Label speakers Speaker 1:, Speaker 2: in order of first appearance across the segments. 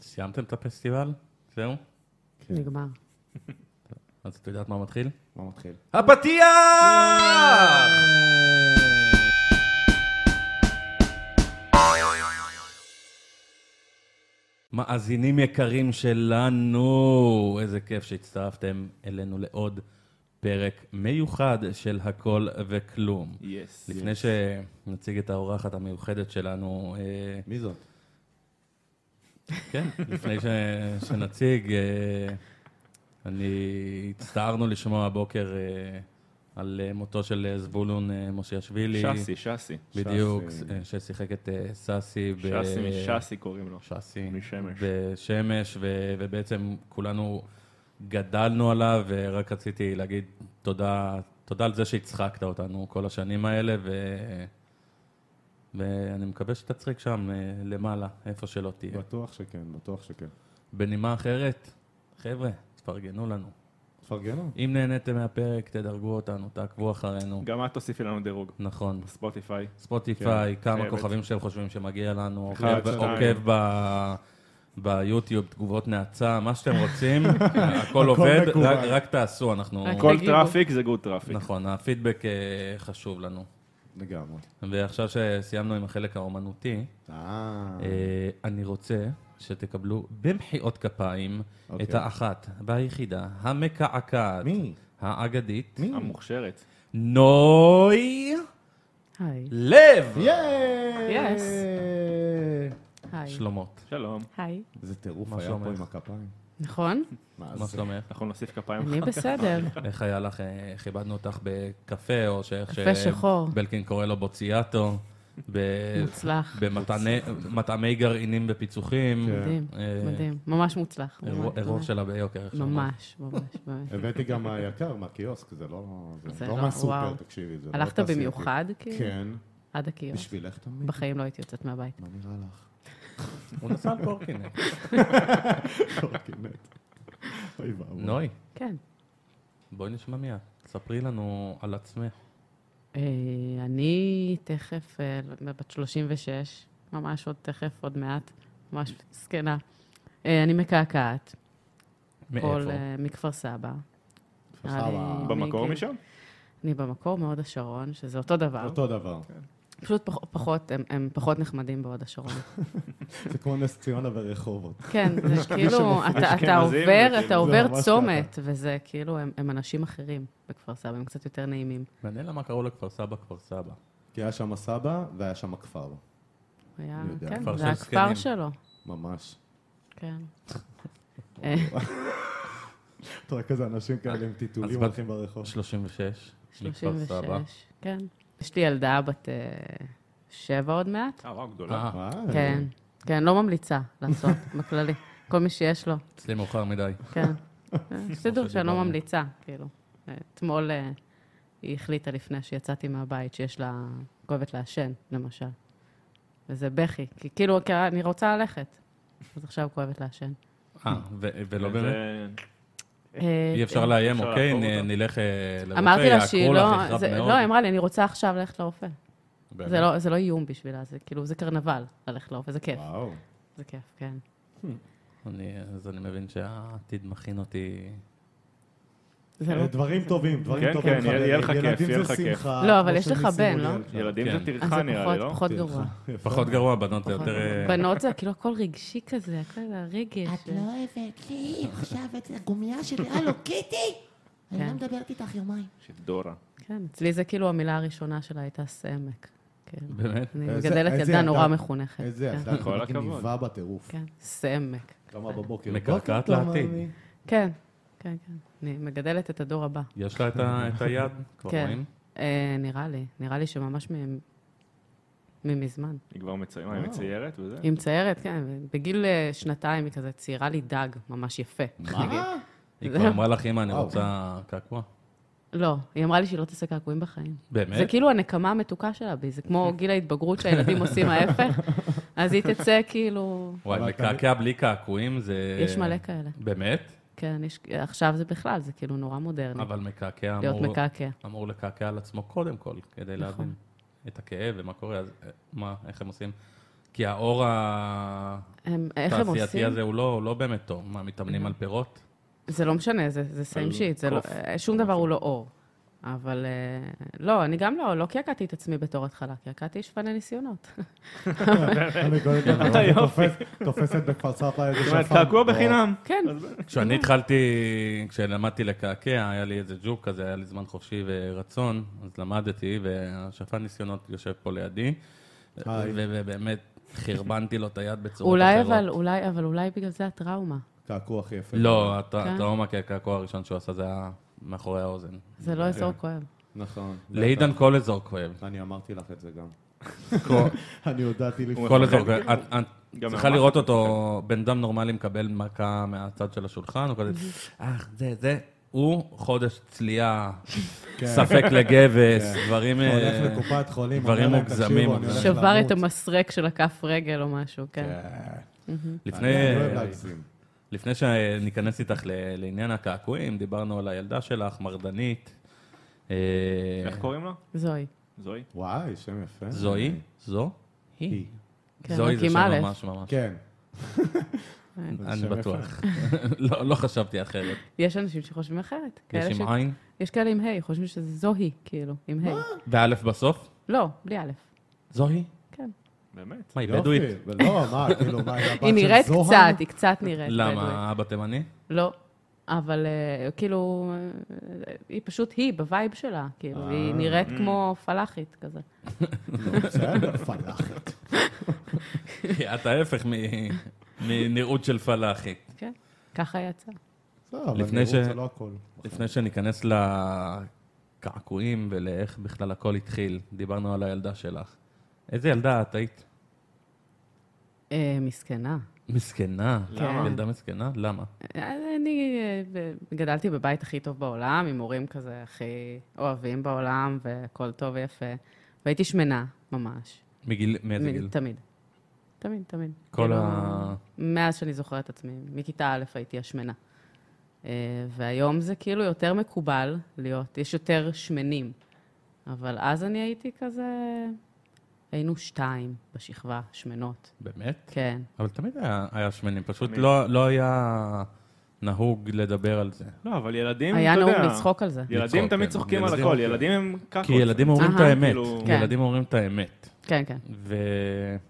Speaker 1: סיימתם את הפסטיבל? זהו? כן.
Speaker 2: נגמר.
Speaker 1: אז את יודעת מה מתחיל?
Speaker 3: מה מתחיל?
Speaker 1: הפתיח! מאזינים יקרים שלנו, איזה כיף שהצטרפתם אלינו לעוד פרק מיוחד של הכל וכלום.
Speaker 3: יס.
Speaker 1: לפני שנציג את האורחת המיוחדת שלנו, אה,
Speaker 3: מי זאת?
Speaker 1: כן, לפני ש... שנציג, אה, אני... הצטערנו לשמוע הבוקר אה, על אה, מותו של אה, זבולון אה, מושיאשוילי.
Speaker 4: שסי, שסי.
Speaker 1: בדיוק,
Speaker 3: שסי.
Speaker 1: אה, ששיחק את אה, סאסי. ב-
Speaker 4: שסי משסי קוראים לו.
Speaker 1: שסי.
Speaker 4: משמש.
Speaker 1: בשמש, ו... ובעצם כולנו גדלנו עליו, ורק רציתי להגיד תודה, תודה על זה שהצחקת אותנו כל השנים האלה, ו... ואני מקווה שתצחיק שם אה, למעלה, איפה שלא תהיה.
Speaker 3: בטוח שכן, בטוח שכן.
Speaker 1: בנימה אחרת, חבר'ה, תפרגנו לנו.
Speaker 3: תפרגנו.
Speaker 1: אם נהניתם מהפרק, תדרגו אותנו, תעקבו אחרינו.
Speaker 4: גם את תוסיפי לנו דירוג.
Speaker 1: נכון.
Speaker 4: בספוטיפיי.
Speaker 1: ספוטיפיי, כמה
Speaker 3: כן,
Speaker 4: חייבת.
Speaker 1: כוכבים שאתם חושבים שמגיע לנו,
Speaker 4: אחד,
Speaker 1: עוקב-
Speaker 4: שתיים.
Speaker 1: עוקב ב- ביוטיוב, תגובות נאצה, מה שאתם רוצים, הכל עובד,
Speaker 3: מקובל.
Speaker 1: רק- רק תעשו, אנחנו...
Speaker 2: רק-
Speaker 4: כל
Speaker 2: תגיבו.
Speaker 4: טראפיק זה גוד טראפיק.
Speaker 1: נכון, הפידבק אה, חשוב לנו.
Speaker 3: לגמרי.
Speaker 1: ועכשיו שסיימנו עם החלק האומנותי,
Speaker 3: אה,
Speaker 1: אה, אני רוצה שתקבלו במחיאות כפיים
Speaker 3: אוקיי.
Speaker 1: את האחת והיחידה, המקעקעת,
Speaker 3: מי?
Speaker 1: האגדית,
Speaker 3: מי?
Speaker 4: המוכשרת.
Speaker 1: נוי
Speaker 2: היי.
Speaker 1: לב!
Speaker 3: יאיי!
Speaker 2: יס. היי.
Speaker 1: שלומות,
Speaker 4: שלום.
Speaker 2: היי.
Speaker 3: איזה טירוף
Speaker 1: מה
Speaker 3: היה פה
Speaker 1: שלומך?
Speaker 3: עם הכפיים.
Speaker 2: נכון?
Speaker 3: מה
Speaker 1: מה
Speaker 3: זה?
Speaker 1: שלומך?
Speaker 4: אנחנו נוסיף כפיים.
Speaker 2: אני בסדר.
Speaker 1: איך היה לך, אה, כיבדנו אותך בקפה, או שאיך ש...
Speaker 2: קפה שחור.
Speaker 1: בלקין קורא לו בוציאטו. ב-
Speaker 2: מוצלח.
Speaker 1: במטעמי גרעינים ופיצוחים.
Speaker 3: כן.
Speaker 2: מדהים.
Speaker 1: אה,
Speaker 2: מדהים. ממש מוצלח.
Speaker 1: אירוע-
Speaker 2: ממש,
Speaker 1: אירוח
Speaker 2: ממש.
Speaker 1: שלה ביוקר. איך שאמרת.
Speaker 2: ממש, ממש, באמת.
Speaker 3: הבאתי גם מהיקר, מהקיוסק, זה לא...
Speaker 2: זה
Speaker 3: זה לא
Speaker 2: לא-
Speaker 3: מהסופר,
Speaker 2: וואו.
Speaker 3: תקשיבי. זה לא
Speaker 2: הלכת
Speaker 3: תעשייתי.
Speaker 2: במיוחד, כאילו?
Speaker 3: כן.
Speaker 2: עד הקיוסק.
Speaker 3: בשבילך תמיד.
Speaker 2: בחיים לא הייתי יוצאת מהבית.
Speaker 3: מה נראה לך?
Speaker 1: הוא נסע על קורקינט.
Speaker 3: קורקינט. אוי ואבוי.
Speaker 1: נוי,
Speaker 2: כן.
Speaker 1: בואי נשמע מיד. ספרי לנו על עצמך.
Speaker 2: אה, אני תכף, אה, בת 36, ממש עוד תכף, עוד מעט, ממש זקנה. אה, אני מקעקעת.
Speaker 1: מאיפה?
Speaker 2: כל, אה, מכפר סבא.
Speaker 3: סבא.
Speaker 2: אני-
Speaker 4: במקור
Speaker 2: אני-
Speaker 4: משם?
Speaker 2: אני במקור מהוד השרון, שזה אותו דבר.
Speaker 3: אותו דבר.
Speaker 2: פשוט פח- פחות, הם- הם פחות נחמדים בהוד השרון.
Speaker 3: זה כמו נס ציונה ורחובות.
Speaker 2: כן, זה כאילו, אתה- אתה
Speaker 4: אשכנזים,
Speaker 2: עובר,
Speaker 4: וכאילו,
Speaker 2: אתה
Speaker 4: זה
Speaker 2: עובר
Speaker 3: ממש
Speaker 2: צומת, וזה כאילו, הם הם אנשים אחרים בכפר סבא, הם קצת יותר נעימים.
Speaker 1: מעניין למה קראו לה כפר סבא, כפר סבא.
Speaker 3: כי היה שם סבא והיה שם הכפר.
Speaker 2: הוא היה-
Speaker 3: אני יודע.
Speaker 2: כן,
Speaker 1: כפר של
Speaker 2: זה
Speaker 1: זקנים.
Speaker 2: הכפר שלו,
Speaker 3: ממש.
Speaker 2: כן. אה,
Speaker 3: אתה רואה כזה אנשים כאלה עם
Speaker 1: אז
Speaker 3: טיטולים
Speaker 1: בת-
Speaker 3: הולכים ברחוב.
Speaker 1: 36. מכפר סבא.
Speaker 2: 36, כן. יש לי ילדה בת אה, שבע עוד מעט.
Speaker 4: אה, וואו, גדולה.
Speaker 1: אה,
Speaker 3: אה,
Speaker 2: כן, כן, לא ממליצה לעשות, בכללי. כל מי שיש לו,
Speaker 1: אצלי מאוחר מדי.
Speaker 2: כן. שתדעו שאני
Speaker 1: שדיברנו.
Speaker 2: לא ממליצה, כאילו. אה, אתמול אה, היא החליטה לפני שיצאתי מהבית שיש לה כואבת לעשן, למשל. וזה בכי, כי כאילו, כי אני רוצה ללכת. אז עכשיו כואבת לעשן.
Speaker 1: אה, ו- ולא
Speaker 4: זה-
Speaker 1: באמת?
Speaker 2: אה,
Speaker 1: אי אפשר לאיים,
Speaker 4: אפשר
Speaker 1: אוקיי?
Speaker 4: לעקור
Speaker 1: נ-
Speaker 4: אותה.
Speaker 1: נלך אה, לרופא,
Speaker 2: אמרתי לה שהיא
Speaker 1: יעקרו לך,
Speaker 2: לא...
Speaker 1: יכאב
Speaker 2: זה-
Speaker 1: מאוד.
Speaker 2: לא, היא אמרה לי, אני רוצה עכשיו ללכת לרופא.
Speaker 1: באמת?
Speaker 2: זה לא, זה לא איום בשבילה, זה כאילו, זה קרנבל ללכת לעוף, וזה כיף,
Speaker 3: וואו.
Speaker 2: זה כיף, כן.
Speaker 1: אני, אז אני מבין שהעתיד מכין אותי...
Speaker 5: אה,
Speaker 2: זה לא...
Speaker 3: דברים טובים, דברים
Speaker 4: כן,
Speaker 3: טובים.
Speaker 4: כן, יהיה- יהיה לך
Speaker 3: חברים.
Speaker 4: כיף, יהיה
Speaker 3: ילדים
Speaker 4: לך
Speaker 3: זה
Speaker 4: כיף.
Speaker 3: שמחה.
Speaker 2: לא,
Speaker 3: כמו
Speaker 2: אבל יש לך
Speaker 3: שניסים
Speaker 2: בן,
Speaker 3: מוליאל
Speaker 2: לא?
Speaker 3: שם.
Speaker 4: ילדים
Speaker 1: כן.
Speaker 4: זה
Speaker 2: אז
Speaker 4: טרחה
Speaker 2: זה
Speaker 4: נראה לי,
Speaker 2: פחות,
Speaker 4: לא?
Speaker 2: פחות
Speaker 3: טרחה.
Speaker 2: גרוע.
Speaker 3: יפה.
Speaker 1: פחות גרוע, בנות זה
Speaker 2: פחות
Speaker 1: יותר...
Speaker 2: גרוע.
Speaker 1: אה,
Speaker 2: בנות זה כאילו הכל רגשי כזה, הכל הרגש.
Speaker 6: את לא אוהבת לי עכשיו את הגומייה שלי, הלו, קיטי? אני לא
Speaker 2: כן.
Speaker 6: מדברת איתך יומיים.
Speaker 4: שדורה.
Speaker 2: כן, אצלי זה כאילו המילה הראשונה שלה הייתה סעמק. כן.
Speaker 1: באמת?
Speaker 2: אני
Speaker 3: איזה-
Speaker 2: מגדלת
Speaker 3: איזה
Speaker 2: ילדה נורא
Speaker 3: ילדה.
Speaker 2: מחונכת.
Speaker 3: איזה
Speaker 2: כן,
Speaker 3: ילדה,
Speaker 4: כל הכבוד.
Speaker 3: גניבה בטירוף.
Speaker 2: כן, סעמק.
Speaker 3: קמה בבוקר.
Speaker 1: מקרקעת
Speaker 3: בוקר טוב,
Speaker 1: לעתיד.
Speaker 3: מאמי.
Speaker 2: כן, כן, כן. אני מגדלת את הדור הבא.
Speaker 1: יש לה את ה- את היד? כבר
Speaker 2: כן.
Speaker 1: רואים?
Speaker 2: אה, נראה לי, נראה לי שממש מ- ממזמן.
Speaker 4: היא כבר מציירת, היא מציירת וזה.
Speaker 2: היא מציירת, כן, בגיל אה, שנתיים היא כזה ציירה לי דג ממש יפה. נגיד.
Speaker 3: מה?
Speaker 1: היא כבר אמרה לך, אמא, אני
Speaker 3: וואו.
Speaker 1: רוצה קעקוע.
Speaker 2: לא, היא אמרה לי שהיא לא תעשה קעקועים בחיים. זה
Speaker 1: באמת?
Speaker 2: כאילו הנקמה המתוקה שלה בי, זה כמו גיל ההתבגרות שהילדים עושים ההפך, אז היא תצא כאילו...
Speaker 1: וואי,
Speaker 3: אבל
Speaker 1: מקעקע בלי קעקועים זה...
Speaker 3: אה,
Speaker 2: יש מלא כאלה.
Speaker 1: באמת?
Speaker 2: כן, יש, עכשיו זה בכלל, זה כאילו נורא מודרני,
Speaker 1: אבל מקעקע
Speaker 2: להיות
Speaker 1: אמור-
Speaker 2: מקעקע. נכון.
Speaker 1: אמור לקעקע על עצמו קודם כל, כדי להבין את הכאב ומה קורה, אז אה, מה, איך הם עושים? כי האור התעשייתי
Speaker 2: הם, איך הם עושים?
Speaker 1: הזה הוא לא, הוא לא באמת טוב. מה, מתאמנים על פירות?
Speaker 2: זה לא משנה, זה, זה סיים
Speaker 4: על
Speaker 2: שיט, זה לא,
Speaker 4: קוף.
Speaker 2: אה, שום דבר הוא לא אור. אבל אה, לא, אני גם לא, לא קעקעתי את עצמי בתור התחלה, קעקעתי שפני ניסיונות.
Speaker 3: אני כל הזמן
Speaker 4: אתה יופי.
Speaker 3: תופס- תופסת בכפר סבא איזה
Speaker 4: זאת
Speaker 3: שפן. לא,
Speaker 4: אומרת, קעקוע בחינם.
Speaker 2: כן,
Speaker 1: כשאני התחלתי, כשלמדתי לקעקע, היה לי איזה ג'וק כזה, היה לי זמן חופשי ורצון, אז למדתי, והשפן ניסיונות יושב פה לידי,
Speaker 3: היי.
Speaker 1: ו- ובאמת חרבנתי לו את היד בצורות
Speaker 2: אולי
Speaker 1: אחרות.
Speaker 2: אבל, אולי, אבל אולי בגלל זה הטראומה.
Speaker 3: קעקוע הכי יפה.
Speaker 1: לא, הטרא-
Speaker 2: כן?
Speaker 1: הטראומה כי הקעקוע הראשון שהוא עשה זה היה מאחורי האוזן.
Speaker 2: זה לא אזור כואב.
Speaker 3: נכון.
Speaker 1: לעידן כל אזור כואב.
Speaker 3: אני אמרתי לך את זה גם.
Speaker 1: כל-
Speaker 3: אני הודעתי לפני.
Speaker 1: כל אזור
Speaker 4: מפחד.
Speaker 1: כואב. את- את
Speaker 4: גם
Speaker 1: צריכה
Speaker 4: מהמחט
Speaker 1: לראות אותו, בן אדם נורמלי מקבל מכה מהצד של השולחן, הוא כזה, אה, זה, זה. הוא חודש צליעה,
Speaker 3: כן.
Speaker 1: ספק לגבס, דברים... אה,
Speaker 3: הולך לקופת חולים, אומר
Speaker 1: דברים
Speaker 3: להם,
Speaker 1: מוגזמים,
Speaker 3: "תקשיבו, אני
Speaker 1: מוגזמים.
Speaker 3: הולך
Speaker 2: שבר
Speaker 3: למות."
Speaker 2: את המסרק של הכף רגל או משהו, כן.
Speaker 1: לפני,
Speaker 3: אני לא אוהב להגזים.
Speaker 1: לפני שניכנס איתך ל- לעניין הקעקועים, דיברנו על הילדה שלך, מרדנית. אה,
Speaker 4: איך קוראים לה?
Speaker 2: זוהי.
Speaker 4: זוהי.
Speaker 3: וואי, שם יפה.
Speaker 1: זוהי? זו? אוקיי.
Speaker 3: היא.
Speaker 2: כן,
Speaker 1: זוהי
Speaker 2: רק
Speaker 1: זה
Speaker 2: עם
Speaker 1: שם
Speaker 2: א'.
Speaker 1: ממש ממש.
Speaker 3: כן.
Speaker 1: אני
Speaker 3: שם יפה.
Speaker 1: בטוח. לא לא חשבתי אחרת.
Speaker 2: יש אנשים שחושבים אחרת.
Speaker 1: יש
Speaker 2: כאלה ש-
Speaker 1: עם עין?
Speaker 2: יש כאלה עם ה', חושבים שזה זוהי, כאילו, עם ה'.
Speaker 1: ואלף בסוף?
Speaker 2: לא, בלי א',
Speaker 1: זוהי?
Speaker 2: כן.
Speaker 4: באמת?
Speaker 1: מה, היא
Speaker 3: יופי.
Speaker 1: בדואית?
Speaker 3: לא, מה, כאילו, מה, היא הבת של
Speaker 2: היא נראית
Speaker 3: זוהר?
Speaker 2: קצת, היא קצת נראית. בדואית.
Speaker 1: למה? אבא תימני?
Speaker 2: לא, אבל אה, כאילו, אה, היא פשוט היא, בווייב שלה, כאילו, היא נראית כמו פלאחית כזה.
Speaker 3: לא, בסדר, פלאחת.
Speaker 1: כי את ההפך מ- מנראות של פלאחית.
Speaker 2: כן, ככה יצא.
Speaker 3: לא, אבל
Speaker 1: לפני
Speaker 3: נראות
Speaker 1: ש-
Speaker 3: זה לא הכל.
Speaker 1: לפני שניכנס לקעקועים ולאיך בכלל הכל התחיל, דיברנו על הילדה שלך. איזה ילדה את היית?
Speaker 2: אה, מסכנה.
Speaker 1: מסכנה.
Speaker 2: למה?
Speaker 1: ילדה מסכנה? למה?
Speaker 2: אז אני אה, ב- גדלתי בבית הכי טוב בעולם, עם הורים כזה הכי אוהבים בעולם, והכל טוב ויפה. והייתי שמנה, ממש.
Speaker 1: מגיל, מאיזה
Speaker 2: מ-
Speaker 1: גיל?
Speaker 2: תמיד. תמיד, תמיד.
Speaker 1: כל
Speaker 2: כאילו,
Speaker 1: ה-
Speaker 2: מאז שאני זוכרת את עצמי, מכיתה א' הייתי השמנה. אה, והיום זה כאילו יותר מקובל להיות, יש יותר שמנים. אבל אז אני הייתי כזה... היינו שתיים בשכבה, שמנות.
Speaker 1: באמת?
Speaker 2: כן.
Speaker 1: אבל תמיד היה- היה שמנים, פשוט
Speaker 4: תמיד.
Speaker 1: לא- לא היה נהוג לדבר על זה.
Speaker 4: לא, אבל ילדים,
Speaker 2: היה
Speaker 4: אתה
Speaker 2: נהוג
Speaker 4: יודע,
Speaker 2: לצחוק על זה.
Speaker 4: ילדים
Speaker 1: לצחוק,
Speaker 4: תמיד
Speaker 1: כן.
Speaker 4: צוחקים על
Speaker 1: ילדים-
Speaker 4: הכל, ילדים הם ככה.
Speaker 1: כי ילדים אומרים את
Speaker 2: אהה.
Speaker 1: האמת.
Speaker 4: כאילו-
Speaker 2: כן.
Speaker 1: ילדים אומרים את האמת.
Speaker 2: כן, כן.
Speaker 1: ו...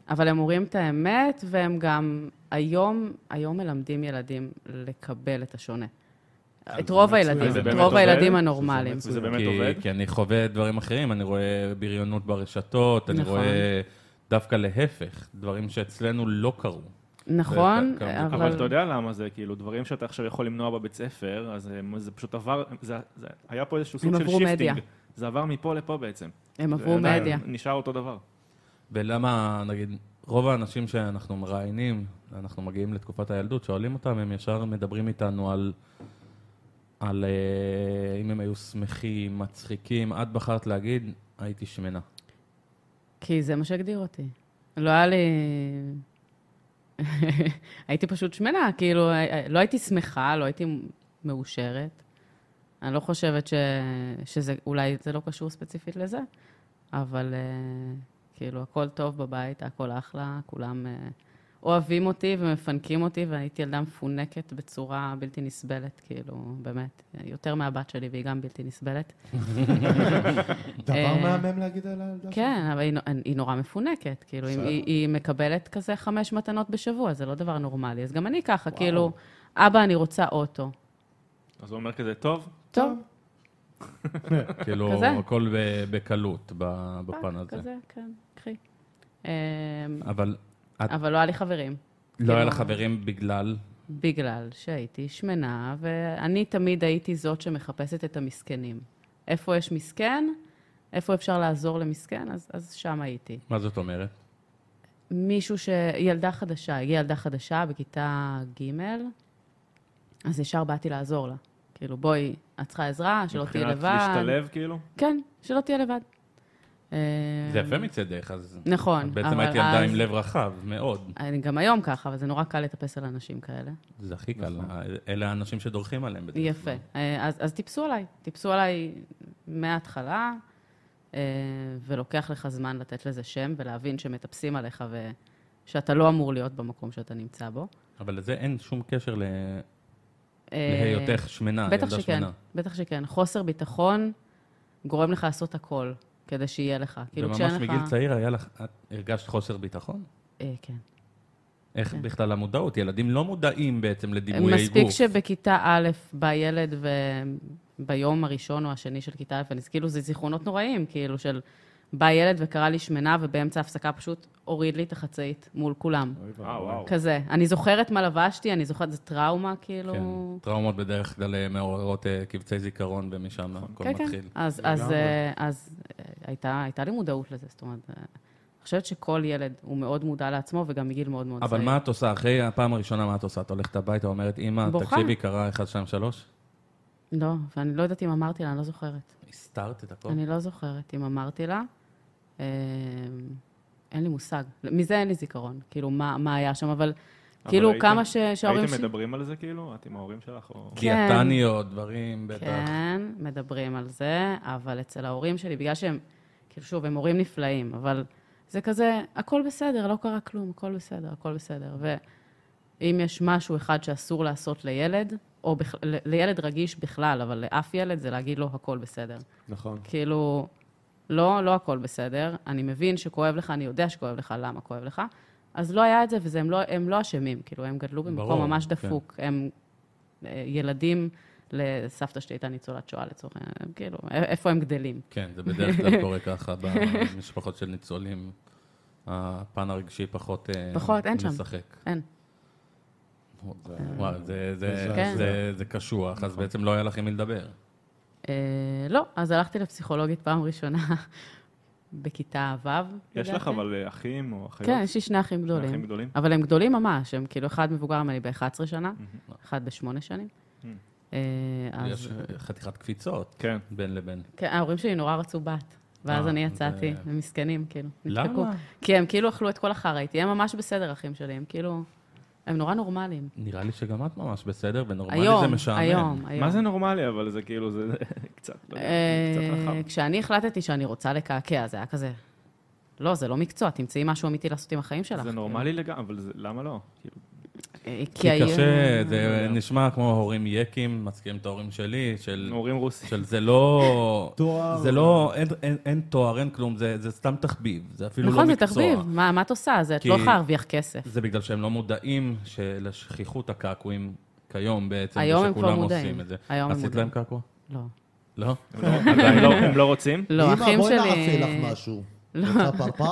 Speaker 2: אבל הם אומרים את האמת, והם גם היום, היום מלמדים ילדים לקבל את השונה. את רוב
Speaker 3: מצוין.
Speaker 2: הילדים,
Speaker 3: זה
Speaker 2: את
Speaker 4: באמת
Speaker 2: רוב
Speaker 4: עובד?
Speaker 2: הילדים
Speaker 4: שזה
Speaker 2: הנורמליים.
Speaker 4: וזה באמת
Speaker 1: כי,
Speaker 4: עובד?
Speaker 1: כי אני חווה דברים אחרים, אני רואה בריונות ברשתות, אני
Speaker 2: נכון.
Speaker 1: רואה דווקא להפך, דברים שאצלנו לא קרו.
Speaker 2: נכון,
Speaker 1: זה- זה-
Speaker 2: אבל...
Speaker 4: אבל אתה יודע למה זה, כאילו, דברים שאתה עכשיו יכול למנוע בבית ספר, אז הם- זה פשוט עבר, זה- זה- היה פה איזשהו סוג
Speaker 2: הם
Speaker 4: של
Speaker 2: עברו מדיה.
Speaker 4: שיפטינג. זה עבר מפה לפה בעצם.
Speaker 2: הם עברו
Speaker 4: זה עדיין
Speaker 2: מדיה.
Speaker 4: נשאר אותו דבר.
Speaker 1: ולמה, נגיד, רוב האנשים שאנחנו מראיינים, אנחנו מגיעים לתקופת הילדות, שואלים אותם, הם ישר מדברים איתנו על, על אה, אם הם היו שמחים, מצחיקים. את בחרת להגיד, הייתי שמנה.
Speaker 2: כי זה מה שהגדיר אותי. לא היה לי... הייתי פשוט שמנה, כאילו, לא הייתי שמחה, לא הייתי מאושרת. אני לא חושבת ש... שזה, אולי זה לא קשור ספציפית לזה, אבל אה, כאילו, הכל טוב בבית, הכל אחלה, כולם אה, אוהבים אותי ומפנקים אותי, והייתי ילדה מפונקת בצורה בלתי נסבלת, כאילו, באמת, יותר מהבת שלי, והיא גם בלתי נסבלת.
Speaker 3: דבר
Speaker 2: אה,
Speaker 3: מהמם להגיד על הילדה שלך.
Speaker 2: כן, אבל היא, נו- היא נורא מפונקת, כאילו, אם
Speaker 3: בסדר.
Speaker 2: היא, היא מקבלת כזה חמש מתנות בשבוע, זה לא דבר נורמלי. אז גם אני ככה, וואו. כאילו, אבא, אני רוצה אוטו.
Speaker 4: אז הוא אומר כזה, טוב,
Speaker 2: טוב,
Speaker 1: כאילו,
Speaker 2: כזה?
Speaker 1: הכל ב- בקלות ב- בפן הזה.
Speaker 2: כזה, כן, קחי. אמ,
Speaker 1: אבל את
Speaker 2: אבל לא היה לי חברים,
Speaker 1: לא היה
Speaker 2: כאילו-
Speaker 1: לך חברים בגלל...
Speaker 2: בגלל שהייתי שמנה, ואני תמיד הייתי זאת שמחפשת את המסכנים. איפה יש מסכן, איפה אפשר לעזור למסכן, אז, אז שם הייתי.
Speaker 1: מה זאת אומרת?
Speaker 2: מישהו ש... ילדה חדשה, הגיעה ילדה חדשה בכיתה ג', אז ישר באתי לעזור לה. כאילו, בואי, את צריכה עזרה, שלא תהיי לבד.
Speaker 4: מבחינת להשתלב, כאילו,
Speaker 2: כן, שלא תהיה לבד. אה,
Speaker 1: זה יפה מצדך, אז...
Speaker 2: נכון,
Speaker 1: את בעצם
Speaker 2: אבל
Speaker 1: הייתי ילדה
Speaker 2: אז-
Speaker 1: עם לב רחב, מאוד.
Speaker 2: אני גם היום ככה, אבל זה נורא קל לטפס על אנשים כאלה.
Speaker 1: זה הכי קל. אה, אלה האנשים שדורכים עליהם. בדרך
Speaker 2: נכון. יפה.
Speaker 1: כלל.
Speaker 2: אה, אז, אז טיפסו עליי. טיפסו עליי מההתחלה, אה, ולוקח לך זמן לתת לזה שם ולהבין שמטפסים עליך ו, שאתה לא אמור להיות במקום שאתה נמצא בו.
Speaker 1: אבל לזה אין שום קשר ל-
Speaker 2: אה,
Speaker 1: להיותך שמנה,
Speaker 2: בטח
Speaker 1: ילדה
Speaker 2: שכן,
Speaker 1: שמנה.
Speaker 2: בטח שכן. חוסר ביטחון גורם לך לעשות הכל כדי שיהיה לך. כאילו
Speaker 1: וממש
Speaker 2: כשאין לך...
Speaker 1: מגיל צעיר היה לך, את הרגשת חוסר ביטחון?
Speaker 2: אה, כן.
Speaker 1: איך
Speaker 2: כן.
Speaker 1: בכלל המודעות? ילדים לא מודעים בעצם לדימויי
Speaker 2: מספיק
Speaker 1: גוף.
Speaker 2: שבכיתה א' בא ילד וביום הראשון או השני של כיתה א', אני כאילו, זה זיכרונות נוראים, כאילו של... בא ילד וקרא לי שמנה, ובאמצע ההפסקה פשוט הוריד לי את החצאית מול כולם.
Speaker 3: אוי
Speaker 4: אה,
Speaker 3: ואבוי.
Speaker 4: וואו.
Speaker 2: כזה. אני זוכרת מה לבשתי, אני זוכרת, זה טראומה, כאילו...
Speaker 1: כן, טראומות בדרך כלל אה, מעוררות אה, קבצי זיכרון ומשם הכל
Speaker 2: כן,
Speaker 1: מתחיל.
Speaker 2: אז,
Speaker 3: לגמרי.
Speaker 2: אז, אה, אז אה, הייתה, הייתה לי מודעות לזה, זאת אומרת, אה, אני חושבת שכל ילד הוא מאוד מודע לעצמו, וגם מגיל מאוד מאוד
Speaker 1: אבל
Speaker 2: צעיר.
Speaker 1: מה את עושה? אחרי הפעם הראשונה, מה את עושה? את הולכת הביתה, אומרת, אמא,
Speaker 2: בוכה.
Speaker 1: תקשיבי, קרה 1, 2, 3?
Speaker 2: לא, ואני לא יודעת אם אמרתי לה, אני לא זוכרת.
Speaker 1: הסתרת את הכל?
Speaker 2: אני לא זוכרת אם אמרתי לה. אה, אין לי מושג. מזה אין לי זיכרון, כאילו, מה, מה היה שם, אבל,
Speaker 4: אבל
Speaker 2: כאילו,
Speaker 4: הייתם-
Speaker 2: כמה ש, שההורים
Speaker 4: הייתם מדברים על זה כאילו? את עם ההורים שלך? או...
Speaker 2: כן.
Speaker 1: דיאטניות, דברים, בטח.
Speaker 2: כן, מדברים על זה, אבל אצל ההורים שלי, בגלל שהם, כאילו שוב, הם הורים נפלאים, אבל זה כזה, הכל בסדר, לא קרה כלום, הכל בסדר, הכל בסדר. ואם יש משהו אחד שאסור לעשות לילד, או בכ... ל- לילד רגיש בכלל, אבל לאף ילד, זה להגיד לו, הכל בסדר.
Speaker 3: נכון.
Speaker 2: כאילו, לא, לא הכל בסדר, אני מבין שכואב לך, אני יודע שכואב לך, למה כואב לך. אז לא היה את זה, והם לא, הם לא אשמים, כאילו, הם גדלו במקום
Speaker 1: ברור,
Speaker 2: ממש
Speaker 1: כן.
Speaker 2: דפוק. הם אה, ילדים לסבתא שלי הייתה ניצולת שואה לצורך העניין, הם כאילו, א- איפה הם גדלים?
Speaker 1: כן, זה בדרך כלל קורה ככה במשפחות של ניצולים. הפן הרגשי פחות אה,
Speaker 2: פחות, אין שם.
Speaker 1: משחק.
Speaker 2: אין.
Speaker 1: וואי, זה- זה-
Speaker 3: כן.
Speaker 1: זה- זה קשוח, אז בעצם לא היה לך עם מי לדבר.
Speaker 2: אה, לא, אז הלכתי לפסיכולוגית פעם ראשונה בכיתה ו'.
Speaker 4: יש לך
Speaker 2: לדעתי.
Speaker 4: אבל אה, אחים או אחיות?
Speaker 2: כן, יש לי שני אחים גדולים.
Speaker 4: אחים גדולים?
Speaker 2: אבל הם גדולים ממש, הם כאילו, אחד מבוגר ממני ב-11 שנה, אחד בשמונה שנים. אה, אז...
Speaker 1: יש אה, חתיכת קפיצות
Speaker 4: כן.
Speaker 1: בין לבין.
Speaker 2: כן, ההורים שלי נורא רצו בת. ואז
Speaker 1: אה,
Speaker 2: אני יצאתי,
Speaker 1: זה-
Speaker 2: הם מסכנים, כאילו.
Speaker 1: למה?
Speaker 2: נדפקו. כי הם כאילו אכלו את כל החרא איתי, הם ממש בסדר, אחים שלי, הם כאילו... הם נורא נורמלים.
Speaker 1: נראה לי שגם את ממש בסדר, ונורמלי
Speaker 2: היום,
Speaker 1: זה משעמם.
Speaker 2: היום, היום.
Speaker 4: מה זה נורמלי אבל זה כאילו, זה קצת, לא יודע,
Speaker 2: אה,
Speaker 4: קצת רחב.
Speaker 2: כשאני החלטתי שאני רוצה לקעקע, זה היה כזה... לא, זה לא מקצוע, תמצאי משהו אמיתי לעשות עם החיים שלך. כן.
Speaker 4: זה נורמלי לגמרי, אבל זה- למה לא? כאילו,
Speaker 2: אה,
Speaker 1: כי
Speaker 2: היו-
Speaker 1: קשה, זה נשמע כמו הורים יקים, מזכירים את ההורים שלי, של...
Speaker 4: הורים רוסים.
Speaker 1: של זה לא...
Speaker 3: תואר.
Speaker 1: זה לא... אין, אין, אין תואר, אין כלום, זה, זה סתם תחביב. זה אפילו
Speaker 2: נכון,
Speaker 1: לא
Speaker 2: זה
Speaker 1: מקצוע.
Speaker 2: תחביב. מה מה את עושה? זה את
Speaker 1: כי-
Speaker 2: לא יכולה להרוויח כסף.
Speaker 1: זה בגלל שהם לא מודעים לשכיחות הקעקועים כיום בעצם,
Speaker 2: היום הם
Speaker 1: ושכולם
Speaker 2: כבר מודעים.
Speaker 1: עושים את זה.
Speaker 2: היום הם
Speaker 1: עשית
Speaker 2: מודעים.
Speaker 1: להם קעקוע?
Speaker 2: לא.
Speaker 1: לא?
Speaker 4: הם לא- עדיין לא- הם לא רוצים?
Speaker 2: לא,
Speaker 3: אמא,
Speaker 2: אחים
Speaker 3: בואי
Speaker 2: שלי... לא.
Speaker 3: נעשה לך משהו. רוצה פרפר?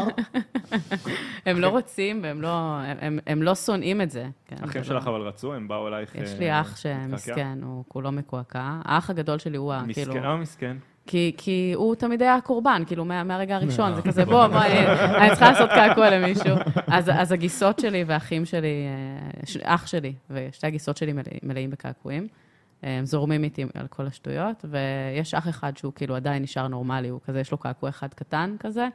Speaker 2: הם לא רוצים, והם לא, הם, הם, הם לא שונאים את זה. כן, זה
Speaker 4: אחים
Speaker 2: לא-
Speaker 4: שלך אבל רצו, הם באו אלייך...
Speaker 2: יש
Speaker 4: אה,
Speaker 2: לי אח
Speaker 4: להתקעקע?
Speaker 2: שמסכן, הוא כולו מקועקע. האח הגדול שלי הוא ה... כאילו...
Speaker 4: מסכן, אה. למה מסכן?
Speaker 2: כי, כי הוא תמיד היה הקורבן, כאילו, מה, מהרגע הראשון, זה כזה, בוא, בוא, אני- אני צריכה לעשות קעקוע למישהו. אז, אז הגיסות שלי והאחים שלי, אה, ש- אח שלי ושתי הגיסות שלי מלא, מלאים בקעקועים. אה, הם זורמים איתי על כל השטויות, ויש אח אחד שהוא כאילו עדיין נשאר נורמלי, הוא כזה, יש לו קעקוע אחד קטן כזה,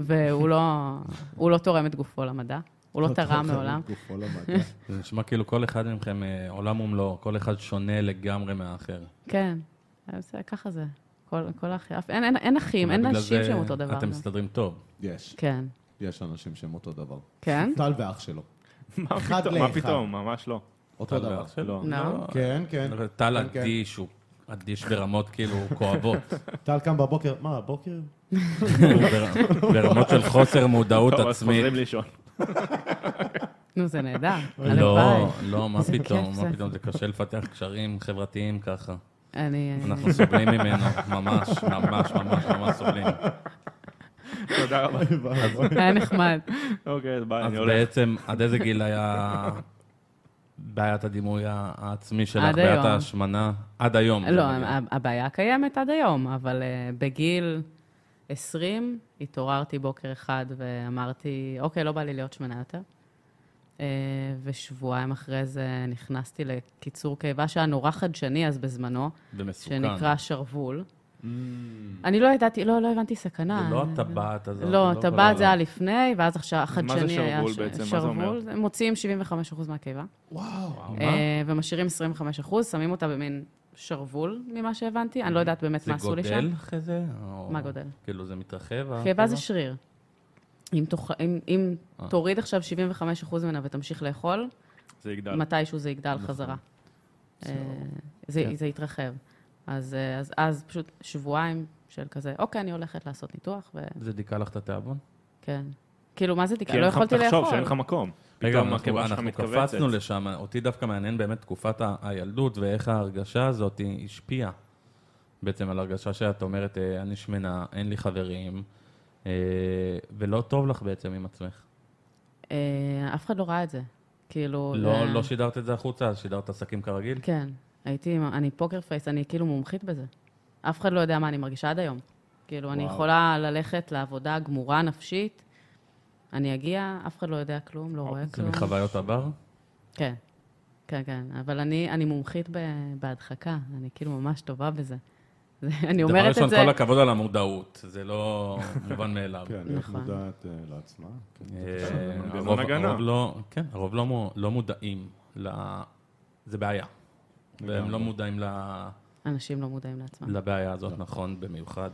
Speaker 2: והוא לא, הוא לא תורם את גופו למדע, הוא לא תרם מעולם.
Speaker 3: גופו למדע.
Speaker 1: זה נשמע כאילו כל אחד מכם אה, עולם ומלואו, כל אחד שונה לגמרי מהאחר.
Speaker 2: כן, אז זה- ככה זה. כל, כל האחים, אף- אין, אין, אין אחים, אין
Speaker 1: ובגלל
Speaker 2: נשים
Speaker 1: זה
Speaker 2: שהם אותו דבר.
Speaker 1: אתם
Speaker 2: גם.
Speaker 1: מסתדרים טוב.
Speaker 3: יש,
Speaker 2: כן,
Speaker 3: יש אנשים שהם אותו דבר.
Speaker 2: כן?
Speaker 3: טל ואח שלו.
Speaker 4: מה
Speaker 3: אחד
Speaker 4: פתאום? מה
Speaker 3: לאחד.
Speaker 4: פתאום? ממש לא.
Speaker 3: אותו
Speaker 1: טל
Speaker 3: דבר.
Speaker 1: ואח שלו?
Speaker 4: לא.
Speaker 2: לא.
Speaker 3: כן, כן.
Speaker 1: אה, טל
Speaker 3: כן.
Speaker 1: אדיש, הוא אדיש ברמות כאילו כואבות.
Speaker 3: טל קם בבוקר, מה, הבוקר?
Speaker 1: בר- ברמות של חוסר מודעות
Speaker 4: טוב, אז
Speaker 1: עצמית.
Speaker 4: חוזרים לישון.
Speaker 2: נו, זה נהדר.
Speaker 1: לא, לא, מה
Speaker 2: איזה
Speaker 1: פתאום,
Speaker 2: כיף
Speaker 1: מה
Speaker 2: זה.
Speaker 1: פתאום, זה קשה לפתח קשרים חברתיים ככה.
Speaker 2: אני...
Speaker 1: אנחנו סובלים ממנו, ממש, ממש, ממש, ממש סובלים.
Speaker 4: תודה רבה.
Speaker 2: אה, היה נחמד.
Speaker 4: אוקיי, אז ביי,
Speaker 1: אז
Speaker 4: אני הולך.
Speaker 1: בעצם, עד איזה גיל היה בעיית הדימוי העצמי שלך,
Speaker 2: עד
Speaker 1: בעיית
Speaker 2: היום.
Speaker 1: ההשמנה? עד היום.
Speaker 2: לא,
Speaker 1: זה מגיע.
Speaker 2: ה- הבעיה קיימת עד היום, אבל אה, בגיל 20 התעוררתי בוקר אחד ואמרתי, אוקיי, לא בא לי להיות שמנה יותר. אה, ושבועיים אחרי זה נכנסתי לקיצור קיבה שהיה נורא חדשני אז בזמנו,
Speaker 1: ומסוכן.
Speaker 2: שנקרא שרוול.
Speaker 3: Mm.
Speaker 2: אני לא ידעתי, לא, לא הבנתי סכנה.
Speaker 1: זה לא
Speaker 2: אני-
Speaker 1: הטבעת הזאת.
Speaker 2: לא,
Speaker 1: כל
Speaker 2: טבעת זה
Speaker 1: ה-
Speaker 2: היה לפני, ואז עכשיו החדשני היה...
Speaker 4: שרוול
Speaker 2: ש-
Speaker 4: בעצם? מה זה אומר?
Speaker 2: שרוול, זה- מוציאים 75% מהקיבה.
Speaker 3: וואו.
Speaker 1: מה?
Speaker 2: אה, ומשאירים 25 אחוז, שמים אותה במין שרוול, ממה שהבנתי.
Speaker 4: Mm-hmm.
Speaker 2: אני לא יודעת באמת מה עשו לי שם.
Speaker 1: זה גודל אחרי זה? או-
Speaker 2: מה גודל?
Speaker 4: אה, לא.
Speaker 1: כאילו זה מתרחב?
Speaker 2: קיבה
Speaker 1: הקיבה?
Speaker 2: זה שריר. אם, תוך, אם, אם
Speaker 1: אה.
Speaker 2: תוריד עכשיו 75% ממנה ותמשיך לאכול,
Speaker 4: זה יגדל.
Speaker 2: מתישהו זה יגדל
Speaker 4: נכון.
Speaker 2: חזרה. אה, זה,
Speaker 1: כן.
Speaker 2: זה יתרחב. אז, אה, אז, אז פשוט שבועיים של כזה, אוקיי, אני הולכת לעשות ניתוח,
Speaker 1: זה דיכא לך את התיאבון?
Speaker 2: וכן. כאילו, מה זה
Speaker 4: כי
Speaker 2: תקרה?
Speaker 4: אין
Speaker 2: לא
Speaker 4: לך-
Speaker 2: יכולתי לאכול.
Speaker 4: תחשוב שאין לך מקום.
Speaker 1: רגע,
Speaker 4: פתאום
Speaker 1: אנחנו,
Speaker 4: הקיבה שלך
Speaker 1: אנחנו
Speaker 4: מתכווצת.
Speaker 1: קפצנו לשם, אותי דווקא מעניין באמת תקופת ה- הילדות ואיך ההרגשה הזאת היא השפיעה בעצם על הרגשה שאת אומרת, אה, אני שמנה, אין לי חברים, אה, ולא טוב לך בעצם עם עצמך.
Speaker 2: אה, אף אחד לא ראה את זה. כאילו...
Speaker 1: לא,
Speaker 2: זה-
Speaker 1: לא שידרת את זה החוצה, שידרת עסקים כרגיל?
Speaker 2: כן, הייתי, אני פוקר פייס, אני כאילו מומחית בזה. אף אחד לא יודע מה אני מרגישה עד היום. כאילו, אני
Speaker 3: וואו.
Speaker 2: יכולה ללכת לעבודה גמורה נפשית, אני אגיע, אף אחד לא יודע כלום, לא רואה
Speaker 1: זה
Speaker 2: כלום.
Speaker 1: מחוויות עבר?
Speaker 2: כן, כן, כן. אבל אני, אני מומחית ב, בהדחקה, אני כאילו ממש טובה בזה. זה- אני
Speaker 1: דבר
Speaker 2: אומרת
Speaker 1: ראשון,
Speaker 2: את זה...
Speaker 1: כל הכבוד על המודעות, זה לא מובן מאליו.
Speaker 3: כן, להיות
Speaker 2: נכון.
Speaker 3: מודעת אה, לעצמה. כן.
Speaker 1: אה,
Speaker 4: מנגנון
Speaker 1: הרוב-
Speaker 4: הגנה.
Speaker 1: הרוב לא- כן, הרוב לא מו- לא מודעים ל... זה בעיה. והם
Speaker 3: לגמרי.
Speaker 1: לא מודעים ל...
Speaker 2: אנשים לא מודעים לעצמם.
Speaker 1: לבעיה הזאת, נכון, במיוחד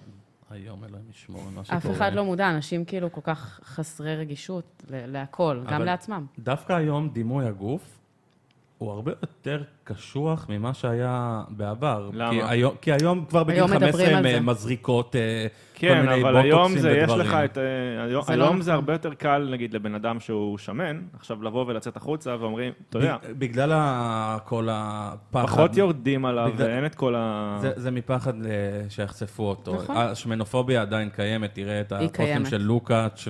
Speaker 1: היום, אלוהים ישמור על מה שקורה.
Speaker 2: אף אחד לא מודע, אנשים כאילו כל כך חסרי רגישות ל- להכל, גם
Speaker 1: אבל-
Speaker 2: לעצמם.
Speaker 1: דווקא היום דימוי הגוף הוא הרבה יותר קשוח ממה שהיה בעבר.
Speaker 4: למה?
Speaker 1: כי היום, כי היום כבר בגיל
Speaker 2: היום מדברים
Speaker 1: 15
Speaker 2: על
Speaker 1: הם
Speaker 2: זה.
Speaker 1: אה, מזריקות אה, כל
Speaker 4: כן,
Speaker 1: מיני
Speaker 4: אבל היום
Speaker 1: בוטוקסים
Speaker 4: זה, יש
Speaker 1: ודברים.
Speaker 4: לך את... אה, היום-
Speaker 2: זה לא
Speaker 4: היום
Speaker 2: נכון.
Speaker 4: זה הרבה יותר קל, נגיד, לבן אדם שהוא שמן, עכשיו לבוא ולצאת החוצה ואומרים, אתה יודע,
Speaker 1: בג- בגלל ה- כל הפחד.
Speaker 4: פחות יורדים עליו,
Speaker 1: בגלל-
Speaker 4: ואין את כל ה...
Speaker 1: זה, זה מפחד ל- שיחשפו אותו.
Speaker 2: נכון.
Speaker 1: השמנופוביה עדיין קיימת, תראה את
Speaker 2: היא
Speaker 1: הפוסטים
Speaker 2: קיימת.
Speaker 1: של לוקאץ'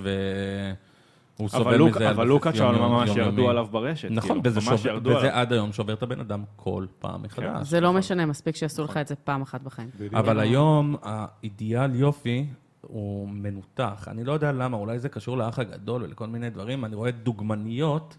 Speaker 1: והוא
Speaker 4: אבל
Speaker 1: סובל
Speaker 4: לוק-
Speaker 1: מזה. על
Speaker 4: אבל
Speaker 1: בסיס
Speaker 4: לוקאץ' אבל
Speaker 1: יומיומי,
Speaker 4: ממש
Speaker 1: יומיומי.
Speaker 4: ירדו עליו ברשת.
Speaker 1: נכון,
Speaker 4: כאילו,
Speaker 1: וזה,
Speaker 4: ממש
Speaker 1: שוב,
Speaker 4: ירדו עליו. כן,
Speaker 1: וזה עד היום שובר את הבן אדם כל פעם מחדש.
Speaker 2: זה לא משנה, מספיק שיעשו לך את זה פעם אחת בחיים.
Speaker 3: בדיוק.
Speaker 1: אבל היום האידיאל יופי הוא מנותח. אני לא יודע למה, אולי זה קשור לאח הגדול ולכל מיני דברים. אני רואה דוגמניות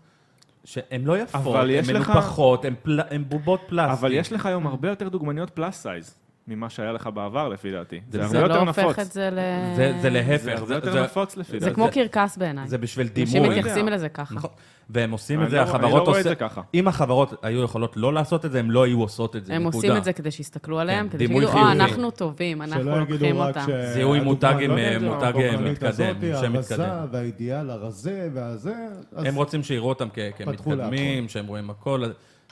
Speaker 1: שהן לא יפות,
Speaker 4: אבל יש
Speaker 1: הן
Speaker 4: לך-
Speaker 1: מנופחות, הן פל... הן בובות פלסטיק.
Speaker 3: כן.
Speaker 4: אבל יש לך היום הרבה יותר דוגמניות פלאס סייז ממה שהיה לך בעבר, לפי דעתי. זה הרבה
Speaker 2: זה
Speaker 4: יותר
Speaker 2: לא הופך
Speaker 4: נפוץ.
Speaker 2: את זה ל...
Speaker 1: זה, זה להפך.
Speaker 4: זה הרבה יותר
Speaker 1: זה-
Speaker 4: נפוץ, לפי
Speaker 1: זה-
Speaker 2: זה
Speaker 4: דעתי.
Speaker 2: כמו קרקס בעיניי.
Speaker 1: זה בשביל
Speaker 2: אנשים
Speaker 1: דימוי.
Speaker 2: מתייחסים לזה ככה.
Speaker 1: נכון. והם עושים
Speaker 4: אני
Speaker 1: את זה,
Speaker 4: לא-
Speaker 1: החברות
Speaker 4: אני לא רואה
Speaker 1: עושה-
Speaker 4: את זה ככה.
Speaker 1: אם החברות היו יכולות לא לעשות את זה, הם לא היו עושות את זה,
Speaker 2: הם
Speaker 1: נקודה.
Speaker 2: עושים את זה כדי שיסתכלו עליהם,
Speaker 1: כן,
Speaker 2: כדי
Speaker 1: דימוי
Speaker 2: שיגידו, או,
Speaker 1: חיובי.
Speaker 2: אנחנו טובים, אנחנו
Speaker 3: שלא יגידו
Speaker 2: לוקחים
Speaker 3: רק
Speaker 2: אותם.
Speaker 3: ש-
Speaker 1: זיהוי
Speaker 3: הדוגמה,
Speaker 1: מותג
Speaker 3: לא
Speaker 1: עם, אה,
Speaker 3: יודע,
Speaker 1: מותג
Speaker 3: הבוחרנית
Speaker 1: מתקדם,
Speaker 3: הזאתי,
Speaker 1: שם
Speaker 3: הרזה
Speaker 1: מתקדם.
Speaker 3: והאידיאל הרזה והזה, אז
Speaker 1: הם רוצים שיראו אותם כ- כמתקדמים, שהם רואים הכל,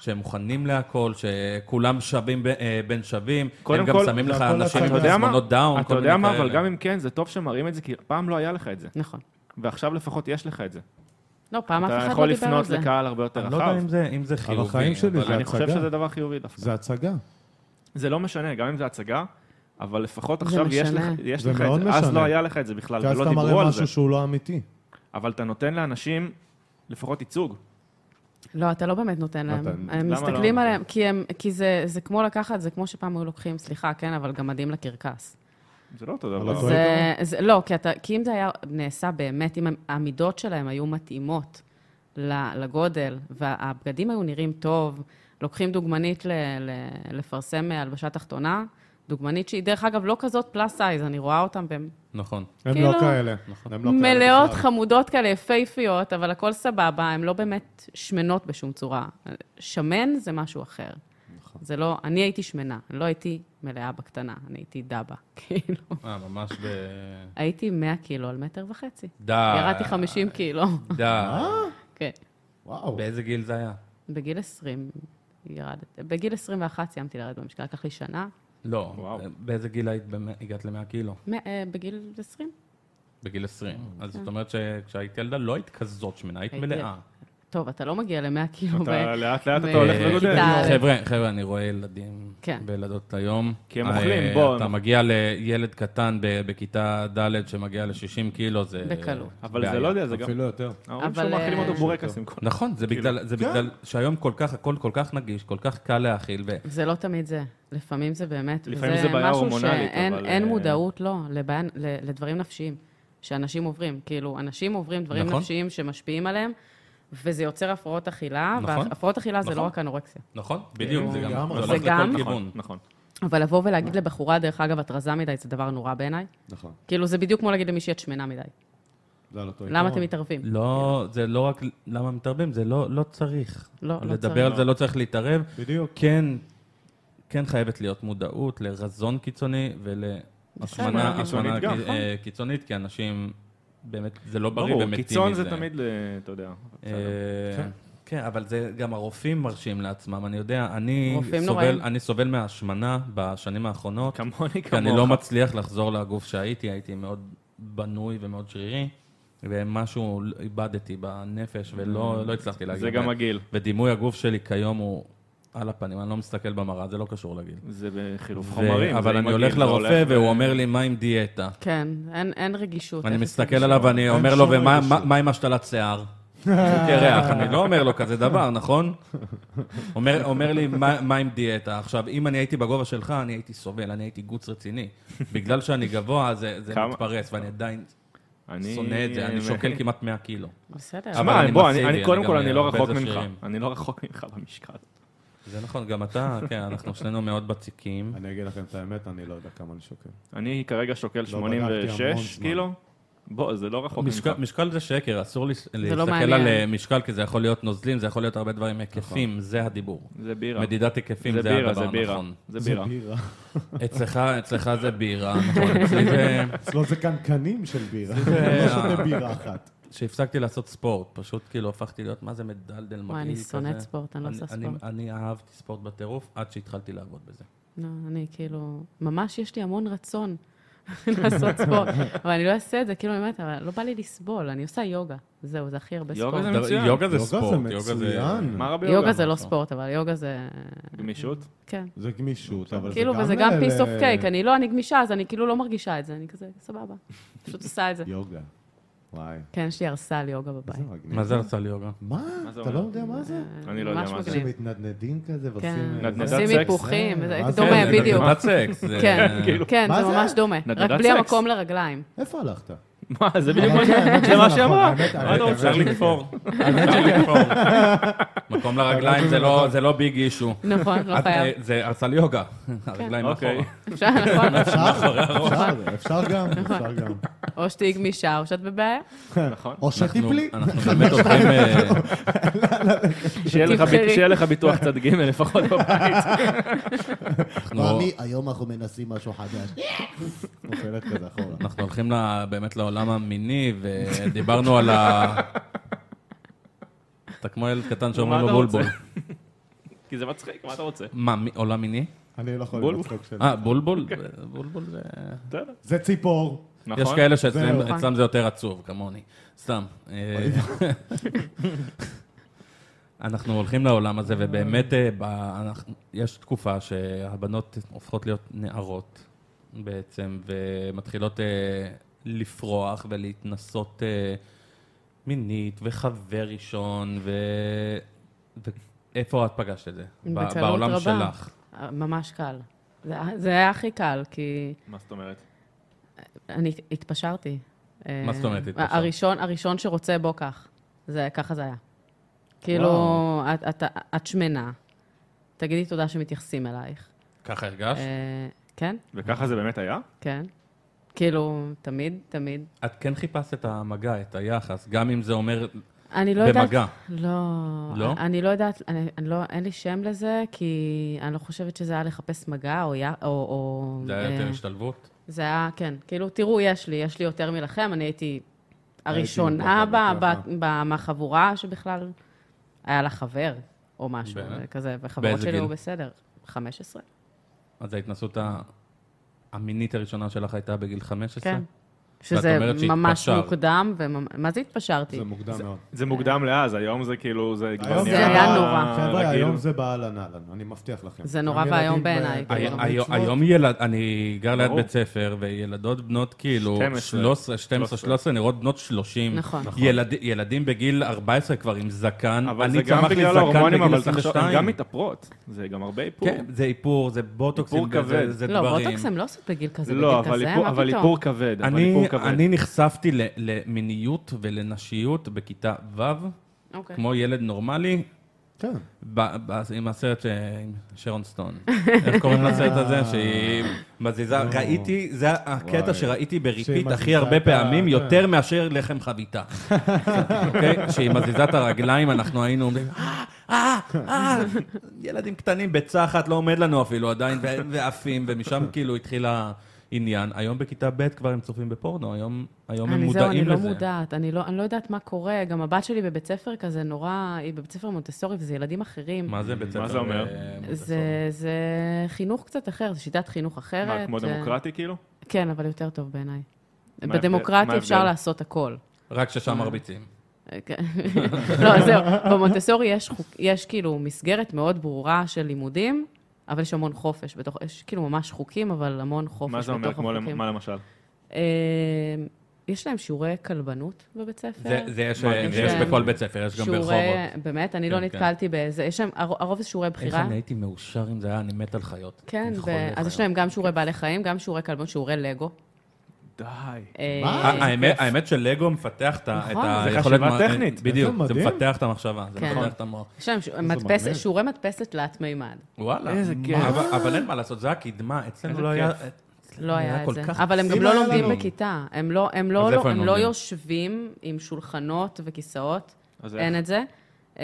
Speaker 1: שהם מוכנים להכל, שכולם שווים ב- אה, בין שווים.
Speaker 4: קודם
Speaker 1: הם גם
Speaker 4: כל,
Speaker 1: שמים
Speaker 3: זה
Speaker 1: לך
Speaker 3: הכל
Speaker 1: אנשים
Speaker 3: הצגה.
Speaker 1: עם
Speaker 4: אתה יודע מה?
Speaker 1: תסמונות דאון,
Speaker 4: אתה
Speaker 1: כל מיני
Speaker 4: יודע
Speaker 1: כאלה.
Speaker 4: מה, אבל גם אם כן, זה טוב שמראים את זה, כי פעם לא היה לך את זה.
Speaker 2: נכון.
Speaker 4: ועכשיו לפחות יש לך את זה.
Speaker 2: לא, פעם אף
Speaker 4: אתה
Speaker 2: אחד לא
Speaker 4: יכול
Speaker 2: דיבר על
Speaker 4: לפנות
Speaker 2: זה.
Speaker 4: לקהל הרבה יותר
Speaker 1: אני לא יודע
Speaker 4: רחב.
Speaker 1: אם זה- אם זה חיובי.
Speaker 3: החיים שלי
Speaker 1: אבל-
Speaker 3: זה-
Speaker 4: אני חושב
Speaker 3: הצגה.
Speaker 4: שזה דבר חיובי דווקא.
Speaker 3: זה הצגה.
Speaker 4: זה לא משנה, גם אם זה הצגה, אבל לפחות
Speaker 2: זה
Speaker 4: עכשיו יש
Speaker 2: משנה.
Speaker 4: לך יש
Speaker 3: זה
Speaker 4: לך את
Speaker 3: מאוד
Speaker 4: זה. אז
Speaker 3: משנה.
Speaker 4: לא היה לך את זה בכלל,
Speaker 3: כי אז
Speaker 4: ולא
Speaker 3: אתה
Speaker 4: דיברו
Speaker 3: מראה
Speaker 4: על זה.
Speaker 3: משהו שהוא לא אמיתי.
Speaker 4: אבל אתה נותן לאנשים לפחות ייצוג.
Speaker 2: לא, אתה לא באמת נותן להם.
Speaker 3: אתה-
Speaker 2: הם
Speaker 4: למה
Speaker 2: מסתכלים
Speaker 4: לא?
Speaker 2: עליהם, כי הם- כי זה- זה כמו לקחת, זה כמו שפעם היו לוקחים, סליחה, כן, אבל גמדים לקרקס.
Speaker 4: זה לא אותו
Speaker 3: אבל
Speaker 4: דבר.
Speaker 3: אתה-
Speaker 4: זה-
Speaker 2: זה, זה, לא, כי, אתה, כי אם זה היה נעשה באמת, אם המידות שלהם היו מתאימות ל- לגודל, והבגדים היו נראים טוב, לוקחים דוגמנית ל, ל, לפרסם הלבשה תחתונה, דוגמנית שהיא, דרך אגב, לא כזאת פלאס סייז, אני רואה אותם והן
Speaker 1: נכון.
Speaker 3: הם
Speaker 2: כאילו,
Speaker 3: לא כאלה. הם לא כאלה
Speaker 2: מלאות
Speaker 3: בכלל.
Speaker 2: חמודות כאלה, יפהפיות, אבל הכל סבבה, הן לא באמת שמנות בשום צורה. שמן זה משהו אחר.
Speaker 3: נכון.
Speaker 2: זה לא, אני הייתי שמנה, לא הייתי מלאה בקטנה, אני הייתי דבה, כאילו.
Speaker 1: אה, ממש ב...
Speaker 2: הייתי 100 קילו על מטר וחצי.
Speaker 1: די.
Speaker 4: אה.
Speaker 2: ירדתי 50 קילו.
Speaker 1: די.
Speaker 2: כן.
Speaker 3: וואו.
Speaker 1: באיזה גיל זה היה?
Speaker 2: בגיל 20 ירדתי. בגיל 21 סיימתי לרדת במשקל, לקח לי שנה.
Speaker 1: לא.
Speaker 4: וואו.
Speaker 1: באיזה גיל היית במ- הגעת ל-100 קילו?
Speaker 2: מ- אה, בגיל 20?
Speaker 1: בגיל 20. אז זאת אומרת שכשהיית ילדה לא היית כזאת שמנה, היית
Speaker 2: הייתי-
Speaker 1: מלאה.
Speaker 2: טוב, אתה לא מגיע ל-100 קילו.
Speaker 4: אתה לא-
Speaker 2: ב-
Speaker 4: לאט לאט
Speaker 2: ב-
Speaker 4: אתה הולך
Speaker 2: בכיתה
Speaker 4: וגודל.
Speaker 2: א'.
Speaker 1: חבר'ה, חבר'ה, אני רואה ילדים
Speaker 2: כן.
Speaker 1: וילדות היום.
Speaker 4: כי הם
Speaker 1: אה,
Speaker 4: אוכלים, בוא,
Speaker 1: אתה
Speaker 4: הם-
Speaker 1: מגיע לילד קטן ב- בכיתה ד' שמגיע ל-60 קילו, זה...
Speaker 2: בקלות.
Speaker 4: אבל
Speaker 1: בעיה.
Speaker 4: זה לא יודע, כאילו, זה גם...
Speaker 3: אפילו יותר.
Speaker 4: ההורים
Speaker 2: אבל,
Speaker 4: שלו מאכילים
Speaker 2: אה,
Speaker 4: אותו בורקסים. כל-
Speaker 1: נכון, זה בגלל, זה
Speaker 4: כן.
Speaker 1: בגלל שהיום כל כך, הכל כל כך נגיש, כל כך קל להאכיל, ו...
Speaker 2: זה לא תמיד זה. לפעמים זה באמת,
Speaker 4: לפעמים זה בעיה
Speaker 2: משהו
Speaker 4: הורמונלית,
Speaker 2: שאין
Speaker 4: אבל,
Speaker 2: אין
Speaker 4: אה,
Speaker 2: מודעות, לא, לבעיה, ל- לדברים נפשיים שאנשים עוברים. כאילו, אנשים עוברים דברים
Speaker 1: נכון.
Speaker 2: נפשיים שמשפיעים עליהם, וזה יוצר הפרעות אכילה,
Speaker 1: נכון.
Speaker 2: והפרעות אכילה זה לא
Speaker 1: נכון.
Speaker 2: רק אנורקסיה.
Speaker 1: נכון, בדיוק, זה גם,
Speaker 3: לגמרי.
Speaker 1: זה
Speaker 2: זה
Speaker 1: הולך
Speaker 2: גם-
Speaker 1: לכל כיוון.
Speaker 4: נכון, נכון.
Speaker 2: אבל לבוא ולהגיד לבחורה, דרך אגב, את רזה מדי, זה דבר נורא בעיניי.
Speaker 3: נכון.
Speaker 2: כאילו, זה בדיוק כמו להגיד למישהי, את שמנה מדי.
Speaker 3: זה על אותו עיקרון.
Speaker 2: למה
Speaker 4: נכון.
Speaker 2: אתם מתערבים?
Speaker 1: לא, זה לא רק למה מתערבים, זה לא, לא צריך.
Speaker 2: לא, לא
Speaker 1: לדבר
Speaker 2: צריך.
Speaker 1: על זה לא צריך להתערב.
Speaker 3: בדיוק.
Speaker 1: כן, כן חייבת להיות מודעות לרזון קיצוני ולהשמנה
Speaker 4: קיצונית
Speaker 1: השמנה
Speaker 4: גם,
Speaker 1: קי-
Speaker 4: נכון.
Speaker 1: אה, קיצונית, כי אנשים באמת, זה לא בריא
Speaker 4: ברור,
Speaker 1: ומתים מזה.
Speaker 4: קיצון זה תמיד, ל- אתה יודע.
Speaker 1: אה,
Speaker 4: בסדר.
Speaker 3: כן.
Speaker 1: כן, אבל זה גם הרופאים מרשים לעצמם, אני יודע, אני
Speaker 2: רופאים נוראים.
Speaker 1: סובל, אני סובל מהשמנה בשנים האחרונות,
Speaker 4: כמוני כמוך.
Speaker 1: כי אני לא מצליח לחזור לגוף שהייתי, הייתי מאוד בנוי ומאוד שרירי, ומשהו איבדתי בנפש ולא לא הצלחתי להגיד.
Speaker 4: Mm. זה גם הגיל.
Speaker 1: ודימוי הגוף שלי כיום הוא על הפנים, אני לא מסתכל במראה, זה לא קשור לגיל.
Speaker 4: זה בחילוף
Speaker 1: ו-
Speaker 4: חומרים. זה
Speaker 1: אבל
Speaker 4: עם
Speaker 1: אני
Speaker 4: הגיל,
Speaker 1: הולך
Speaker 4: זה
Speaker 1: לרופא
Speaker 4: ו-
Speaker 1: והוא אומר לי, מה עם דיאטה?
Speaker 3: לא,
Speaker 2: כן, אין, אין רגישות.
Speaker 1: אני
Speaker 2: אפס
Speaker 1: מסתכל
Speaker 2: רגישות.
Speaker 1: עליו ואני
Speaker 3: אין
Speaker 1: אומר לו,
Speaker 3: שום
Speaker 1: ומה
Speaker 3: רגישות."
Speaker 1: מה- מה עם השתלת שיער? קרח, אני לא אומר לו כזה דבר, נכון? אומר אומר לי, "מה מה עם דיאטה? עכשיו, אם אני הייתי בגובה שלך, אני הייתי סובל, אני הייתי גוץ רציני. בגלל שאני גבוה, זה זה
Speaker 4: כמה-
Speaker 1: מתפרס, ואני עדיין
Speaker 4: אני-
Speaker 1: שונא את זה, אני שוקל כמעט 100 קילו.
Speaker 2: בסדר.
Speaker 1: אבל
Speaker 4: שמע,
Speaker 1: אני
Speaker 4: בוא,
Speaker 1: מסיבי,
Speaker 4: אני- אני
Speaker 1: אני
Speaker 4: קודם
Speaker 1: גם
Speaker 4: כל, אני לא
Speaker 1: הרבה
Speaker 4: רחוק
Speaker 1: זשירים.
Speaker 4: ממך. אני לא רחוק ממך במשקל.
Speaker 1: זה נכון, גם אתה, כן, אנחנו שנינו מאוד בציקים.
Speaker 3: אני אגיד לכם את האמת, אני לא יודע כמה אני שוקל.
Speaker 4: אני כרגע שוקל
Speaker 3: בדקתי המון
Speaker 4: 86
Speaker 3: זמן.
Speaker 4: קילו. בוא, זה לא רחוק ממך.
Speaker 1: משקל, משקל זה שקר, אסור לס-
Speaker 2: לא
Speaker 1: להסתכל
Speaker 2: מעניין.
Speaker 1: על אה, משקל, כי זה יכול להיות נוזלים, זה יכול להיות הרבה דברים, היקפים, זה הדיבור.
Speaker 4: זה בירה.
Speaker 1: מדידת היקפים
Speaker 4: נכון. לא. זה
Speaker 1: זה,
Speaker 4: בירה,
Speaker 1: הדבר
Speaker 4: זה בירה.
Speaker 1: הנכון.
Speaker 4: זה בירה.
Speaker 3: בירה.
Speaker 1: אצלך, אצלך זה בירה, נכון. אצלי זה...
Speaker 3: אצלו זה קנקנים של בירה. הוא לא שותה בירה אחת.
Speaker 1: שהפסקתי לעשות ספורט, פשוט כאילו הפכתי להיות, מה זה מדלדל מגעיל כזה.
Speaker 2: וואי, אני שונאת ספורט, אני לא עושה
Speaker 1: אני-
Speaker 2: ספורט.
Speaker 1: אני אהבתי ספורט בטירוף עד שהתחלתי לעבוד בזה.
Speaker 2: לא, אני כאילו, ממש יש לי המון רצון לעשות ספורט, אבל אני לא אעשה את זה, כאילו, אני אומרת, אבל לא בא לי לסבול, אני עושה יוגה. זהו, זה הכי הרבה
Speaker 4: יוגה
Speaker 2: ספורט.
Speaker 4: זה מצוין.
Speaker 1: יוגה זה
Speaker 3: יוגה
Speaker 1: ספורט.
Speaker 3: זה מצוין.
Speaker 4: מה רע ביוגה?
Speaker 2: יוגה זה לא ספורט, אבל יוגה זה...
Speaker 4: גמישות?
Speaker 2: כן.
Speaker 3: זה גמישות, אבל זה גם... אה,
Speaker 2: כאילו, וזה גם
Speaker 5: אה,
Speaker 3: ל-
Speaker 2: פיס אוף קייק, אני לא, אני גמישה, אז אני כאילו לא מרגישה את זה, אני כזה, סבבה. פשוט עושה את זה.
Speaker 3: יוגה. וואי.
Speaker 2: כן, יש לי ערסל יוגה
Speaker 3: איזה
Speaker 2: בבית.
Speaker 3: מגניב.
Speaker 1: מה זה עשה לי יוגה?
Speaker 3: מה?
Speaker 4: מה זה
Speaker 3: אתה לא
Speaker 4: אומר?
Speaker 3: יודע מה זה?
Speaker 4: אני לא יודע
Speaker 2: אה, ממש
Speaker 4: מה זה.
Speaker 2: מגניב.
Speaker 3: שמתנדנדים כזה
Speaker 2: כן,
Speaker 3: ועושים...
Speaker 4: נדנדת
Speaker 2: עושים
Speaker 4: סקס?
Speaker 2: היפוכים, וזה-
Speaker 3: מה זה?
Speaker 2: דומה,
Speaker 1: זה
Speaker 2: בדיוק.
Speaker 1: נדנדת סקס. זה- אה,
Speaker 2: כן,
Speaker 4: כאילו,
Speaker 2: כן,
Speaker 3: מה
Speaker 2: זה
Speaker 3: זה?
Speaker 2: ממש דומה.
Speaker 4: נדנדת
Speaker 2: רק בלי
Speaker 4: סקס.
Speaker 2: המקום לרגליים.
Speaker 3: איפה הלכת?
Speaker 4: מה, זה בדיוק
Speaker 3: אבל
Speaker 4: מה
Speaker 3: כן, האמת שזה
Speaker 4: זה מה שהיא
Speaker 3: נכון,
Speaker 4: אמרה.
Speaker 3: האמת,
Speaker 4: מה
Speaker 3: האמת,
Speaker 4: אתה רוצה?
Speaker 1: אפשר לתפור. אפשר לתפור. מקום לרגליים זה לא- זה לא ביג אישו.
Speaker 2: נכון, לא
Speaker 1: את,
Speaker 2: חייב. כן.
Speaker 1: אה, זה עשה לי יוגה. הרגליים מאחורה.
Speaker 4: אוקיי.
Speaker 2: אפשר, נכון.
Speaker 3: אפשר, אפשר, אפשר גם, אפשר גם.
Speaker 2: או שתהיי גמישה, או שאת בבעיה.
Speaker 4: נכון.
Speaker 3: או שתיפלי.
Speaker 1: אנחנו אנחנו
Speaker 4: לא,
Speaker 1: באמת הולכים... אה,
Speaker 4: שיהיה לך
Speaker 2: תבחרי.
Speaker 4: ביט- שיהיה לך ביטוח צד ג' לפחות בבית.
Speaker 1: אנחנו-
Speaker 4: לא,
Speaker 3: מאמי, לא, היום אנחנו מנסים משהו חדש. נופלת כזה אחורה.
Speaker 1: אנחנו הולכים ל- באמת לעולם המיני, ודיברנו על ה... אתה כמו ילד קטן שאומרים
Speaker 4: מה
Speaker 1: לו
Speaker 4: אתה
Speaker 1: בולבול.
Speaker 4: רוצה? כי זה מצחיק, מה אתה רוצה?
Speaker 1: מה, מי- עולם מיני?
Speaker 3: אני לא יכול
Speaker 4: בול.
Speaker 3: עם הצחוק שלי.
Speaker 1: אה, בולבול? בולבול זה...
Speaker 4: בסדר,
Speaker 3: זה ציפור.
Speaker 4: נכון.
Speaker 1: יש כאלה שאצלם
Speaker 2: זהו.
Speaker 1: אצלם זה יותר עצוב, כמוני. סתם. אה, אנחנו הולכים לעולם הזה, ובאמת אה, ב- אנחנו- יש תקופה שהבנות הופכות להיות נערות בעצם, ומתחילות אה, לפרוח ולהתנסות אה, מינית, וחבר ראשון, ו... ואיפה את פגשת את זה? ב-
Speaker 2: בקלות
Speaker 1: בעולם
Speaker 2: רבה.
Speaker 1: שלך.
Speaker 2: ממש קל. זה זה היה הכי קל, כי
Speaker 4: מה זאת אומרת?
Speaker 2: אני התפשרתי.
Speaker 1: מה זאת אומרת
Speaker 2: אה,
Speaker 1: התפשרת?
Speaker 2: הראשון, הראשון שרוצה בו כך. זה, ככה זה היה. כאילו,
Speaker 3: וואו.
Speaker 2: את, את, את שמנה, תגידי תודה שמתייחסים אלייך.
Speaker 1: ככה הרגשת?
Speaker 2: אה, כן,
Speaker 4: וככה זה באמת היה?
Speaker 2: כן. כאילו, תמיד, תמיד.
Speaker 1: את כן חיפשת את המגע, את היחס, גם אם זה אומר
Speaker 2: אני לא יודעת...
Speaker 1: במגע.
Speaker 2: לא.
Speaker 1: לא?
Speaker 2: אני לא יודעת, אני, אני לא, אין לי שם לזה, כי אני לא חושבת שזה היה לחפש מגע או... יא- או, או
Speaker 1: זה היה
Speaker 2: אה,
Speaker 1: יותר השתלבות?
Speaker 2: זה היה, כן. כאילו, תראו, יש לי, יש לי יותר מלכם, אני הייתי
Speaker 3: הייתי
Speaker 2: הראשונה
Speaker 3: עם
Speaker 2: ב-
Speaker 3: ככה.
Speaker 2: ב- ב- מהחבורה שבכלל היה לה חבר או משהו אה,
Speaker 1: באמת?
Speaker 2: כזה, והחברות
Speaker 1: באיזה
Speaker 2: שלי
Speaker 1: גיל?
Speaker 2: הוא בסדר. 15?
Speaker 1: אז ההתנסות ה- המינית הראשונה שלך הייתה בגיל 15?
Speaker 2: כן. שזה
Speaker 1: אומרת
Speaker 2: ממש
Speaker 1: שהתפשרת.
Speaker 2: מוקדם, ומה זה התפשרתי?
Speaker 3: זה מוקדם מאוד.
Speaker 4: זה מוקדם לאז, היום זה כאילו, זה כבר
Speaker 3: היום
Speaker 2: זה היה
Speaker 3: בעל-
Speaker 1: אה,
Speaker 2: נורא.
Speaker 3: חבר'ה,
Speaker 4: רגיל.
Speaker 3: היום זה בעל הנעלן, אני מבטיח לכם.
Speaker 2: זה נורא
Speaker 3: גם
Speaker 2: ואיום
Speaker 3: ילדים
Speaker 2: בעיניי,
Speaker 3: ב-
Speaker 1: הי-
Speaker 2: כאילו.
Speaker 3: ב-
Speaker 1: הי-
Speaker 3: במצוות.
Speaker 1: היום ילד, אני גר ליד
Speaker 4: ברור.
Speaker 1: בית ספר, וילדות בנות כאילו
Speaker 4: 12,
Speaker 1: 13, 12, 13, נראות בנות 30.
Speaker 2: נכון. נכון.
Speaker 1: ילד- ילדים בגיל 14 כבר עם זקן.
Speaker 4: אבל
Speaker 1: אני
Speaker 4: זה גם
Speaker 1: צמח לי
Speaker 4: בגלל
Speaker 1: זקן
Speaker 4: ההורמונים,
Speaker 1: בגיל
Speaker 4: אבל תחשוב, הן
Speaker 1: 22.
Speaker 4: גם מתאפרות. זה גם הרבה איפור.
Speaker 1: כן, זה איפור, זה בוטוקסים,
Speaker 4: איפור
Speaker 1: זה-
Speaker 4: כבד.
Speaker 1: זה
Speaker 2: לא,
Speaker 1: דברים.
Speaker 2: בוטוקס הם לא עושים בגיל כזה,
Speaker 4: לא,
Speaker 2: בגיל
Speaker 4: אבל
Speaker 2: כזה,
Speaker 4: איפור-
Speaker 2: מה
Speaker 4: אבל
Speaker 2: פתאום?
Speaker 4: איפור כבד. אבל
Speaker 1: אני,
Speaker 4: איפור כבד.
Speaker 1: אני נחשפתי ל- למיניות ולנשיות בכיתה ו',
Speaker 2: אוקיי.
Speaker 1: כמו ילד נורמלי,
Speaker 3: כן.
Speaker 1: ב- ב- עם הסרט ש- עם שרון סטון. איך קוראים לסרט הזה? שהיא מזיזה, ראיתי, זה הקטע
Speaker 3: אה. וואי.
Speaker 1: שראיתי
Speaker 3: שהיא
Speaker 1: בריפיט
Speaker 3: מזיזה
Speaker 1: הכי הרבה
Speaker 3: את ה- כן.
Speaker 1: פעמים, יותר מאשר לחם חביתה. אוקיי? שהיא מזיזה את הרגליים, אנחנו היינו עומדים, "אה, אה, אה." ילדים קטנים בצחת, לא עומד לנו אפילו עדיין, ו- ועפים, ומשם כאילו התחילה... עניין. היום בכיתה ב' כבר הם צופים בפורנו, היום, היום הם
Speaker 2: אני זהו, אני
Speaker 1: מודעים
Speaker 2: לא
Speaker 1: לזה.
Speaker 2: מודעת, אני לא, אני לא יודעת מה קורה. גם הבת שלי בבית ספר כזה נורא, היא בבית ספר מונטסורי וזה ילדים אחרים.
Speaker 1: מה זה בית ספר?
Speaker 4: מה זה אומר?
Speaker 1: אה,
Speaker 2: זה, זה חינוך קצת אחר, זו שיטת חינוך אחרת.
Speaker 4: מה, כמו
Speaker 2: אה,
Speaker 4: דמוקרטי כאילו?
Speaker 2: כן, אבל יותר טוב בעיניי.
Speaker 4: מה ההבדל?
Speaker 2: בדמוקרטי אפשר
Speaker 4: מה
Speaker 2: לעשות הכל. כן.
Speaker 1: רק
Speaker 2: אה.
Speaker 1: ששם מרביצים.
Speaker 2: לא, זהו, במונטסורי יש, חוק, יש כאילו מסגרת מאוד ברורה של לימודים, אבל יש המון חופש בתוך, יש כאילו ממש חוקים, אבל המון חופש
Speaker 4: מה
Speaker 2: בתוך
Speaker 4: זה אומר? כמו למ-
Speaker 2: החוקים.
Speaker 4: מה למשל?
Speaker 2: אה, יש להם שיעורי כלבנות בבית ספר.
Speaker 1: זה זה יש
Speaker 4: מה,
Speaker 1: זה
Speaker 4: כן.
Speaker 1: יש בכל בית ספר, יש גם
Speaker 2: שיעורי-
Speaker 1: ברחובות.
Speaker 2: באמת, אני
Speaker 1: כן,
Speaker 2: לא
Speaker 1: כן.
Speaker 2: נתקלתי באיזה, יש להם, הר- הרוב זה שיעורי
Speaker 1: איך
Speaker 2: בחירה.
Speaker 1: אני הייתי מאושר אם זה היה, אני מת על חיות.
Speaker 2: כן,
Speaker 1: אני חולה
Speaker 2: ו- אז
Speaker 1: חיות.
Speaker 2: יש להם גם
Speaker 1: כן.
Speaker 2: שיעורי בעלי חיים, גם שיעורי כלבנות, שיעורי לגו.
Speaker 4: די.
Speaker 2: אה,
Speaker 3: מה?
Speaker 1: הא- האמת- האמת שלגו מפתח את ה- את
Speaker 2: נכון,
Speaker 1: ה...
Speaker 4: זה
Speaker 1: יכולת
Speaker 4: חשיבה
Speaker 1: מ-
Speaker 4: טכנית.
Speaker 1: בדיוק,
Speaker 3: איזה
Speaker 1: זה
Speaker 3: מדהים.
Speaker 1: מפתח את המחשבה, זה
Speaker 2: כן.
Speaker 1: מפתח את המוח.
Speaker 2: יש להם ש-
Speaker 3: איזה
Speaker 2: מדפסת,
Speaker 3: מגניב.
Speaker 2: שיעורי מדפסת תלת מימד.
Speaker 1: וואלה.
Speaker 4: איזה כיף.
Speaker 1: אבל- אבל אין מה לעשות, זה הקדמה, אצלנו
Speaker 4: איזה
Speaker 1: לא היה...
Speaker 4: כיף.
Speaker 1: אצלנו
Speaker 2: לא היה את
Speaker 1: כל
Speaker 2: זה.
Speaker 1: כך
Speaker 2: אבל הם גם
Speaker 3: אם
Speaker 2: לא
Speaker 3: היה
Speaker 2: לומדים
Speaker 1: לנו.
Speaker 2: בכיתה. הם לא, הם לא,
Speaker 1: אז איפה
Speaker 2: לא,
Speaker 1: הם
Speaker 2: הם לא
Speaker 1: לומדים?
Speaker 2: יושבים עם שולחנות וכיסאות,
Speaker 4: אז
Speaker 2: אין
Speaker 4: איך?
Speaker 2: את זה. אה,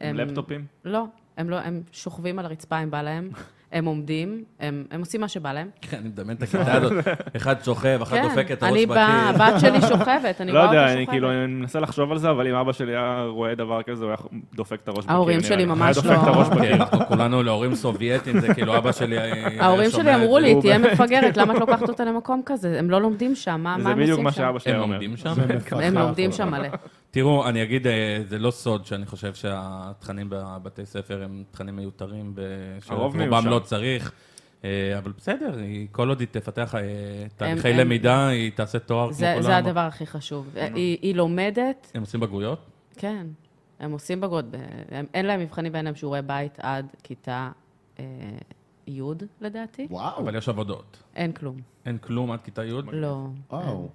Speaker 4: עם
Speaker 2: הם-
Speaker 4: לפטופים?
Speaker 2: לא, הם לא, הם שוכבים על הרצפה אם בא להם, הם עומדים, הם הם עושים מה שבא להם.
Speaker 1: כן, אני מדמיין את הכיתה הזאת. אחד שוכב, אחד דופק את הראש
Speaker 2: כן, אני
Speaker 1: בקיר.
Speaker 2: באה, הבת שלי שוכבת, אני
Speaker 4: לא
Speaker 2: רואה אותה שוכבת.
Speaker 4: יודע, אני כאילו, אני מנסה לחשוב על זה, אבל אם אבא שלי היה רואה דבר כזה, הוא היה דופק את הראש בקיר.
Speaker 2: ההורים
Speaker 4: נראה
Speaker 2: שלי
Speaker 4: לי.
Speaker 2: ממש
Speaker 4: היה דופק את
Speaker 2: לא.
Speaker 4: הראש
Speaker 1: כן,
Speaker 4: בקיר.
Speaker 1: אנחנו כולנו להורים סובייטים, זה כאילו אבא שלי היה
Speaker 2: ההורים
Speaker 1: שומע
Speaker 2: שלי
Speaker 1: את
Speaker 2: אמרו
Speaker 1: זה.
Speaker 2: לי, תהיה מפגרת, למה את לוקחת אותה למקום כזה? הם לא לומדים שם, מה מה
Speaker 4: זה
Speaker 2: הם
Speaker 4: בדיוק
Speaker 2: עושים
Speaker 4: מה
Speaker 2: שם?
Speaker 4: שאבא שלי
Speaker 1: הם
Speaker 4: היה אומר.
Speaker 1: עומדים שם?
Speaker 3: זה מפתח
Speaker 2: הם לומדים
Speaker 3: אחורה.
Speaker 2: שם מלא.
Speaker 1: תראו, אני אגיד, אה, זה לא סוד שאני חושב שהתכנים בבתי ספר הם תכנים מיותרים, ב-
Speaker 4: הרוב
Speaker 1: שרובם
Speaker 4: מיושר.
Speaker 1: לא צריך. אה, אבל בסדר, היא- כל עוד היא תפתח אה, תהליכי
Speaker 2: הם-
Speaker 1: למידה, היא תעשה תואר כמו
Speaker 2: זה
Speaker 1: כולם.
Speaker 2: זה הדבר הכי חשוב. היא היא לומדת
Speaker 1: הם עושים בגרויות?
Speaker 2: כן, הם עושים בגרות, ב- הם, אין להם מבחנים ואין להם שיעורי בית עד כיתה אה, י' לדעתי.
Speaker 3: וואו,
Speaker 1: אבל יש עבודות.
Speaker 2: אין כלום,
Speaker 1: אין כלום עד כיתה י'?
Speaker 2: לא,
Speaker 3: וואו.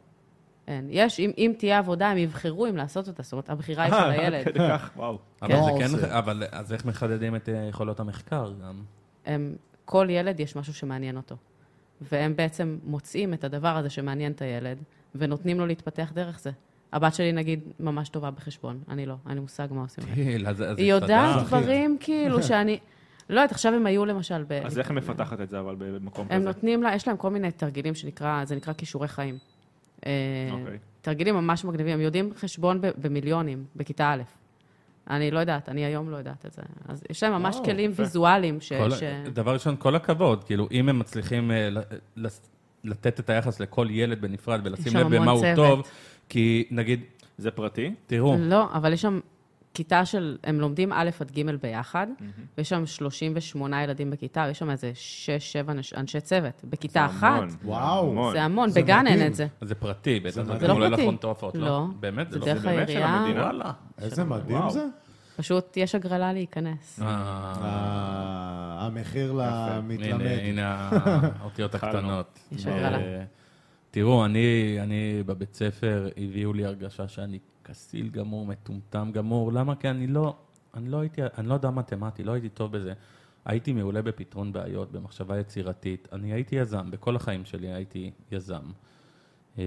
Speaker 2: אין. יש, אם, אם תהיה עבודה, הם יבחרו אם לעשות אותה, זאת אומרת, הבחירה היא של
Speaker 4: אה,
Speaker 2: הילד.
Speaker 4: עד כדי כך, וואו.
Speaker 1: אבל
Speaker 3: כן.
Speaker 1: זה
Speaker 3: לא
Speaker 1: כן,
Speaker 3: עושה.
Speaker 1: אבל אז איך מחדדים את אה, יכולות המחקר גם?
Speaker 2: הם, כל ילד יש משהו שמעניין אותו. והם בעצם מוצאים את הדבר הזה שמעניין את הילד, ונותנים לו להתפתח דרך זה. הבת שלי, נגיד, ממש טובה בחשבון, אני לא, אין לי מושג מה עושים. לה.
Speaker 1: טיל, אז אז
Speaker 2: היא יודעת
Speaker 1: הסתדרת.
Speaker 2: דברים כאילו שאני... לא יודעת, עכשיו הם היו למשל ב...
Speaker 4: אז איך היא מפתחת את זה, אבל במקום
Speaker 2: אה, הם
Speaker 4: כזה?
Speaker 2: נותנים לה, יש להם כל מיני תרגילים שנקרא, זה נקרא כישורי חיים. אה,
Speaker 4: אוקיי.
Speaker 2: תרגילים ממש מגניבים, הם יודעים חשבון ב- במיליונים, בכיתה א'. אני לא יודעת, אני היום לא יודעת את זה. אז יש להם ממש
Speaker 3: וואו,
Speaker 2: כלים
Speaker 4: יפה.
Speaker 2: ויזואליים ש...
Speaker 1: כל-
Speaker 2: ש-
Speaker 1: דבר ראשון, כל הכבוד, כאילו, אם הם מצליחים אה, ל- לס- לתת את היחס לכל ילד בנפרד ולשים
Speaker 2: שם
Speaker 1: לב במה
Speaker 2: המון
Speaker 1: הוא
Speaker 2: צוות.
Speaker 1: טוב, כי נגיד,
Speaker 4: זה פרטי?
Speaker 1: תראו,
Speaker 2: לא, אבל יש שם כיתה של, הם לומדים א' עד ג' ביחד, ויש שם 38 ילדים בכיתה, ויש שם איזה 6-7 אנשי צוות. בכיתה
Speaker 4: זה
Speaker 2: אחת,
Speaker 4: המון, זה
Speaker 3: וואו.
Speaker 4: המון.
Speaker 2: זה המון,
Speaker 3: זה
Speaker 2: בגן אין
Speaker 3: מדהים.
Speaker 2: את זה.
Speaker 1: זה פרטי, בטח,
Speaker 3: מדהים.
Speaker 2: זה
Speaker 1: אתם
Speaker 2: לא
Speaker 1: אולי
Speaker 2: פרטי.
Speaker 1: לחון את ההופעות,
Speaker 2: לא.
Speaker 1: לא? באמת?
Speaker 2: זה
Speaker 1: לא-
Speaker 2: דרך
Speaker 4: באמת של
Speaker 2: העירייה.
Speaker 4: המדינה?
Speaker 1: וואלה.
Speaker 3: איזה מדהים
Speaker 4: וואו.
Speaker 3: זה.
Speaker 2: פשוט יש הגרלה להיכנס.
Speaker 1: אה,
Speaker 3: אה, המחיר
Speaker 1: הנה,
Speaker 3: למתלמד.
Speaker 1: הנה האותיות
Speaker 4: התחלנו.
Speaker 1: הקטנות.
Speaker 2: יש
Speaker 1: אה,
Speaker 2: הגרלה.
Speaker 1: תראו, אני, אני בבית ספר, הביאו לי הרגשה שאני כסיל גמור, מטומטם גמור. למה? כי אני לא, אני לא הייתי, אני לא יודע מתמטי, לא הייתי טוב בזה. הייתי מעולה בפתרון בעיות, במחשבה יצירתית. אני הייתי יזם, בכל החיים שלי הייתי יזם. אה,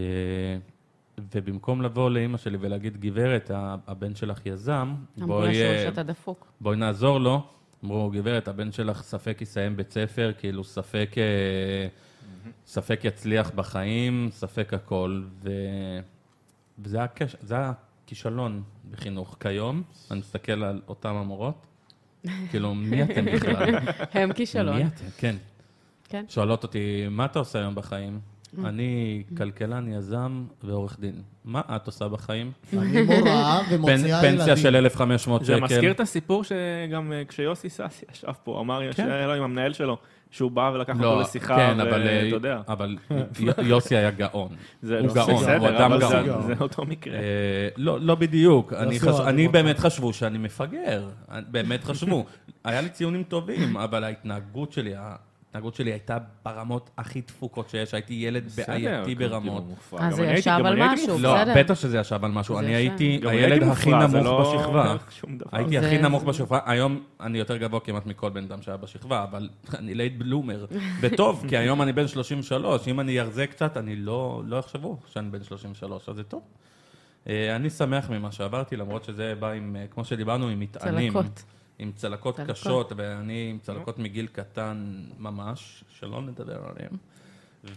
Speaker 1: ובמקום לבוא לאימא שלי ולהגיד, גברת, ה- הבן שלך יזם,
Speaker 2: אמרו לה
Speaker 1: בואי... אה,
Speaker 2: שהוא שאתה דפוק.
Speaker 1: בואי נעזור לו. אמרו, גברת, הבן שלך ספק יסיים בית ספר, כאילו ספק, אה, ספק יצליח בחיים, ספק הכל. ו... וזה הכש... זה הכישלון בחינוך כיום. אני מסתכל על אותן המורות, כאילו, מי אתם בכלל?
Speaker 2: הם כישלון.
Speaker 1: מי אתם? כן.
Speaker 2: כן.
Speaker 1: שואלות אותי, מה אתה עושה היום בחיים? אני כלכלן, יזם ועורך דין. מה את עושה בחיים?
Speaker 3: אני מורה ומוציאה
Speaker 1: פנ-
Speaker 3: ילדים.
Speaker 1: פנסיה של 1,500
Speaker 4: זה
Speaker 1: שקל.
Speaker 4: מזכיר את הסיפור שגם אה, כשיוסי סאסי ישב פה, אמר,
Speaker 1: כן.
Speaker 4: שהיה לו עם המנהל שלו, שהוא בא ולקח
Speaker 1: לא,
Speaker 4: אותו לשיחה,
Speaker 1: כן, אבל, אה,
Speaker 4: ואתה יודע.
Speaker 1: אבל י- יוסי היה גאון.
Speaker 4: זה
Speaker 1: הוא
Speaker 4: לא-
Speaker 1: גאון,
Speaker 4: בסדר,
Speaker 1: הוא אדם
Speaker 4: אבל זה-
Speaker 1: גאון.
Speaker 4: זה אותו מקרה.
Speaker 1: אה, לא, לא בדיוק. אני
Speaker 3: יוסי
Speaker 1: חש-
Speaker 3: אוהב
Speaker 1: אני
Speaker 3: אותך.
Speaker 1: באמת חשבו שאני מפגר. באמת חשבו. היה לי ציונים טובים, אבל ההתנהגות שלי, ההתנהגות שלי הייתה ברמות הכי דפוקות שיש. הייתי ילד
Speaker 4: בסדר,
Speaker 1: בעייתי
Speaker 4: כאילו,
Speaker 1: ברמות.
Speaker 4: מופרע.
Speaker 2: אה,
Speaker 4: גם
Speaker 2: זה
Speaker 4: אני הייתי-
Speaker 2: ישב
Speaker 4: גם
Speaker 2: על
Speaker 4: אני הייתי
Speaker 2: משהו,
Speaker 4: מופרע.
Speaker 1: לא,
Speaker 2: בסדר.
Speaker 1: בטח שזה ישב על משהו.
Speaker 2: זה
Speaker 1: אני
Speaker 2: ישב.
Speaker 1: הייתי
Speaker 4: גם אני
Speaker 1: הילד
Speaker 4: הייתי
Speaker 1: הכי
Speaker 4: מופרע, זה
Speaker 1: נמוך
Speaker 4: לא-
Speaker 1: בשכבה.
Speaker 4: שום דבר.
Speaker 1: הייתי
Speaker 2: זה-
Speaker 1: הכי נמוך
Speaker 2: זה-
Speaker 1: בשכבה, היום אני יותר גבוה כמעט מכל בן אדם שהיה בשכבה, אבל אני לייט בלומר. וטוב, כי היום אני בן 33, אם אני ארזה קצת, אני לא, לא יחשבו שאני בן 33, אז זה טוב. אה, אני שמח ממה שעברתי, למרות שזה בא עם, אה, כמו שדיברנו, עם מטענים.
Speaker 2: צלקות.
Speaker 1: עם צלקות
Speaker 2: צלקות. אוקיי.
Speaker 1: קשות, ואני עם צלקות מגיל קטן ממש, שלא נדבר עליהן.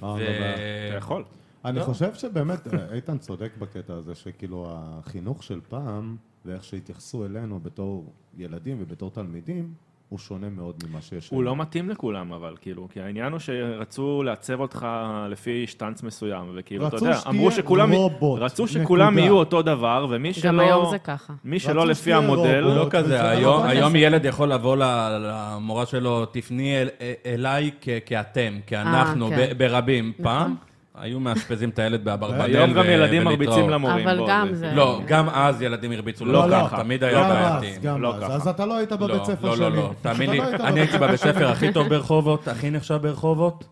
Speaker 3: אה,
Speaker 1: ו...
Speaker 4: אה, לא אתה יכול.
Speaker 5: אני
Speaker 1: לא.
Speaker 5: חושב שבאמת אה, איתן צודק בקטע הזה, שכאילו החינוך של פעם, ואיך שהתייחסו אלינו בתור ילדים ובתור תלמידים, הוא שונה מאוד ממה שיש.
Speaker 4: הוא
Speaker 5: היום.
Speaker 4: לא מתאים לכולם, אבל כאילו, כי העניין הוא שרצו לעצב אותך לפי שטנץ מסוים, וכאילו, אתה
Speaker 5: רצו
Speaker 4: יודע, אמרו
Speaker 5: שתהיה
Speaker 4: שכולם,
Speaker 5: רובוט,
Speaker 4: רצו שכולם
Speaker 5: נקודה.
Speaker 4: יהיו אותו דבר, ומי
Speaker 2: גם היום
Speaker 4: שלא,
Speaker 2: זה ככה.
Speaker 4: מי
Speaker 5: רצו
Speaker 4: שלא לפי
Speaker 5: שתהיה
Speaker 4: המודל,
Speaker 1: הוא לא
Speaker 5: רובוט,
Speaker 1: כזה,
Speaker 5: וזה
Speaker 1: היום-
Speaker 5: רובוט.
Speaker 1: היום ילד יכול לבוא ל- למורה שלו, תפני אל- אליי כ- כאתם, כאנחנו,
Speaker 2: כן.
Speaker 1: ב- ברבים. פעם היו מאשפזים את הילד באברבדל
Speaker 4: היום גם
Speaker 1: ו-
Speaker 4: ילדים
Speaker 1: ולהתראות.
Speaker 4: מרביצים למורים.
Speaker 2: אבל
Speaker 4: בוא,
Speaker 2: גם זה-
Speaker 1: לא, גם אז ילדים הרביצו
Speaker 4: לא
Speaker 1: לא כך,
Speaker 5: ככה.
Speaker 1: תמיד
Speaker 5: גם
Speaker 1: היה
Speaker 5: אז,
Speaker 1: בעייתי.
Speaker 5: גם
Speaker 4: לא
Speaker 5: אז.
Speaker 4: ככה.
Speaker 5: אז אתה לא היית
Speaker 1: לא,
Speaker 5: בבית ספר
Speaker 1: לא,
Speaker 5: שלי.
Speaker 1: לא, לא, תאמין
Speaker 5: אתה
Speaker 1: לי,
Speaker 5: לא היית
Speaker 1: אני
Speaker 5: בבית
Speaker 1: הייתי בבית ספר הכי טוב ברחובות, הכי נחשב ברחובות,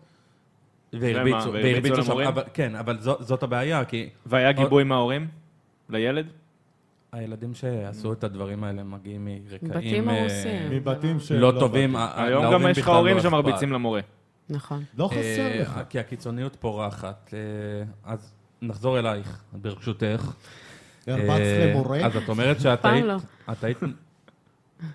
Speaker 1: והרביצו,
Speaker 4: והרביצו
Speaker 1: והרביצו שם,
Speaker 4: למורים?
Speaker 1: אבל- כן, אבל זו- זאת הבעיה, כי
Speaker 4: והיה גיבוי מההורים? לילד?
Speaker 1: אה, הילדים שעשו את הדברים האלה מגיעים מרקעים
Speaker 2: בתים
Speaker 1: אה,
Speaker 2: הרוסים.
Speaker 5: מבתים של...
Speaker 1: לא טובים, ה- ה-
Speaker 4: היום
Speaker 1: להורים
Speaker 4: גם יש לך
Speaker 1: בכלל לא
Speaker 4: הורים
Speaker 1: אכפת.
Speaker 4: שמרביצים למורה.
Speaker 2: נכון.
Speaker 5: לא
Speaker 1: אה,
Speaker 5: חסר לך.
Speaker 1: כי הקיצוניות פורחת. אה, אז נחזור אלייך, ברשותך. אה,
Speaker 3: הרבצת למורה?
Speaker 1: אז את אומרת שאת
Speaker 2: פעם
Speaker 1: היית...
Speaker 2: לא.
Speaker 1: את היית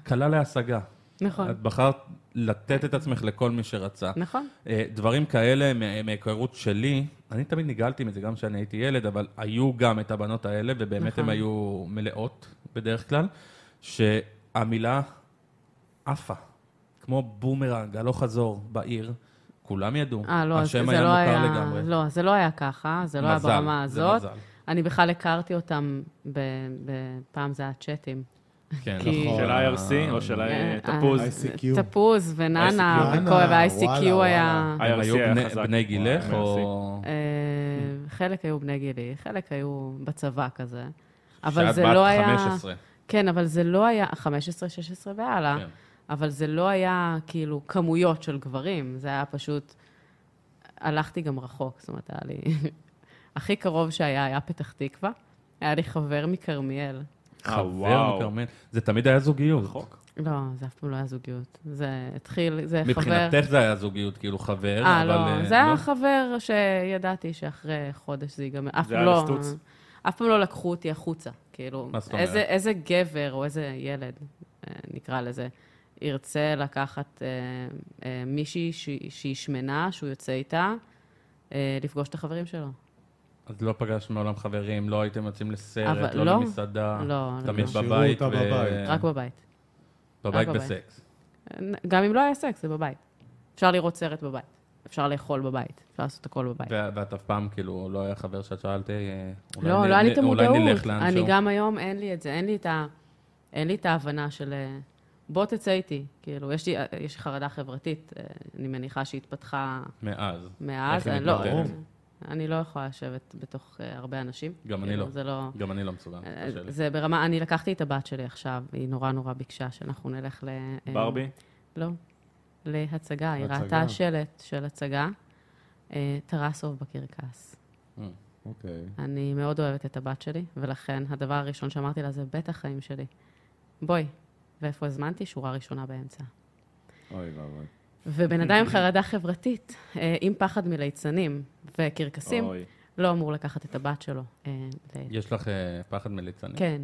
Speaker 1: קלה להשגה.
Speaker 2: נכון.
Speaker 1: את בחרת לתת את עצמך לכל מי שרצה.
Speaker 2: נכון.
Speaker 1: אה, דברים כאלה מה- מההיכרות שלי, אני תמיד נגעלתי מזה גם כשאני הייתי ילד, אבל היו גם את הבנות האלה, ובאמת
Speaker 2: נכון.
Speaker 1: הן היו מלאות בדרך כלל, שהמילה עפה, כמו בומרנג, הלוך חזור בעיר, כולם ידעו.
Speaker 2: אה, לא, אז זה
Speaker 1: השם היה
Speaker 2: לא
Speaker 1: מוכר
Speaker 2: היה...
Speaker 1: לגמרי.
Speaker 2: לא, זה לא היה ככה, זה לא היה
Speaker 1: מזל,
Speaker 2: ברמה
Speaker 1: זה
Speaker 2: הזאת.
Speaker 1: מזל.
Speaker 2: אני בכלל הכרתי אותם, ב- ב- פעם זה היה צ'אטים.
Speaker 1: כן,
Speaker 2: כי-
Speaker 1: נכון.
Speaker 4: של IRC או של אה, תפוז?
Speaker 5: ICQ.
Speaker 2: תפוז ונאנה,
Speaker 5: ICQ.
Speaker 2: וכל- וה-ICQ
Speaker 5: וואלה,
Speaker 2: היה...
Speaker 4: IRC
Speaker 1: הם היו
Speaker 4: היה
Speaker 1: בני-
Speaker 4: חזק.
Speaker 1: בני גילך
Speaker 4: וואי,
Speaker 1: או...
Speaker 2: אה, חלק היו בני גילי, חלק היו בצבא כזה. אבל
Speaker 1: שאת
Speaker 2: זה
Speaker 1: בת
Speaker 2: לא היה...
Speaker 1: 15.
Speaker 2: כן, אבל זה לא היה, 15, 16 והלאה,
Speaker 1: כן.
Speaker 2: כן. אבל זה לא היה כאילו כמויות של גברים, זה היה פשוט, הלכתי גם רחוק, זאת אומרת, היה לי, הכי קרוב שהיה היה פתח תקווה, היה לי חבר מכרמיאל.
Speaker 4: אה,
Speaker 1: חבר
Speaker 4: וואו. נכון.
Speaker 1: מכרמל. זה תמיד היה זוגיות.
Speaker 4: רחוק.
Speaker 2: לא, זה אף פעם לא היה זוגיות. זה התחיל, זה חבר...
Speaker 1: מבחינתך זה היה זוגיות, כאילו חבר,
Speaker 2: אה,
Speaker 1: אבל...
Speaker 2: לא,
Speaker 1: אה,
Speaker 2: זה היה חבר שידעתי שאחרי חודש זה ייגמר. אף
Speaker 4: זה
Speaker 2: פעם
Speaker 4: היה
Speaker 2: לא-
Speaker 4: לסטוץ?
Speaker 2: אף פעם לא לקחו אותי החוצה. כאילו,
Speaker 1: מה זאת אומרת?
Speaker 2: איזה, איזה גבר או איזה ילד, אה, נקרא לזה, ירצה לקחת אה, אה, מישהי שהיא- שהיא שמנה, שהוא יוצא איתה, אה, לפגוש את החברים שלו.
Speaker 1: אז לא פגשת מעולם חברים, לא הייתם יוצאים לסרט,
Speaker 2: אבל
Speaker 1: לא
Speaker 2: לא.
Speaker 1: למסעדה,
Speaker 2: לא,
Speaker 1: תמיד
Speaker 5: לא.
Speaker 1: בבית.
Speaker 5: השאירו אותה
Speaker 1: ו-
Speaker 5: בבית.
Speaker 2: רק בבית.
Speaker 1: בבית
Speaker 2: רק בבית.
Speaker 1: בסקס.
Speaker 2: אה, גם אם לא היה סקס, זה בבית. אפשר לראות סרט בבית, אפשר לאכול בבית, אפשר לעשות הכל בבית.
Speaker 1: ו- ואת אף פעם, כאילו, לא היה חבר שאת שאלת, אה, אולי
Speaker 2: לא,
Speaker 1: נ-
Speaker 2: לא היה לי
Speaker 1: נ-
Speaker 2: את המודעות.
Speaker 1: אולי נלך
Speaker 2: אני
Speaker 1: לאנשהו.
Speaker 2: גם היום, אין לי את זה, אין לי את, ה... אין לי את ההבנה של אה, בוא תצא איתי. כאילו, יש לי, אה, יש לי חרדה חברתית, אה, אני מניחה שהתפתחה
Speaker 1: מאז. איך
Speaker 2: מאז.
Speaker 1: היא
Speaker 2: אני לא,
Speaker 1: מתפתחת?
Speaker 2: אני לא יכולה לשבת בתוך אה, הרבה אנשים.
Speaker 1: גם אני
Speaker 2: כאילו,
Speaker 1: לא.
Speaker 2: זה לא... אה,
Speaker 1: גם אני לא מסוגל. קשה לי.
Speaker 2: זה ברמה, אני לקחתי את הבת שלי עכשיו, היא נורא נורא ביקשה שאנחנו נלך ל... אה,
Speaker 4: ברבי?
Speaker 2: לא, להצגה. היא
Speaker 5: הצגה.
Speaker 2: ראתה שלט של הצגה, אה, טרסוב בקרקס.
Speaker 5: אוקיי.
Speaker 2: אני מאוד אוהבת את הבת שלי, ולכן הדבר הראשון שאמרתי לה זה בית החיים שלי. בואי. ואיפה הזמנתי? שורה ראשונה באמצע.
Speaker 5: אוי ואבוי.
Speaker 2: ובן אדם עם חרדה חברתית, אה, עם פחד מליצנים וקרקסים,
Speaker 4: אוי.
Speaker 2: לא אמור לקחת את הבת שלו. אה, ל-
Speaker 1: יש לך אה, פחד מליצנים?
Speaker 2: כן.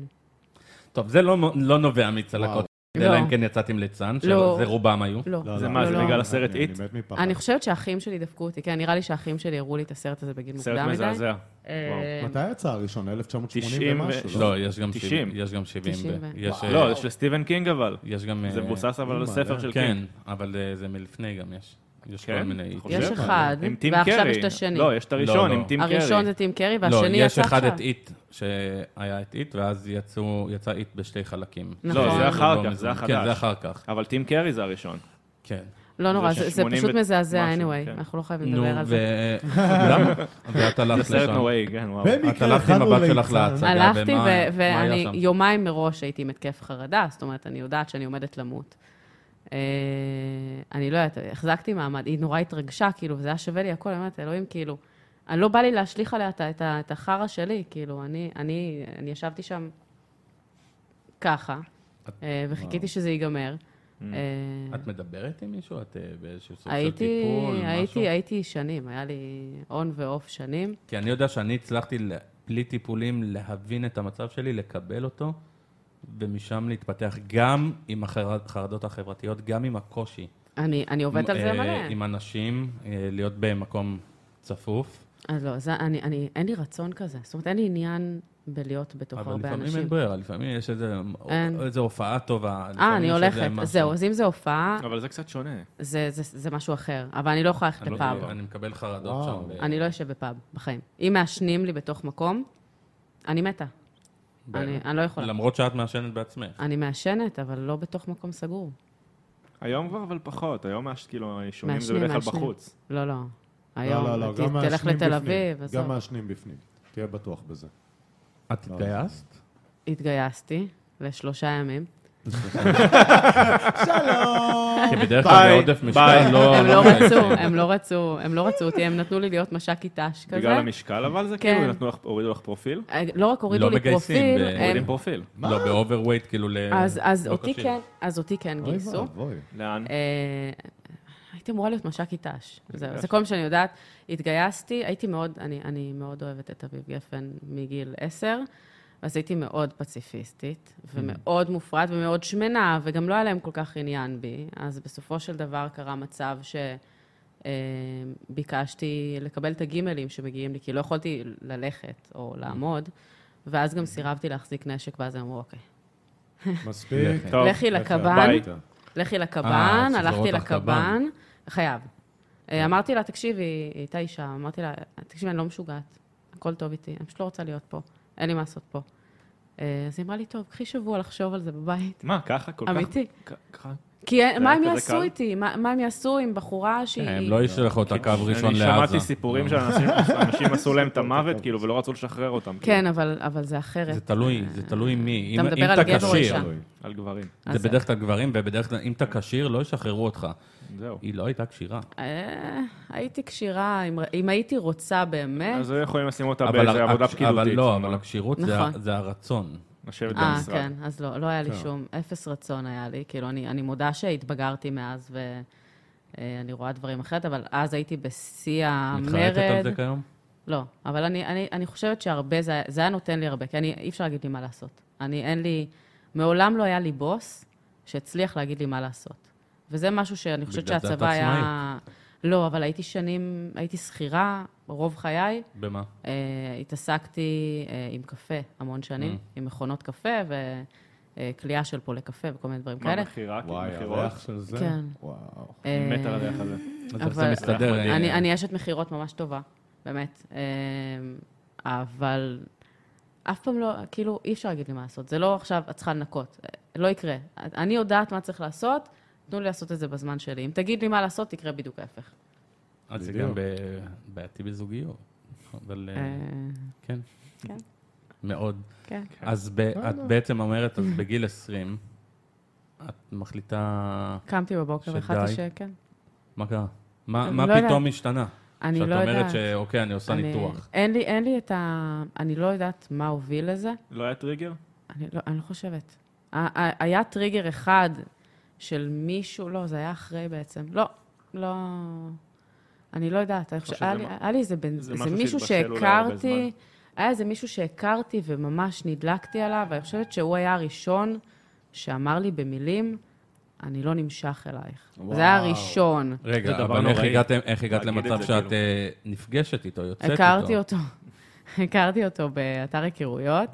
Speaker 1: טוב, זה לא מו- לא נובע מצלקות.
Speaker 2: וואו.
Speaker 1: אלא
Speaker 2: לא.
Speaker 1: אם כן יצאת עם ליצן,
Speaker 2: לא.
Speaker 1: שזה רובם היו.
Speaker 2: לא.
Speaker 5: לא,
Speaker 4: זה
Speaker 5: לא,
Speaker 4: מה,
Speaker 5: לא,
Speaker 4: זה
Speaker 5: לא.
Speaker 4: בגלל הסרט
Speaker 5: אני-
Speaker 4: איט?
Speaker 5: אני מת מפחד.
Speaker 2: אני חושבת שהאחים שלי דפקו אותי. כן, נראה לי שהאחים שלי הראו לי את הסרט הזה בגיל
Speaker 4: סרט
Speaker 2: מוקדם מדי.
Speaker 4: מזעזע.
Speaker 2: אה,
Speaker 4: וואו.
Speaker 5: מתי יצא הראשון? 1980
Speaker 4: 90 ו-
Speaker 5: ומשהו?
Speaker 1: לא, יש גם
Speaker 4: 90.
Speaker 1: 70. יש גם 70.
Speaker 2: 90
Speaker 1: ב-
Speaker 2: ו-
Speaker 1: יש, אה,
Speaker 4: לא, זה של סטיבן קינג אבל.
Speaker 1: יש גם...
Speaker 4: זה
Speaker 1: אה,
Speaker 4: מבוסס אבל על
Speaker 5: אימא,
Speaker 4: ספר
Speaker 5: אה,
Speaker 4: של
Speaker 1: כן,
Speaker 4: קינג.
Speaker 1: אבל אה, זה מלפני גם יש. יש
Speaker 4: כן?
Speaker 1: כל מיני...
Speaker 4: אתה חושב?
Speaker 2: יש
Speaker 5: חושב,
Speaker 2: אחד,
Speaker 4: עם טים קרי.
Speaker 2: ועכשיו יש את השני.
Speaker 4: לא, יש את הראשון
Speaker 1: לא,
Speaker 4: עם
Speaker 1: לא.
Speaker 4: טים קרי.
Speaker 2: הראשון זה טים קרי,
Speaker 1: לא,
Speaker 2: והשני יצא
Speaker 1: יש
Speaker 2: עכשיו.
Speaker 1: אחד את איט, שהיה את איט, ואז יצאו, יצא איט בשתי חלקים.
Speaker 2: נכון.
Speaker 4: לא, זה אחר
Speaker 1: לא
Speaker 4: כך,
Speaker 1: מזמן.
Speaker 4: זה החדש.
Speaker 1: כן, זה אחר כך,
Speaker 4: אבל טים קרי זה הראשון.
Speaker 1: כן.
Speaker 2: לא נורא,
Speaker 4: של
Speaker 2: זה זה
Speaker 4: 80
Speaker 2: פשוט
Speaker 4: ו-
Speaker 2: מזעזע
Speaker 4: משהו,
Speaker 2: anyway,
Speaker 4: כן.
Speaker 2: אנחנו לא חייבים
Speaker 1: נו,
Speaker 2: לדבר על זה.
Speaker 1: ו... למה? ואת
Speaker 4: זה
Speaker 1: הלכת
Speaker 4: סרט
Speaker 1: לשם.
Speaker 4: נוראי, כן, וואו.
Speaker 1: את
Speaker 5: במקרה
Speaker 1: הלכת עם
Speaker 5: הכנו
Speaker 1: הבת שלך
Speaker 5: ליצן.
Speaker 1: להצגה,
Speaker 2: הלכתי,
Speaker 1: ומה-
Speaker 2: ו-
Speaker 1: מה היה
Speaker 2: ואני
Speaker 1: שם?
Speaker 2: יומיים מראש הייתי עם התקף חרדה, זאת אומרת, אני יודעת שאני עומדת למות. אה, אני לא יודעת, החזקתי מעמד, היא נורא התרגשה, כאילו, וזה היה שווה לי הכול, אני אומרת, אלוהים, כאילו, אני לא בא לי להשליך עליה את, ה- את, ה- את החרא שלי, כאילו, אני, אני, אני ישבתי שם ככה, אה, וחיכיתי שזה ייגמר. אה,
Speaker 1: Mm. את מדברת עם מישהו? את אה, באיזשהו סוג של
Speaker 2: הייתי,
Speaker 1: טיפול? משהו?
Speaker 2: הייתי, הייתי שנים, היה לי און ואוף שנים.
Speaker 1: כי אני יודע שאני הצלחתי, ל- בלי טיפולים, להבין את המצב שלי, לקבל אותו, ומשם להתפתח גם עם החרדות החברתיות, גם עם הקושי.
Speaker 2: אני, אני עובדת על זה
Speaker 1: אה,
Speaker 2: מלא.
Speaker 1: עם אנשים, אה, להיות במקום צפוף,
Speaker 2: אז לא, זה, אני, אני, אין לי רצון כזה. זאת אומרת, אין לי עניין בלהיות בתוך
Speaker 1: אבל
Speaker 2: הרבה
Speaker 1: לפעמים אין
Speaker 2: אנשים.
Speaker 1: ברירה, לפעמים יש איזה-
Speaker 2: אין.
Speaker 1: איזה הופעה טובה.
Speaker 2: אה,
Speaker 1: לפעמים
Speaker 2: אני
Speaker 1: יש איזה
Speaker 2: הולכת,
Speaker 1: משהו.
Speaker 2: זהו, אז אם זה הופעה,
Speaker 4: אבל זה קצת שונה.
Speaker 2: זה, זה, זה משהו אחר. אבל אני לא יכולה ללכת
Speaker 1: אני לא-
Speaker 2: לפאב.
Speaker 1: אני מקבל חרדות
Speaker 5: וואו.
Speaker 1: שם. ב-
Speaker 2: אני לא אשב בפאב, בחיים. אם מעשנים לי בתוך מקום, אני מתה.
Speaker 1: ב-
Speaker 2: אני, אני לא יכולה.
Speaker 1: למרות שאת מעשנת בעצמך.
Speaker 2: אני מעשנת, אבל לא בתוך מקום סגור.
Speaker 4: היום כבר, אבל פחות. היום מעש- כאילו, שונים זה
Speaker 2: מעשנים,
Speaker 4: בדרך כלל
Speaker 2: מעשנים.
Speaker 4: בחוץ.
Speaker 2: לא, לא. היום,
Speaker 5: לא, לא, לא,
Speaker 2: ת-
Speaker 5: גם
Speaker 2: תלך
Speaker 5: מעשנים
Speaker 2: לתל
Speaker 5: בפנים.
Speaker 2: אביב,
Speaker 5: גם
Speaker 2: עזוב.
Speaker 5: מעשנים בפנים, תהיה בטוח בזה.
Speaker 1: את התגייסת?
Speaker 2: התגייסתי לשלושה ימים.
Speaker 1: כי בדרך כלל
Speaker 4: ביי,
Speaker 1: בעודף משקל
Speaker 4: ביי.
Speaker 1: לא...
Speaker 2: הם לא
Speaker 1: מגייסים.
Speaker 2: רצו, הם לא רצו, הם לא רצו אותי, הם נתנו לי להיות מש"קית ת"ש כזה.
Speaker 4: בגלל המשקל, אבל זה
Speaker 2: כן.
Speaker 4: כאילו, נתנו לך- הורידו לך פרופיל.
Speaker 2: אה, לא רק הורידו
Speaker 1: לא
Speaker 2: לי
Speaker 1: מגייסים
Speaker 2: פרופיל,
Speaker 1: ב-
Speaker 2: הם...
Speaker 4: הורידים פרופיל.
Speaker 1: לא, באוברווייט, כאילו ל...
Speaker 2: אז, אז
Speaker 1: לא
Speaker 2: אותי
Speaker 1: כשיר.
Speaker 2: כן, אז אותי כן
Speaker 5: אה, אוי
Speaker 2: גייסו.
Speaker 5: ואבוי.
Speaker 4: לאן?
Speaker 2: אה, הייתי אמורה להיות מש"קית ת"ש. זהו, זה כל מה שאני יודעת. התגייסתי, הייתי מאוד, אני, אני מאוד אוהבת את אביב גפן מגיל עשר, אז הייתי מאוד פציפיסטית, ומאוד מופרעת ומאוד שמנה, וגם לא היה להם כל כך עניין בי. אז בסופו של דבר קרה מצב ש... אה, ביקשתי לקבל את הגימלים שמגיעים לי, כי לא יכולתי ללכת או לעמוד, ואז גם סירבתי להחזיק נשק, ואז הם אמרו, אוקיי,
Speaker 5: מספיק.
Speaker 1: לכי.
Speaker 4: טוב,
Speaker 2: אה, לכי
Speaker 5: לך
Speaker 2: לקב"ן,
Speaker 5: הביתה.
Speaker 2: לכי
Speaker 1: אה,
Speaker 2: לקב"ן,
Speaker 1: צריך
Speaker 2: הלכתי
Speaker 1: לראות אותך קב"ן. כן.
Speaker 2: לקב"ן, חייב. אה, אמרתי לה, תקשיבי, היא הייתה אישה, אמרתי לה, תקשיבי, אני לא משוגעת, הכל טוב איתי, אני פשוט לא רוצה להיות פה, אין לי מה לעשות פה. אה, אז היא אמרה לי, טוב, קחי שבוע לחשוב על זה בבית.
Speaker 4: מה, ככה? כל כך...
Speaker 2: אמיתי.
Speaker 4: כ- ככה?
Speaker 2: כי אין- מה הם
Speaker 4: כזה
Speaker 2: יעשו
Speaker 4: קל?
Speaker 2: איתי? מה מה הם יעשו עם בחורה שהיא...
Speaker 1: הם לא ישלחו אותה קו ראשון
Speaker 4: כאילו, אני
Speaker 1: לעזה. לא.
Speaker 4: שמעתי
Speaker 2: לא.
Speaker 4: סיפורים שאנשים עשו להם את המוות, כאילו, ולא רצו לשחרר אותם. כאילו,
Speaker 2: כן, אבל אבל זה אחרת. אה,
Speaker 1: זה תלוי, זה תלוי מי.
Speaker 2: אתה
Speaker 1: אם-
Speaker 2: מדבר
Speaker 1: אם
Speaker 2: על גבר או
Speaker 1: כשיר,
Speaker 2: אישה?
Speaker 5: אלוהים.
Speaker 4: כאילו, על גברים.
Speaker 1: זה
Speaker 2: אז-
Speaker 1: בדרך כלל גברים, ובדרך כלל, אם אתה כשיר, לא ישחררו אותך.
Speaker 4: זהו.
Speaker 1: היא לא הייתה כשירה.
Speaker 2: אה, הייתי כשירה, אם ר- אם הייתי רוצה באמת,
Speaker 4: אז היו יכולים לשים אותה
Speaker 1: אבל
Speaker 4: באיזה
Speaker 1: הכ-
Speaker 4: עבודה
Speaker 1: הכ- אבל
Speaker 4: פקידותית.
Speaker 1: לא, אבל הכשירות זה ה-
Speaker 2: נכון.
Speaker 1: זה הרצון.
Speaker 4: לשבת
Speaker 2: אה,
Speaker 4: במשרד.
Speaker 2: כן, אז לא, לא היה לי שום, אפס רצון היה לי. כאילו, אני, אני מודה שהתבגרתי מאז, ואני רואה דברים אחרת, אבל אז הייתי בשיא
Speaker 1: מתחרטת על
Speaker 2: המרד.
Speaker 1: זה כיום?
Speaker 2: לא, אבל אני, אני, אני חושבת שהרבה, זה, זה היה נותן לי הרבה, כי אני, אי אפשר להגיד לי מה לעשות. אני, אין לי, מעולם לא היה לי בוס שהצליח להגיד לי מה לעשות. וזה משהו שאני חושבת
Speaker 1: בגלל זה את
Speaker 2: שהצבא היה... לא, אבל הייתי שנים, הייתי שכירה רוב חיי,
Speaker 1: במה?
Speaker 2: Uh, התעסקתי uh, עם קפה המון שנים,
Speaker 1: Mm.
Speaker 2: עם מכונות קפה וכליאה של פולי קפה וכל מיני דברים
Speaker 4: מה,
Speaker 2: כאלה.
Speaker 4: מכירה? כאילו,
Speaker 5: וואי,
Speaker 4: מכירות?
Speaker 5: הריח של זה?
Speaker 2: כן.
Speaker 5: וואו.
Speaker 4: אני מת
Speaker 2: אה,
Speaker 4: על הריח הזה.
Speaker 1: אז איך זה
Speaker 2: אבל-
Speaker 1: מסתדר? אה,
Speaker 2: אני, אני אשת מכירות ממש טובה, באמת. אה, אבל אף פעם לא, כאילו, אי אפשר להגיד לי מה לעשות. זה לא עכשיו, את צריכה לנקות. אה, לא יקרה. אני יודעת מה צריך לעשות, תנו לי לעשות את זה בזמן שלי. אם תגיד לי מה לעשות, יקרה בדיוק ההפך.
Speaker 1: אז אה, זה
Speaker 5: בדיוק.
Speaker 1: גם ב- בעייתי בזוגיות. אבל אה,
Speaker 2: אה,
Speaker 1: כן.
Speaker 2: כן.
Speaker 1: מאוד.
Speaker 2: כן.
Speaker 1: אז ב- את בעצם אומרת, אז בגיל 20, את מחליטה...
Speaker 2: קמתי בבוקר כן.
Speaker 1: שדי.
Speaker 2: והחלטתי שכן.
Speaker 1: מה קרה? מה
Speaker 2: אני
Speaker 1: מה
Speaker 2: לא יודעת.
Speaker 1: פתאום השתנה?
Speaker 2: אני לא
Speaker 1: שאת אומרת
Speaker 2: יודעת.
Speaker 1: שאוקיי, אני עושה
Speaker 2: אני-
Speaker 1: ניתוח.
Speaker 2: אין לי, אין לי את ה... אני לא יודעת מה הוביל לזה.
Speaker 4: לא היה טריגר?
Speaker 2: אני לא, אני לא חושבת. ה- ה- היה טריגר אחד של מישהו, לא, זה היה אחרי בעצם. לא, לא... אני לא יודעת, אני חושבת,
Speaker 4: שזה
Speaker 2: היה, לי-
Speaker 4: מה-
Speaker 2: היה לי איזה בן...
Speaker 4: זה
Speaker 2: איזה
Speaker 4: משהו
Speaker 2: מישהו
Speaker 4: שהתבשל אולי הרבה
Speaker 2: שהכרתי, היה איזה מישהו שהכרתי וממש נדלקתי עליו, ואני חושבת שהוא היה הראשון שאמר לי במילים, אני לא נמשך אלייך. זה היה
Speaker 5: וואו.
Speaker 2: הראשון.
Speaker 1: רגע,
Speaker 4: זה דבר
Speaker 1: אבל איך
Speaker 4: נוראי.
Speaker 1: הגעתם- איך הגעת
Speaker 4: להגיד את
Speaker 1: למצב
Speaker 4: זה,
Speaker 1: שאת
Speaker 4: כאילו.
Speaker 1: אה, נפגשת איתו, יוצאת איתו?
Speaker 2: הכרתי אותו, הכרתי אותו באתר היכרויות.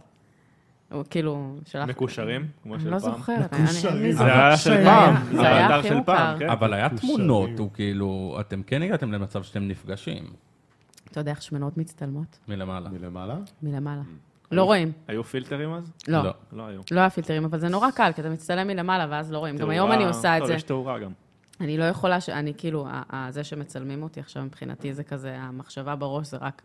Speaker 2: הוא כאילו שלח...
Speaker 4: מקושרים? כמו של
Speaker 2: אני
Speaker 4: פעם?
Speaker 2: לא זוכרת. אני-
Speaker 5: מקושרים.
Speaker 2: אני-
Speaker 4: זה היה של
Speaker 2: זה
Speaker 4: פעם.
Speaker 2: היה- זה
Speaker 4: זה
Speaker 2: היה
Speaker 4: האתר
Speaker 2: הכי
Speaker 4: של פעם,
Speaker 2: מוכר.
Speaker 4: כן?
Speaker 1: אבל היה
Speaker 5: מקושרים.
Speaker 1: תמונות, הוא כאילו, אתם כן הגעתם למצב שאתם נפגשים
Speaker 2: אתה יודע איך שמנות מצטלמות?
Speaker 1: מלמעלה.
Speaker 5: מלמעלה?
Speaker 2: מלמעלה. לא רואים.
Speaker 4: היו פילטרים אז?
Speaker 2: לא.
Speaker 1: לא.
Speaker 4: לא היו.
Speaker 2: לא היה פילטרים, אבל זה נורא קל, כי אתה מצטלם מלמעלה ואז לא רואים. גם היום אני
Speaker 4: תאורה-
Speaker 2: עושה את
Speaker 4: טוב,
Speaker 2: זה.
Speaker 4: יש תאורה גם.
Speaker 2: אני לא יכולה, ש- אני כאילו, ה- ה- זה שמצלמים אותי עכשיו מבחינתי זה כזה, המחשבה בראש זה רק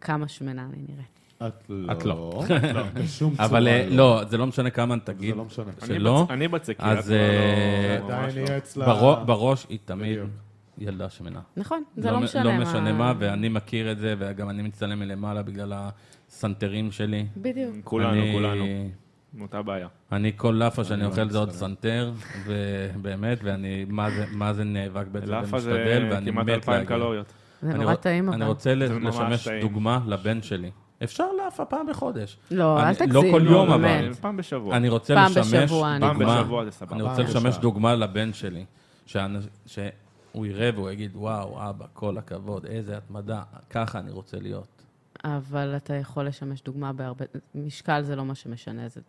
Speaker 2: כמה שמנה אני נראית.
Speaker 5: את לא.
Speaker 1: את לא.
Speaker 5: בשום צורה
Speaker 1: אבל אה, לא, זה לא משנה כמה תגיד
Speaker 5: זה לא משנה. אני
Speaker 1: שלא,
Speaker 4: אני בצק, כי
Speaker 1: אז,
Speaker 4: את
Speaker 1: אה,
Speaker 4: כבר לא-
Speaker 5: עדיין
Speaker 4: ממש לא.
Speaker 5: יהיה אצלה...
Speaker 1: ברו- בראש היא תמיד
Speaker 5: בדיוק.
Speaker 1: ילדה שמנה.
Speaker 2: נכון, זה לא
Speaker 1: מ-
Speaker 2: משנה
Speaker 1: לא משנה מה, ואני מכיר את זה, וגם אני מצטלם מלמעלה בגלל הסנטרים שלי.
Speaker 2: בדיוק.
Speaker 4: כולנו,
Speaker 1: אני-
Speaker 4: כולנו. מאותה בעיה.
Speaker 1: אני כל לאפה שאני אוכל
Speaker 4: לא
Speaker 1: זה עוד סנטר, ובאמת, ואני מה זה- מה זה נאבק בזה
Speaker 4: לאפה זה
Speaker 1: ומשתדל, ואני
Speaker 4: כמעט
Speaker 1: מת
Speaker 4: 2,000
Speaker 1: להגיע.
Speaker 4: קלוריות.
Speaker 2: זה
Speaker 1: אני
Speaker 2: נורא
Speaker 1: רוצ-
Speaker 2: טעים,
Speaker 1: אני
Speaker 2: אבל.
Speaker 1: רוצה
Speaker 4: זה ממש
Speaker 1: לשמש
Speaker 4: טעים.
Speaker 1: דוגמה לבן שלי. אפשר לאפה פעם בחודש.
Speaker 2: לא, אל
Speaker 1: אני-
Speaker 2: תגזים.
Speaker 1: לא כל
Speaker 2: נו,
Speaker 1: יום,
Speaker 2: באמת.
Speaker 1: אבל.
Speaker 4: פעם בשבוע.
Speaker 1: אני רוצה
Speaker 2: פעם
Speaker 1: לשמש
Speaker 2: בשבוע, אני-
Speaker 4: פעם
Speaker 1: דוגמה-
Speaker 4: בשבוע זה סבבה.
Speaker 1: אני רוצה
Speaker 5: פעם
Speaker 1: לשמש
Speaker 5: בשבוע.
Speaker 1: דוגמה לבן שלי, שאנ- הוא יראה והוא יגיד, וואו, אבא, כל הכבוד, איזה התמדה, ככה אני רוצה להיות.
Speaker 2: אבל אתה יכול לשמש דוגמה בהרבה... משקל זה לא מה שמשנה, זה...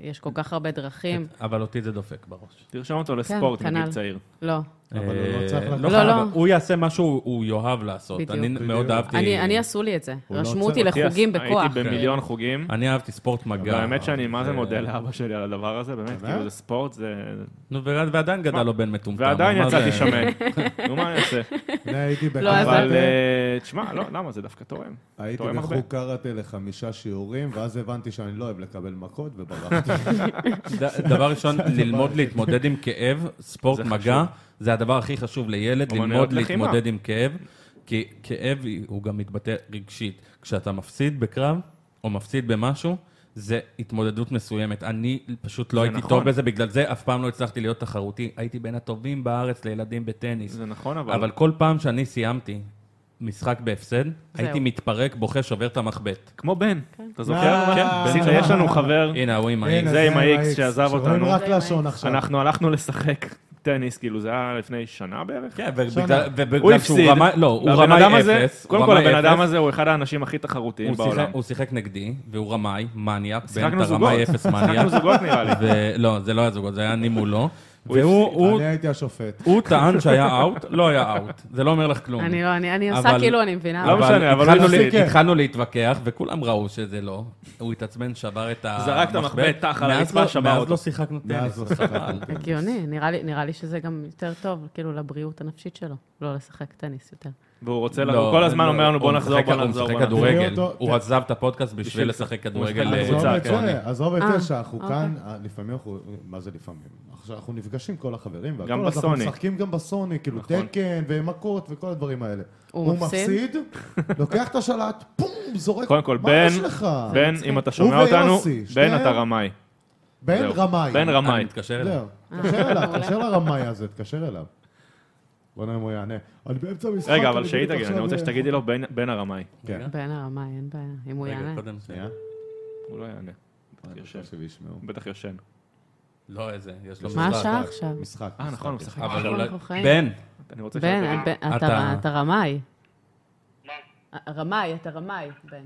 Speaker 2: יש כל כך הרבה דרכים.
Speaker 1: אבל אותי זה דופק בראש.
Speaker 4: תרשום אותו לספורט
Speaker 2: כן, כנ"ל.
Speaker 4: מגיל צעיר.
Speaker 2: לא.
Speaker 5: אבל הוא
Speaker 1: אה,
Speaker 5: לא צריך לקחת-
Speaker 1: לא,
Speaker 2: לא,
Speaker 1: חייב,
Speaker 2: לא.
Speaker 1: אבל הוא יעשה מה שהוא יאהב לעשות.
Speaker 2: בדיוק.
Speaker 1: אני מאוד
Speaker 5: בדיוק.
Speaker 1: אהבתי...
Speaker 2: אני, אני עשו לי את זה.
Speaker 5: לא
Speaker 2: רשמו
Speaker 5: עוצר
Speaker 2: אותי
Speaker 5: אותי,
Speaker 2: לחוגים
Speaker 4: הייתי
Speaker 2: בכוח.
Speaker 4: במיליון חוגים.
Speaker 1: אני אה, אהבתי ספורט מגע.
Speaker 4: והאמת שאני מה זה
Speaker 1: ו-
Speaker 4: מודה לאבא שלי על הדבר הזה, באמת,
Speaker 5: באמת?
Speaker 4: כאילו זה ספורט, זה...
Speaker 1: נו, ועד- ועדיין גדל
Speaker 4: מה?
Speaker 1: לו בן מטומטם.
Speaker 4: ועדיין
Speaker 1: מה
Speaker 4: יצאתי
Speaker 1: זה?
Speaker 4: שמן. נו, מה אני אעשה?
Speaker 5: אני הייתי
Speaker 2: לא
Speaker 4: אבל
Speaker 2: עזרת.
Speaker 5: בקראטה,
Speaker 4: אה, תשמע,
Speaker 1: אוקיי.
Speaker 4: לא, למה? זה דווקא תורם.
Speaker 5: הייתי
Speaker 4: תורם הרבה.
Speaker 5: בחוג קראטה לחמישה שיעורים, ואז הבנתי שאני לא אוהב לקבל מכות, וברחתי.
Speaker 1: ד- דבר ראשון, ללמוד להתמודד עם כאב, ספורט
Speaker 4: זה
Speaker 1: מגע, זה הדבר הכי חשוב לילד,
Speaker 4: אומנויות
Speaker 1: ללמוד
Speaker 4: לחימה.
Speaker 1: להתמודד עם כאב, כי כאב הוא גם מתבטא רגשית. כשאתה מפסיד בקרב, או מפסיד במשהו, זה התמודדות מסוימת. אני פשוט לא
Speaker 4: זה
Speaker 1: הייתי
Speaker 4: נכון.
Speaker 1: טוב בזה, בגלל זה אף פעם לא הצלחתי להיות תחרותי. הייתי בין הטובים בארץ לילדים בטניס.
Speaker 4: זה נכון, אבל...
Speaker 1: אבל כל פעם שאני סיימתי משחק בהפסד, הייתי מתפרק, בוכה, שובר את המחבט.
Speaker 4: כמו בן, אתה זוכר?
Speaker 5: אה,
Speaker 4: כן,
Speaker 5: בן
Speaker 4: עשית-
Speaker 5: שלנו.
Speaker 4: יש לנו חבר,
Speaker 1: הנה, הוא עם האיקס.
Speaker 5: הנה,
Speaker 4: זה עם ה-X
Speaker 5: ה-X,
Speaker 4: שעזב
Speaker 5: שרואים
Speaker 4: אותנו.
Speaker 5: רק
Speaker 2: זה עם
Speaker 5: לשון
Speaker 2: ה-X.
Speaker 5: עכשיו.
Speaker 4: אנחנו הלכנו לשחק טניס, כאילו זה היה לפני שנה בערך.
Speaker 1: כן,
Speaker 5: שנה.
Speaker 1: ובגלל
Speaker 4: הוא
Speaker 1: ובגלל שהוא
Speaker 4: הפסיד.
Speaker 1: רמאי, לא, הוא
Speaker 4: והבן
Speaker 1: רמאי
Speaker 4: אדם הזה-
Speaker 1: אפס. הוא
Speaker 4: קודם כל,
Speaker 1: רמאי
Speaker 4: הבן אדם
Speaker 1: אפס.
Speaker 4: הזה הוא אחד האנשים הכי תחרותיים
Speaker 1: הוא
Speaker 4: בעולם.
Speaker 1: שיחק- הוא שיחק נגדי, והוא רמאי, מניאק, בין
Speaker 4: שיחקנו
Speaker 1: אתה רמאי
Speaker 4: זוגות.
Speaker 1: אפס מניאק.
Speaker 4: שיחקנו זוגות נראה לי.
Speaker 1: ולא, זה לא היה זוגות, זה היה אני מולו.
Speaker 4: הוא
Speaker 1: והוא הוא-
Speaker 5: אני הייתי השופט.
Speaker 1: הוא טען שהיה אאוט, לא היה אאוט. זה לא אומר לך כלום.
Speaker 2: אני לא, אני, אני עושה
Speaker 1: אבל-
Speaker 2: כאילו אני מבינה.
Speaker 4: לא
Speaker 1: אבל
Speaker 4: משנה, אבל הוא
Speaker 1: התחלנו
Speaker 4: הפסיד.
Speaker 1: לה- התחלנו להתווכח, וכולם ראו שזה לא. הוא התעצבן, שבר את המחבט.
Speaker 4: זרק את המחבט, טח על
Speaker 1: מאז
Speaker 4: הרצפה,
Speaker 1: לא-
Speaker 4: שבר
Speaker 1: מאז
Speaker 4: אותו.
Speaker 1: לא שיחקנו טניס.
Speaker 5: מאז לא שיחקנו.
Speaker 2: הגיוני, נראה לי, נראה לי שזה גם יותר טוב, כאילו, לבריאות הנפשית שלו, לא לשחק טניס יותר.
Speaker 4: והוא רוצה,
Speaker 1: לא,
Speaker 4: לה- הוא כל הזמן
Speaker 1: לא,
Speaker 4: אומר לנו בוא
Speaker 1: הוא
Speaker 4: נחזור,
Speaker 1: משחק-
Speaker 4: בוא נחזור.
Speaker 1: הוא
Speaker 4: בוא
Speaker 1: משחק
Speaker 4: נחזור."
Speaker 1: כדורגל.
Speaker 5: תראה אותו-
Speaker 1: הוא עזב את הפודקאסט בשביל
Speaker 4: בשביל-
Speaker 1: לשחק
Speaker 4: הוא משחק כן.
Speaker 1: כדורגל. אה,
Speaker 5: עזוב את
Speaker 1: צעקוני.
Speaker 5: זה, עזוב את
Speaker 2: אה,
Speaker 5: זה שאנחנו
Speaker 2: אוקיי.
Speaker 5: כאן, אה, לפעמים אנחנו, מה זה לפעמים? עכשיו אנחנו נפגשים כל החברים, והכל,
Speaker 4: גם
Speaker 5: אז
Speaker 4: בסוני.
Speaker 5: אנחנו משחקים גם בסוני, כאילו
Speaker 4: נכון.
Speaker 5: תקן ומכות וכל הדברים האלה.
Speaker 2: הוא מפסיד?
Speaker 5: מפסיד, לוקח את השלט, פום, זורק,
Speaker 4: קודם כל,
Speaker 5: מה
Speaker 4: בן,
Speaker 5: יש לך?
Speaker 4: בן, אם אתה שומע
Speaker 5: הוא
Speaker 4: אותנו,
Speaker 5: ויוסי,
Speaker 4: בן
Speaker 5: שניהם-
Speaker 4: אתה רמאי.
Speaker 5: בן
Speaker 4: זהו.
Speaker 5: רמאי.
Speaker 4: בן
Speaker 1: אני
Speaker 4: רמאי.
Speaker 1: מתקשר אליו.
Speaker 5: זהו,
Speaker 2: אה.
Speaker 5: תתקשר אליו,
Speaker 2: מעולה.
Speaker 5: תתקשר לרמאי הזה, תתקשר אליו. בוא נראה אם הוא יענה. אני באמצע המשחק.
Speaker 4: רגע, אבל
Speaker 5: אני
Speaker 4: שהיא
Speaker 5: בדיוק
Speaker 4: תגיד, אני
Speaker 5: עכשיו- אה,
Speaker 4: רוצה שתגידי לו בן- בן הרמאי.
Speaker 5: כן.
Speaker 2: בין הרמה, אין בעיה, אם הוא
Speaker 1: רגע,
Speaker 2: יענה.
Speaker 1: קודם ש-
Speaker 5: שנייה.
Speaker 4: הוא לא יענה.
Speaker 5: אני
Speaker 4: יושב.
Speaker 5: חושב שישמעו.
Speaker 4: בטח ישן.
Speaker 1: לא, איזה, יש לו
Speaker 2: מה
Speaker 1: משחק.
Speaker 2: השעה עכשיו?
Speaker 5: משחק.
Speaker 4: אה, נכון, הוא
Speaker 5: משחק.
Speaker 4: משחק.
Speaker 1: אבל
Speaker 2: אנחנו
Speaker 1: אולי...
Speaker 2: חיים.
Speaker 1: בן,
Speaker 4: אני רוצה
Speaker 2: בן,
Speaker 4: שאתה תגיד.
Speaker 1: אתה-
Speaker 2: בן, אתה אתה רמאי. אה, רמאי, אתה רמאי, בן.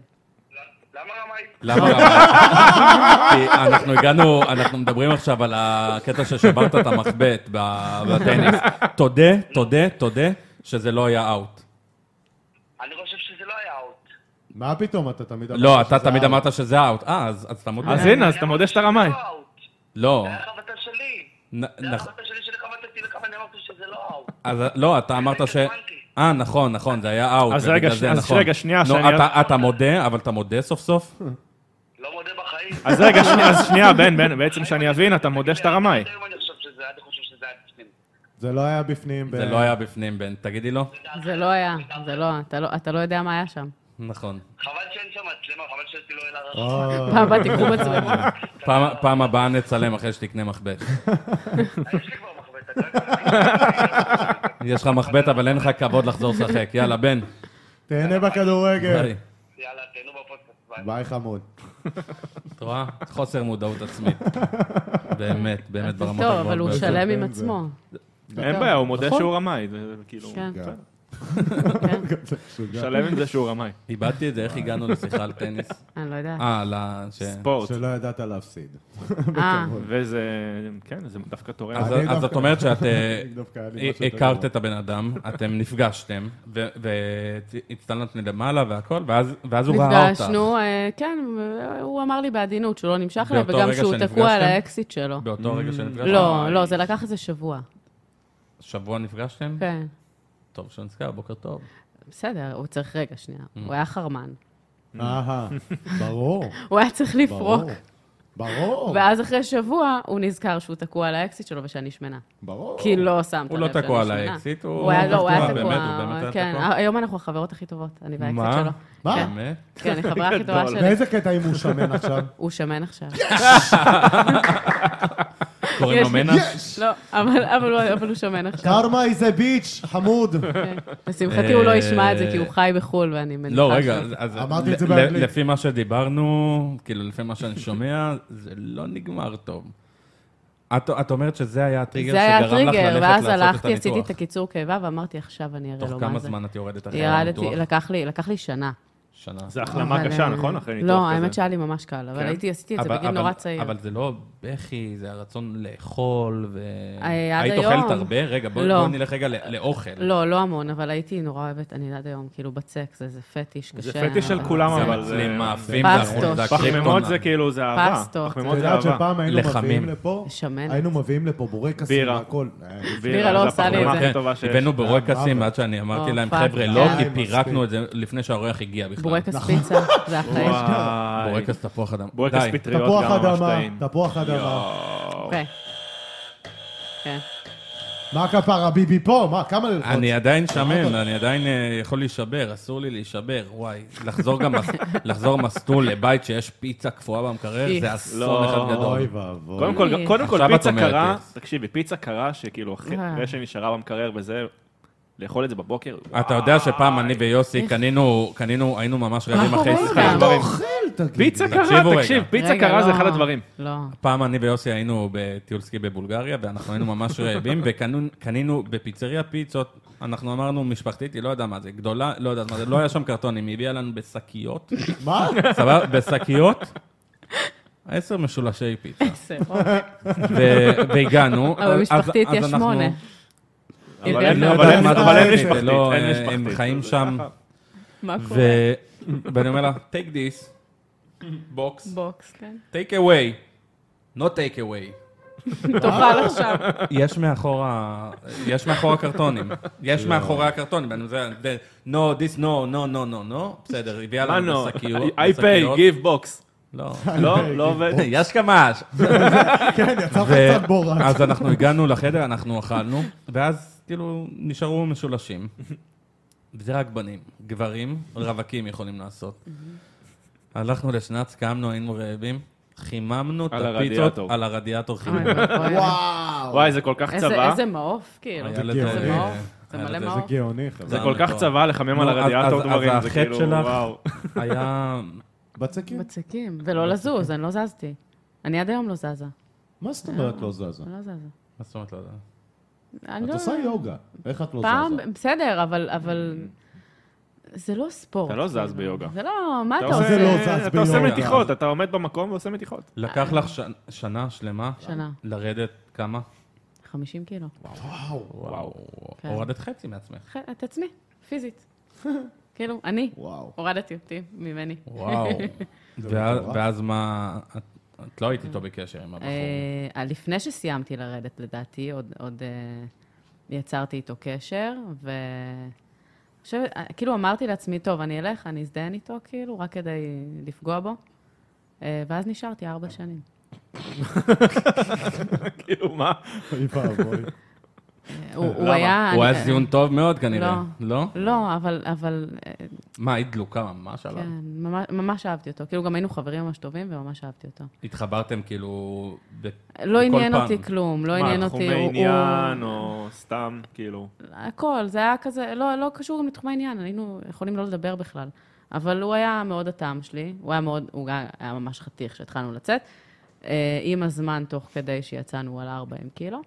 Speaker 7: למה רמאי?
Speaker 1: למה רמאי? כי אנחנו הגענו, אנחנו מדברים עכשיו על הקטע ששברת את המחבט ב- בטניס. תודה, תודה, תודה, שזה לא היה אאוט.
Speaker 7: אני חושב שזה לא היה אאוט.
Speaker 5: מה פתאום, אתה תמיד אמרת
Speaker 1: לא, אתה
Speaker 5: שזה
Speaker 1: תמיד
Speaker 5: היה-
Speaker 1: אמרת שזה אאוט. אה, אז אז אתה מודה.
Speaker 4: אז הנה, אז אתה מודה שאתה רמאי.
Speaker 7: זה לא אאוט.
Speaker 1: לא,
Speaker 7: זה היה חבטה שלי.
Speaker 1: נ-
Speaker 7: זה היה
Speaker 1: נכ-
Speaker 7: חבטה שלי שלא חבטתי לך ואני אמרתי שזה לא אאוט.
Speaker 1: אז לא, אתה אמרת ש...
Speaker 7: התעצבנתי.
Speaker 1: אה, נכון, נכון, זה היה אאוט.
Speaker 4: אז
Speaker 1: ובגלל
Speaker 4: רגע,
Speaker 1: זה
Speaker 4: ש- אז
Speaker 1: נכון.
Speaker 4: רגע, שנייה,
Speaker 1: נו,
Speaker 4: שאני-
Speaker 1: אתה- אתה מודה, אבל אתה מודה סוף סוף?
Speaker 7: לא מודה בחיים.
Speaker 4: אז רגע, שנייה, אז שנייה, בן, בן, בעצם שאני אבין, אתה מודה שאתה רמאי.
Speaker 7: היום אני חושב שזה היה, אני חושב שזה היה בפנים.
Speaker 5: זה לא היה בפנים.
Speaker 1: זה
Speaker 5: ב-
Speaker 1: לא היה בפנים, בן. תגידי לו.
Speaker 2: זה לא היה, זה לא, אתה לא- אתה לא יודע מה היה שם.
Speaker 1: נכון.
Speaker 7: חבל שאין שם מצלמה, חבל שאתי לא אל הרחוב.
Speaker 5: אה,
Speaker 2: פעם הבאה תיקחו מצלמות.
Speaker 1: פעם- פעם הבאה נצלם אחרי שתקנה מחבט.
Speaker 7: יש לי כבר מחבט, אתה יודע.
Speaker 1: יש לך מחבט, אבל אין לך כבוד לחזור לשחק. יאללה, בן.
Speaker 5: תהנה בכדורגל.
Speaker 4: כן.
Speaker 1: ביי.
Speaker 7: יאללה, תהנו בפודקאסט. ביי.
Speaker 5: ביי חמוד.
Speaker 1: את רואה? חוסר מודעות עצמית. באמת, באמת
Speaker 2: זה
Speaker 1: ברמות
Speaker 2: טוב, אבל הוא
Speaker 1: ביותר.
Speaker 2: שלם עם
Speaker 5: זה.
Speaker 2: עצמו.
Speaker 4: אין בעיה, הוא מודה
Speaker 5: נכון.
Speaker 4: שהוא רמאי. זה- זה כאילו,
Speaker 2: כן.
Speaker 5: גם.
Speaker 2: כן.
Speaker 5: גם זה משוגע.
Speaker 4: שלם עם זה שהוא רמאי.
Speaker 1: איבדתי את זה, איך הגענו לשיחה על טניס?
Speaker 2: אני לא יודעת.
Speaker 1: אה, על ה... ש-
Speaker 4: ספורט.
Speaker 5: שלא ידעת להפסיד.
Speaker 2: אה,
Speaker 4: וזה, כן, זה דווקא תורם.
Speaker 1: אז-
Speaker 5: אני
Speaker 1: אז
Speaker 5: דווקא-
Speaker 1: זאת אומרת שאת אה,
Speaker 5: אני דווקא, אני משהו יותר
Speaker 1: הכרת
Speaker 5: גרוע.
Speaker 1: את הבן אדם, אתם נפגשתם, ו- והצטלמתם למעלה והכל, ואז- ואז הוא ראה אותך.
Speaker 2: נפגשנו, אה, כן, הוא אמר לי בעדינות שהוא לא נמשך אליו,
Speaker 1: באותו
Speaker 2: וגם
Speaker 1: רגע
Speaker 2: שהוא
Speaker 1: שנפגשתם?
Speaker 2: תקוע על האקסיט שלו.
Speaker 1: באותו רגע שנפגשתם?
Speaker 2: לא, לא, זה לקח איזה שבוע.
Speaker 1: שבוע נפגשתם?
Speaker 2: כן.
Speaker 1: טוב שנזכר, בוקר טוב.
Speaker 2: בסדר, הוא צריך רגע, שנייה.
Speaker 1: Mm.
Speaker 2: הוא היה חרמן.
Speaker 5: אהה, ברור.
Speaker 2: הוא היה צריך לפרוק.
Speaker 5: ברור. ברור.
Speaker 2: ואז אחרי שבוע, הוא נזכר שהוא תקוע על האקסיט שלו ושאני שמנה.
Speaker 5: ברור.
Speaker 2: כי לא שמת לב שאני שמנה.
Speaker 1: הוא לא תקוע על האקסיט, הוא
Speaker 2: היה- לא, הוא היה
Speaker 1: תקוע,
Speaker 2: תקוע.
Speaker 1: באמת, הוא באמת היה
Speaker 2: כן,
Speaker 1: תקוע.
Speaker 2: היום אנחנו החברות הכי טובות, אני והאקסיט
Speaker 1: מה?
Speaker 2: שלו.
Speaker 5: מה?
Speaker 1: באמת?
Speaker 2: כן, אני חברה הכי טובה
Speaker 4: גדול.
Speaker 2: שלי.
Speaker 5: באיזה קטע אם הוא שמן עכשיו?
Speaker 2: הוא שמן עכשיו.
Speaker 1: קוראים לו
Speaker 2: יש לי-
Speaker 1: מנה?
Speaker 2: לא, אבל- אבל הוא- אבל הוא שמן עכשיו.
Speaker 5: קרמה איזה ביץ', חמוד.
Speaker 2: כן. לשמחתי הוא לא ישמע את זה, כי הוא חי בחו"ל, ואני מניחה...
Speaker 1: אה, לא, רגע,
Speaker 2: ש-
Speaker 1: אז- אז
Speaker 5: אמרתי את זה
Speaker 1: ל-
Speaker 5: באנגלית.
Speaker 1: ל- לפי מה שדיברנו, כאילו, לפי מה שאני שומע, זה לא נגמר טוב. את את אומרת שזה היה הטריגר
Speaker 2: זה היה
Speaker 1: שגרם לך ללכת לעשות את
Speaker 2: הטריגר,
Speaker 1: הניתוח.
Speaker 2: ואז הלכתי, עשיתי את הקיצור קיבה, ואמרתי, עכשיו אני אראה
Speaker 1: תוך
Speaker 2: לו מה זה.
Speaker 1: כמה זמן את יורדת אחרי
Speaker 2: ירדתי,
Speaker 1: הניתוח?
Speaker 2: לקח לי, לקח לי שנה.
Speaker 1: שנה.
Speaker 4: זה החלמה
Speaker 2: אבל,
Speaker 4: קשה,
Speaker 2: אה,
Speaker 4: נכון? אחרי ניתוח
Speaker 2: לא,
Speaker 4: כזה.
Speaker 2: האמת שהיה לי ממש קל, אבל
Speaker 4: כן?
Speaker 2: הייתי, עשיתי את זה
Speaker 1: אבל-
Speaker 2: בגיל
Speaker 1: אבל-
Speaker 2: נורא צעיר.
Speaker 1: אבל זה לא בכי, זה הרצון לאכול, ו...
Speaker 2: אה, עד
Speaker 1: היית
Speaker 2: היום.
Speaker 1: אוכלת הרבה? רגע, בוא-
Speaker 2: לא.
Speaker 1: בוא נלך רגע לא- לאוכל.
Speaker 2: לא, לא המון, אבל הייתי נורא אוהבת, אני עד היום, כאילו בצק, זה זה פטיש קשה.
Speaker 4: זה פטיש של
Speaker 2: אבל-
Speaker 4: כולם,
Speaker 1: זה
Speaker 4: אבל
Speaker 1: אצלי
Speaker 4: זה...
Speaker 1: מאפים,
Speaker 2: לא. פסטות.
Speaker 1: אנחנו- זה
Speaker 4: פחמימות
Speaker 1: הקריפטון.
Speaker 4: זה כאילו, זה אהבה.
Speaker 2: פסטות.
Speaker 5: את
Speaker 4: פחמימות זה
Speaker 5: יודעת
Speaker 4: אהבה.
Speaker 5: שפעם היינו מביאים
Speaker 1: לחמים.
Speaker 5: לפה,
Speaker 2: שמנת.
Speaker 5: היינו מביאים לפה בורקסים
Speaker 4: בירה.
Speaker 5: והכל. אה,
Speaker 2: בירה לא
Speaker 4: זה
Speaker 2: עושה לי את
Speaker 4: הפחמימה
Speaker 2: זה.
Speaker 4: הכי טובה שיש.
Speaker 1: כן. הבאנו בורקסים
Speaker 5: אה,
Speaker 1: עד שאני אמרתי
Speaker 2: אה,
Speaker 1: להם,
Speaker 2: פאק.
Speaker 1: חבר'ה, לא,
Speaker 5: די,
Speaker 1: כי פירקנו
Speaker 5: מספיק.
Speaker 1: את זה לפני שהאורח הגיע בכלל.
Speaker 2: בורקס
Speaker 4: נכון.
Speaker 2: פיצה, זה החיים.
Speaker 4: וואי.
Speaker 1: בורקס תפוח אדם.
Speaker 4: בורקס
Speaker 1: די.
Speaker 4: פטריות
Speaker 5: תפוח
Speaker 4: גם ממש
Speaker 5: אדמה,
Speaker 4: טעים.
Speaker 5: תפוח אדמה.
Speaker 2: אוקיי. כן.
Speaker 5: מה כפרה ביבי פה? מה, כמה ללחוץ?
Speaker 1: אני עדיין שמן, אני עדיין אה, יכול להישבר, אסור לי להישבר, וואי. לחזור גם, מס- לחזור מסטול לבית שיש פיצה קפואה במקרר,
Speaker 2: איך.
Speaker 1: זה אסון
Speaker 4: לא.
Speaker 1: אחד
Speaker 5: אוי
Speaker 1: גדול.
Speaker 5: ואבוי.
Speaker 4: קודם כל,
Speaker 2: אוי.
Speaker 4: קודם כל,
Speaker 1: עכשיו את
Speaker 4: פיצה
Speaker 1: אומרת,
Speaker 4: קרה,
Speaker 1: יס.
Speaker 4: תקשיבי, פיצה קרה, שכאילו, אחרי
Speaker 2: אה.
Speaker 4: אחרי שנשארה במקרר וזה, לאכול את זה בבוקר.
Speaker 1: אתה יודע שפעם אני ויוסי קנינו, קנינו, היינו ממש רעבים אחרי
Speaker 2: קורה
Speaker 1: שיחה.
Speaker 2: כאן?
Speaker 1: דברים.
Speaker 5: אוכל, תגיד.
Speaker 4: פיצה
Speaker 1: תקשיבו
Speaker 4: קרה,
Speaker 1: רגע.
Speaker 4: תקשיב, פיצה
Speaker 2: רגע,
Speaker 4: קרה זה
Speaker 2: לא.
Speaker 4: אחד הדברים.
Speaker 2: לא.
Speaker 1: פעם אני ויוסי היינו בטיול סקי בבולגריה, ואנחנו היינו ממש רעבים, וקנינו בפיצריה פיצות, אנחנו אמרנו, משפחתית, היא לא יודעה מה זה, גדולה, לא יודעת מה זה, לא היה שם קרטונים, היא הביאה לנו בשקיות,
Speaker 5: מה?
Speaker 1: סבבה? בשקיות, עשר משולשי פיצה.
Speaker 2: זה-
Speaker 1: ו- והגענו.
Speaker 2: אבל
Speaker 1: אז-
Speaker 2: משפחתית
Speaker 1: אז
Speaker 2: יש
Speaker 1: אנחנו-
Speaker 2: שמונה.
Speaker 4: אבל
Speaker 2: אני
Speaker 4: אין
Speaker 1: לא
Speaker 4: אבל
Speaker 1: יודעת
Speaker 4: אין-
Speaker 1: מה זה
Speaker 4: אבל אין
Speaker 1: משפחתית,
Speaker 4: משפחתית,
Speaker 1: לא,
Speaker 4: אין
Speaker 1: אה,
Speaker 4: משפחתית. אה,
Speaker 1: הם חיים
Speaker 4: זה
Speaker 1: שם,
Speaker 4: ככה.
Speaker 2: מה קורה?
Speaker 1: ו- ואני אומר לה, take this, box,
Speaker 2: בוקס, כן.
Speaker 1: take away, not take away.
Speaker 2: תאכל עכשיו.
Speaker 1: יש מאחורה, יש מאחורה קרטונים.
Speaker 4: לא.
Speaker 1: יש מאחורי הקרטונים. אני מזהה, no, this, no, no, no, no, no. בסדר, הביאה
Speaker 4: מה
Speaker 1: לנו
Speaker 4: נו?
Speaker 1: בשקיות.
Speaker 4: I pay,
Speaker 1: בשקיות.
Speaker 4: give box.
Speaker 1: לא.
Speaker 4: לא, לא עובד.
Speaker 1: יש כמש.
Speaker 5: כן, יצא לך
Speaker 1: ו-
Speaker 5: קצת בורק.
Speaker 1: אז אנחנו הגענו לחדר, אנחנו אכלנו, ואז כאילו נשארו משולשים. וזה רק בנים. גברים, רווקים יכולים לעשות. הלכנו לשנץ, קמנו, היינו רעבים, חיממנו את
Speaker 4: על
Speaker 1: הפיצות
Speaker 4: הרדיאטור.
Speaker 1: על הרדיאטור
Speaker 2: אוי,
Speaker 1: חיממנו.
Speaker 2: ואבוי.
Speaker 5: וואו.
Speaker 4: וואי, זה כל כך
Speaker 2: איזה-
Speaker 4: צבא.
Speaker 2: איזה מעוף, כאילו.
Speaker 1: היה
Speaker 5: זה
Speaker 1: לזה-
Speaker 5: גאוני.
Speaker 1: היה
Speaker 2: מעוף, זה
Speaker 1: לזה-
Speaker 2: מלא
Speaker 1: זה
Speaker 2: מעוף.
Speaker 5: גאוני, חבר'ה.
Speaker 4: זה כל כך צבא לחמם על
Speaker 1: נו, אז-
Speaker 4: הרדיאטור
Speaker 1: אז- אז
Speaker 4: דברים, זה
Speaker 1: החטא
Speaker 4: כאילו,
Speaker 1: שלך-
Speaker 4: וואו.
Speaker 1: היה...
Speaker 5: בצקים?
Speaker 2: בצקים, ולא לזוז, אני לא זזתי. אני עד היום לא זזה.
Speaker 5: מה זאת אומרת לא זזה?
Speaker 2: אני לא זזה.
Speaker 1: מה זאת אומרת? לא יודע.
Speaker 2: אני
Speaker 5: את
Speaker 2: לא...
Speaker 5: עושה יוגה, איך את לא
Speaker 2: פעם,
Speaker 5: זזה?
Speaker 2: בסדר, אבל- אבל... זה לא ספורט.
Speaker 4: אתה לא זז
Speaker 2: כאילו.
Speaker 4: ביוגה.
Speaker 2: זה לא... מה אתה
Speaker 4: אתה
Speaker 2: עושה?
Speaker 5: זה לא זז
Speaker 4: אתה עושה
Speaker 5: ביום.
Speaker 4: מתיחות, אתה עומד במקום ועושה מתיחות.
Speaker 1: לקח לך ש- שנה שלמה?
Speaker 2: שנה.
Speaker 1: לרדת כמה?
Speaker 2: 50 קילו.
Speaker 1: וואו.
Speaker 2: כן.
Speaker 1: הורדת חצי מעצמך.
Speaker 2: ח- את עצמי, פיזית. כאילו, אני.
Speaker 5: וואו.
Speaker 2: הורדתי אותי ממני.
Speaker 1: וואו. לא ואז- ואז מה... את- את לא היית איתו בקשר עם הבחור.
Speaker 2: אה, לפני שסיימתי לרדת, לדעתי, עוד, עוד אה, יצרתי איתו קשר, ו... עכשיו, אה, כאילו אמרתי לעצמי, טוב, אני אלך, אני אזדיין איתו, כאילו, רק כדי לפגוע בו. אה, ואז נשארתי ארבע שנים.
Speaker 4: כאילו, מה?
Speaker 5: אוי ואבוי.
Speaker 2: אה, הוא, הוא
Speaker 4: למה?
Speaker 2: היה...
Speaker 1: הוא
Speaker 2: אני- כן.
Speaker 1: היה זיון טוב מאוד כנראה.
Speaker 2: לא.
Speaker 1: לא?
Speaker 2: לא, אבל, אבל אה,
Speaker 1: מה, היית דלוקה ממש עליו?
Speaker 2: כן, ממש, ממש אהבתי אותו. כאילו, גם היינו חברים ממש טובים, וממש אהבתי אותו.
Speaker 1: התחברתם כאילו... ב-
Speaker 2: לא
Speaker 1: בכל
Speaker 2: עניין
Speaker 1: פעם.
Speaker 2: אותי כלום, לא עניין
Speaker 4: מה,
Speaker 2: אותי...
Speaker 4: תחומי
Speaker 2: הוא-
Speaker 4: עניין, או סתם, כאילו.
Speaker 2: הכל, זה היה כזה, לא, לא קשור גם לתחומי עניין, היינו יכולים לא לדבר בכלל. אבל הוא היה מאוד הטעם שלי, הוא היה מאוד, הוא גם היה ממש חתיך כשהתחלנו לצאת. אה, עם הזמן, תוך כדי שיצאנו, הוא עלה 40 קילו.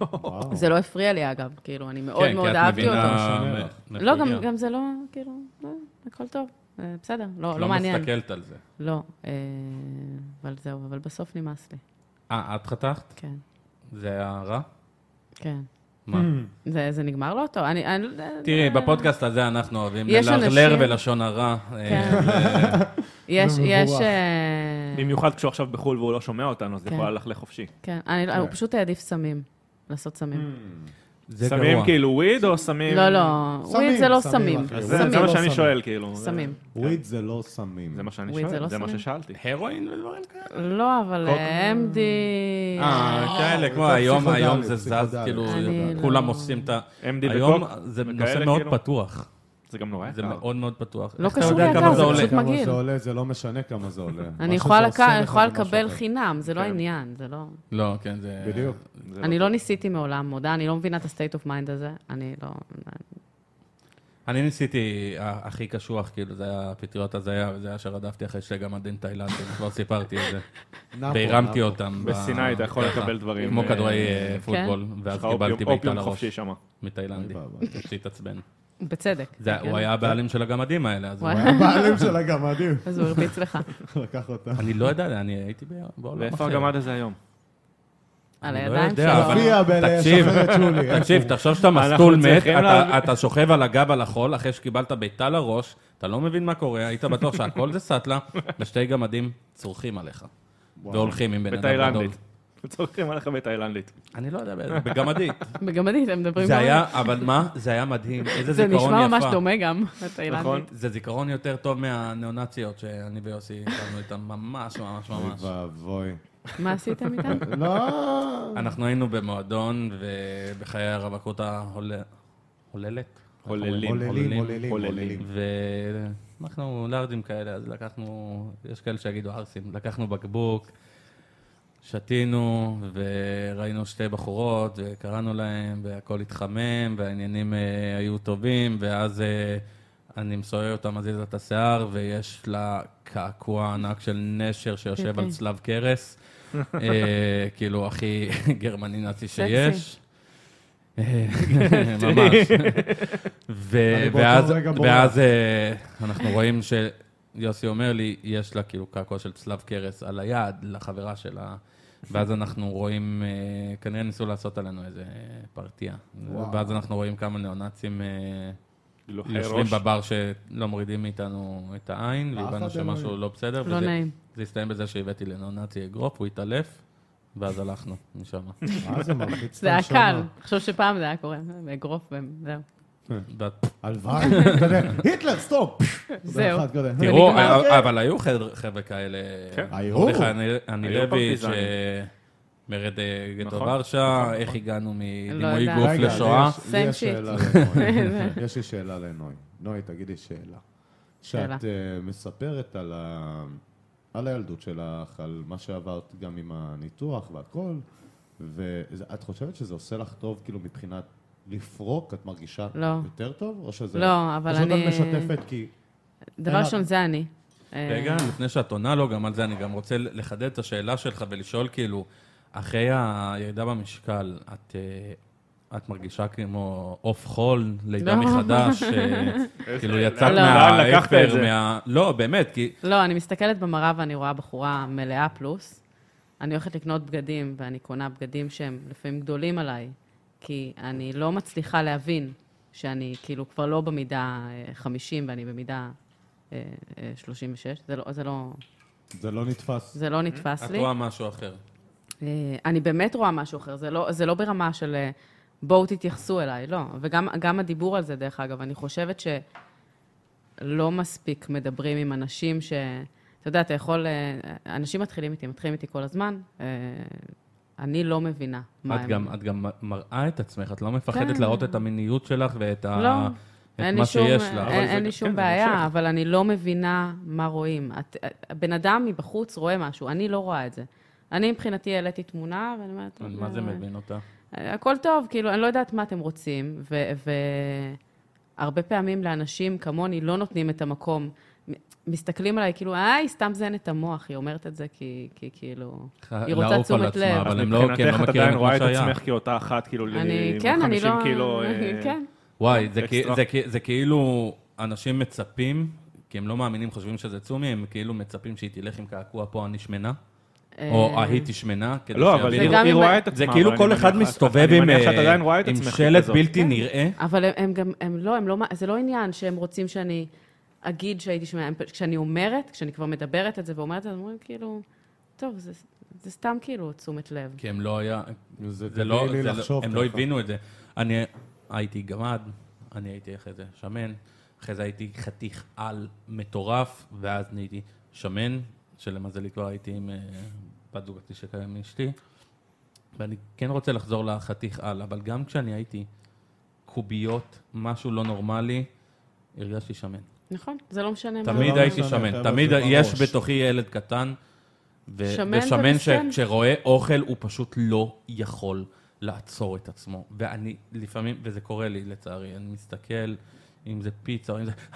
Speaker 5: וואו.
Speaker 2: זה לא הפריע לי, אגב, כאילו, אני מאוד
Speaker 1: כן,
Speaker 2: מאוד
Speaker 1: כי את
Speaker 2: אהבתי אותו.
Speaker 1: מבינה... מאיפה
Speaker 2: לא,
Speaker 1: הגיע.
Speaker 2: גם, גם זה לא, כאילו, לא, הכל טוב, אה, בסדר, לא, לא
Speaker 1: לא
Speaker 2: מעניין.
Speaker 1: מסתכלת על זה.
Speaker 2: לא, אה, אבל זהו, אבל בסוף נמאס לי,
Speaker 1: אה, את חתכת?
Speaker 2: כן,
Speaker 1: זה היה רע?
Speaker 2: כן.
Speaker 1: מה?
Speaker 2: זה, זה נגמר לא טוב, אני... אה, אני
Speaker 1: תראי, בפודקאסט הזה אנחנו אוהבים
Speaker 2: יש
Speaker 1: ללרלר
Speaker 2: אנשים-
Speaker 1: ולשון הרע. אה,
Speaker 2: כן. יש,
Speaker 5: זה
Speaker 2: יש...
Speaker 5: מבורך.
Speaker 2: אה,
Speaker 4: במיוחד כשהוא עכשיו בחו"ל והוא לא שומע אותנו, אז זה
Speaker 2: כן.
Speaker 4: יכול ללכת לחופשי.
Speaker 2: כן, אני, לא- הוא פשוט העדיף סמים, לעשות סמים.
Speaker 1: זה
Speaker 4: סמים
Speaker 1: גרוע.
Speaker 4: כאילו וויד או סמים?
Speaker 2: לא, לא,
Speaker 5: סמים,
Speaker 2: וויד זה לא
Speaker 5: סמים,
Speaker 2: סמים,
Speaker 5: אחי.
Speaker 4: אז זה-
Speaker 2: סמים,
Speaker 4: זה מה
Speaker 5: לא
Speaker 4: שאני
Speaker 5: סמים.
Speaker 4: שואל, כאילו. זה-
Speaker 2: סמים.
Speaker 5: וויד זה לא סמים.
Speaker 4: זה מה שאני
Speaker 2: וויד זה
Speaker 4: שואל,
Speaker 2: לא
Speaker 4: זה מה
Speaker 2: סמים?
Speaker 4: ששאלתי.
Speaker 1: הרואין ודברים כאלה.
Speaker 2: לא, אבל MD...
Speaker 1: אה, כאלה, כמו
Speaker 5: זה
Speaker 1: היום,
Speaker 5: פסיכודלי,
Speaker 1: היום זה זז,
Speaker 5: פסיכודלי.
Speaker 1: כאילו,
Speaker 2: אני לא-
Speaker 1: כולם עושים את ה...
Speaker 4: MD
Speaker 1: היום
Speaker 4: וקוק,
Speaker 1: זה
Speaker 4: וכאלה,
Speaker 1: נושא מאוד
Speaker 4: כאילו.
Speaker 1: פתוח.
Speaker 4: זה גם נורא יקר.
Speaker 1: זה מאוד מאוד פתוח.
Speaker 2: לא
Speaker 1: איך אתה
Speaker 2: קשור
Speaker 1: יודע
Speaker 2: ליקר,
Speaker 1: כמה
Speaker 2: זה
Speaker 1: עולה?
Speaker 2: פשוט
Speaker 5: כמה
Speaker 2: מגעיל.
Speaker 5: זה עולה, זה לא משנה כמה זה עולה. מה
Speaker 2: אני יכולה
Speaker 5: שזה
Speaker 2: לק-
Speaker 5: עושה לך
Speaker 2: יכולה
Speaker 5: זה משהו
Speaker 2: לקבל
Speaker 5: אחר.
Speaker 2: חינם, זה לא
Speaker 4: כן.
Speaker 2: העניין, זה לא...
Speaker 1: לא, כן, זה...
Speaker 5: בדיוק.
Speaker 4: זה
Speaker 2: אני לא ניסיתי מעולם, מודה, אני לא מבינה את ה-state of mind הזה, אני לא...
Speaker 1: אני ניסיתי ה- הכי קשוח, כאילו, זה היה פטריות הזיה, וזה היה שרדפתי אחרי שגם עדין תאילנדים, כבר סיפרתי את זה.
Speaker 5: נאפו,
Speaker 1: והרמתי
Speaker 5: נאפו.
Speaker 1: אותם. ב-
Speaker 4: בסיני אתה יכול
Speaker 1: ככה,
Speaker 4: לקבל דברים,
Speaker 1: כמו
Speaker 4: אה,
Speaker 1: כדורי אה,
Speaker 4: כן.
Speaker 1: פוטבול,
Speaker 4: יש
Speaker 1: ואז
Speaker 4: לך אופיום-
Speaker 1: קיבלתי לא בעיטה
Speaker 4: אופיום
Speaker 1: לראש
Speaker 4: חופשי שם.
Speaker 1: מתאילנדי.
Speaker 5: אוי ואבוי.
Speaker 1: שהתעצבן.
Speaker 2: בצדק.
Speaker 1: זה-
Speaker 2: כן.
Speaker 1: הוא היה הבעלים של הגמדים האלה, אז הוא
Speaker 2: וואי.
Speaker 1: היה-
Speaker 5: הבעלים של הגמדים.
Speaker 2: אז הוא הרביץ לך
Speaker 5: לקח אותה.
Speaker 1: אני לא יודע, אני הייתי ב- בעולם אחר.
Speaker 4: ואיפה הגמד הזה היום?
Speaker 2: על
Speaker 1: אני לא
Speaker 2: הידיים
Speaker 1: יודע,
Speaker 2: שלו.
Speaker 1: אבל-
Speaker 5: הופיע
Speaker 1: תקשיב,
Speaker 5: בלשחרר את שולי.
Speaker 1: תקשיב, תחשוב שאתה
Speaker 4: אנחנו
Speaker 1: מסטול מת,
Speaker 4: צריכים
Speaker 1: אתה-
Speaker 4: להבין-
Speaker 1: אתה שוכב על הגב על החול, אחרי שקיבלת בעיטה לראש, אתה לא מבין מה קורה, היית בטוח שהכל זה סאטלה, ושתי גמדים צורכים עליך. והולכים עם בן אדם גדול.
Speaker 4: בתאילנדית. צורכים עליך בתאילנדית.
Speaker 1: אני לא יודע, באיזה- בגמדית.
Speaker 2: בגמדית, הם מדברים
Speaker 1: זה
Speaker 2: גם על
Speaker 1: היה, אבל מה? זה היה מדהים, איזה
Speaker 2: זה
Speaker 1: זיכרון יפה.
Speaker 2: נשמע ממש דומה גם, לתאילנדית.
Speaker 4: נכון?
Speaker 1: זה זיכרון יותר טוב מהניאונציות שאני ויוסי הכרנו איתן ממש ממש
Speaker 5: אוי
Speaker 1: ממש.
Speaker 5: ואבוי.
Speaker 2: מה עשיתם איתם?
Speaker 5: לא,
Speaker 1: אנחנו היינו במועדון, ובחיי הרווקות ההולל- הוללת.
Speaker 4: הוללים.
Speaker 5: עוללים, עוללים,
Speaker 4: עוללים.
Speaker 5: עוללים.
Speaker 1: ואנחנו לארג'ים כאלה, אז לקחנו, יש כאלה שיגידו ערסים, לקחנו בקבוק, שתינו, וראינו שתי בחורות, וקראנו להן, והכל התחמם, והעניינים אה, היו טובים, ואז אה, אני מסובב אותה מזיז לה את השיער, ויש לה קעקוע ענק של נשר שיושב על צלב קרס, אה, כאילו הכי גרמני נאצי שיש. אה, ממש. ו-
Speaker 5: אני באותו
Speaker 1: ואז,
Speaker 5: רגע בורח.
Speaker 1: ואז אה, אנחנו רואים שיוסי אומר לי, יש לה כאילו קעקוע של צלב קרס על היד לחברה שלה, ואז אנחנו רואים, אה, כנראה ניסו לעשות עלינו איזה פרטיה.
Speaker 5: וואו.
Speaker 1: ואז אנחנו רואים כמה ניאו-נאצים אה,
Speaker 4: גילוחי
Speaker 1: יושבים
Speaker 4: ראש.
Speaker 1: בבר שלא מורידים מאיתנו את העין,
Speaker 5: פחד
Speaker 1: והבנו שמשהו
Speaker 5: אלוהים.
Speaker 1: לא בסדר.
Speaker 2: לא
Speaker 1: וזה-
Speaker 2: נעים.
Speaker 1: זה הסתיים בזה שהבאתי לניאו-נאצי אגרוף, הוא התעלף, ואז הלכנו משם.
Speaker 5: מה זה מלחיץ את
Speaker 2: זה היה
Speaker 5: הנשמה.
Speaker 2: קל. עכשיו שפעם זה היה קורה, אגרוף וזהו.
Speaker 1: ואת-
Speaker 5: הלוואי, אתה יודע, היטלר, סטופ.
Speaker 2: זהו.
Speaker 5: אחד כזה. אוקיי.
Speaker 1: תראו, אה,
Speaker 2: ונגמר.
Speaker 1: אבל- אבל היו חדר- חבר'ה כאלה.
Speaker 4: כן.
Speaker 5: כן. היו.
Speaker 1: מרדכי אנילביץ',
Speaker 4: פרטיזנים.
Speaker 1: אה, מרד אה, גטו
Speaker 4: נכון,
Speaker 1: ורשה, איך הגענו מדימוי
Speaker 2: לא יודעת.
Speaker 1: גוף
Speaker 5: אה, רגע, לי
Speaker 1: לשואה.
Speaker 5: יש- לי
Speaker 2: סיים
Speaker 5: יש
Speaker 2: שיט.
Speaker 5: שאלה לנוי. יש לי שאלה לנוי. נוי, תגידי שאלה.
Speaker 2: שאלה.
Speaker 5: כשאת אה, מספרת על ה- על הילדות שלך, על מה שעברת גם עם הניתוח והכל, ואת חושבת שזה עושה לך טוב, כאילו, מבחינת לפרוק? את מרגישה
Speaker 2: לא.
Speaker 5: יותר טוב? או שזה...
Speaker 2: לא, אבל אני-
Speaker 5: פשוט את משתפת כי...
Speaker 2: דבר ראשון, זה אני. אה,
Speaker 1: רגע, לפני שאת עונה לו גם על זה, אני גם רוצה לחדד את השאלה שלך ולשאול, כאילו, אחרי הירידה במשקל, את... אה, את מרגישה כמו עוף חול, לידה
Speaker 2: לא.
Speaker 1: מחדש, אה, כאילו יצאת
Speaker 2: לא.
Speaker 4: לאן לקחת את
Speaker 1: מהאפר,
Speaker 4: זה?
Speaker 1: מה... לא, באמת, כי
Speaker 2: לא, אני מסתכלת במראה ואני רואה בחורה מלאה פלוס. אני הולכת לקנות בגדים, ואני קונה בגדים שהם לפעמים גדולים עליי, כי אני לא מצליחה להבין שאני כאילו כבר לא במידה אה, 50 ואני במידה אה, אה, 36. זה לא, זה לא,
Speaker 5: זה לא נתפס.
Speaker 2: זה לא נתפס
Speaker 1: את
Speaker 2: לי.
Speaker 1: רואה משהו אחר.
Speaker 2: אה, אני באמת רואה משהו אחר, זה לא, זה לא ברמה של אה, בואו תתייחסו אליי, לא. וגם גם הדיבור על זה, דרך אגב, אני חושבת שלא מספיק מדברים עם אנשים ש... אתה יודע, אתה יכול... אה, אנשים מתחילים איתי, מתחילים איתי כל הזמן. אה, אני לא מבינה מה
Speaker 1: את
Speaker 2: הם...
Speaker 1: גם, את גם מראה את עצמך, את לא מפחדת
Speaker 2: כן.
Speaker 1: להראות את המיניות שלך ואת
Speaker 2: לא,
Speaker 1: ה... את
Speaker 2: אין לי
Speaker 1: מה
Speaker 2: שום,
Speaker 1: שיש
Speaker 2: אה,
Speaker 1: לה.
Speaker 2: אין,
Speaker 1: אבל
Speaker 2: אין
Speaker 1: זה-
Speaker 2: לי שום
Speaker 1: כן, זה
Speaker 2: בעיה,
Speaker 1: המשך.
Speaker 2: אבל אני לא מבינה מה רואים. את, הבן אדם מבחוץ רואה משהו, אני לא רואה את זה. אני מבחינתי העליתי תמונה, ואני אומרת...
Speaker 1: אני מה זה
Speaker 2: אה,
Speaker 1: מבין אותה?
Speaker 2: הכל טוב, כאילו, אני לא יודעת מה אתם רוצים, והרבה פעמים לאנשים כמוני לא נותנים את המקום. מ- מסתכלים עליי, כאילו, אה, היא סתם זיינת את המוח, היא אומרת את זה כי, כי כאילו, היא רוצה
Speaker 1: לעוף על
Speaker 2: תשומת
Speaker 1: עצמה,
Speaker 2: לב.
Speaker 1: אבל
Speaker 4: אז
Speaker 1: הם לא, כי הם
Speaker 4: מבחינתך
Speaker 1: לא
Speaker 4: את
Speaker 1: מכירים
Speaker 4: עדיין
Speaker 1: את מה
Speaker 4: רואה את
Speaker 1: שהיה.
Speaker 4: עצמך כאותה אחת, כאילו, ל-
Speaker 2: אני,
Speaker 4: עם
Speaker 2: כן, אני
Speaker 4: 50
Speaker 2: לא...
Speaker 4: קילו... אה,
Speaker 2: כן,
Speaker 1: וואי, זה,
Speaker 4: אקסטרה.
Speaker 1: כי, זה, כי- זה כאילו אנשים מצפים, כי הם לא מאמינים, חושבים שזה צומי, הם כאילו מצפים שהיא תלך עם קעקוע פה, אני שמנה, או
Speaker 2: אה,
Speaker 1: ההיא תשמנה, כדי
Speaker 4: לא, אבל
Speaker 1: שיבינו.
Speaker 2: זה
Speaker 4: היא
Speaker 2: גם
Speaker 4: היא
Speaker 2: אם-
Speaker 4: רואה את עצמה.
Speaker 1: זה כאילו
Speaker 4: אבל
Speaker 1: כל
Speaker 4: אני
Speaker 1: אחד
Speaker 4: מניח-
Speaker 1: מסתובב עם,
Speaker 4: אני מניח שאת
Speaker 1: אה,
Speaker 4: עדיין רואה את
Speaker 1: עם
Speaker 4: עצמך
Speaker 1: שלט
Speaker 4: כזאת.
Speaker 1: בלתי
Speaker 2: כן.
Speaker 1: נראה.
Speaker 2: אבל הם, הם גם, הם לא, הם לא, זה לא עניין שהם רוצים שאני אגיד שהייתי שומע, הם פ- כשאני אומרת, כשאני כבר מדברת את זה ואומרת את זה, הם אומרים כאילו, טוב, זה, זה סתם כאילו תשומת לב.
Speaker 1: כי הם לא היה...
Speaker 5: זה
Speaker 1: זה לא,
Speaker 5: טבעי לי
Speaker 1: זה לא,
Speaker 5: לחשוב
Speaker 1: הם לא
Speaker 5: ככה.
Speaker 1: הבינו את זה. אני הייתי גמד, אני הייתי אחרי זה שמן, אחרי זה הייתי חתיך על מטורף, ואז נהייתי שמן, שלמזלי כבר הייתי עם אה, בת זוגתי שקיים אשתי. ואני כן רוצה לחזור לחתיך על, אבל גם כשאני הייתי קוביות, משהו לא נורמלי, הרגשתי שמן.
Speaker 2: נכון? זה לא משנה מה.
Speaker 1: תמיד
Speaker 5: לא
Speaker 1: הייתי
Speaker 5: משנה,
Speaker 4: כן,
Speaker 1: שמן,
Speaker 5: חבר'ה,
Speaker 1: תמיד
Speaker 5: זה
Speaker 1: יש
Speaker 5: בראש.
Speaker 1: בתוכי ילד קטן, ו-
Speaker 2: שמן
Speaker 1: ושמן
Speaker 2: ומסכן.
Speaker 1: שכשרואה אוכל הוא פשוט לא יכול לעצור את עצמו. ואני לפעמים, וזה קורה לי לצערי, אני מסתכל, אם זה פיצה, או אם זה...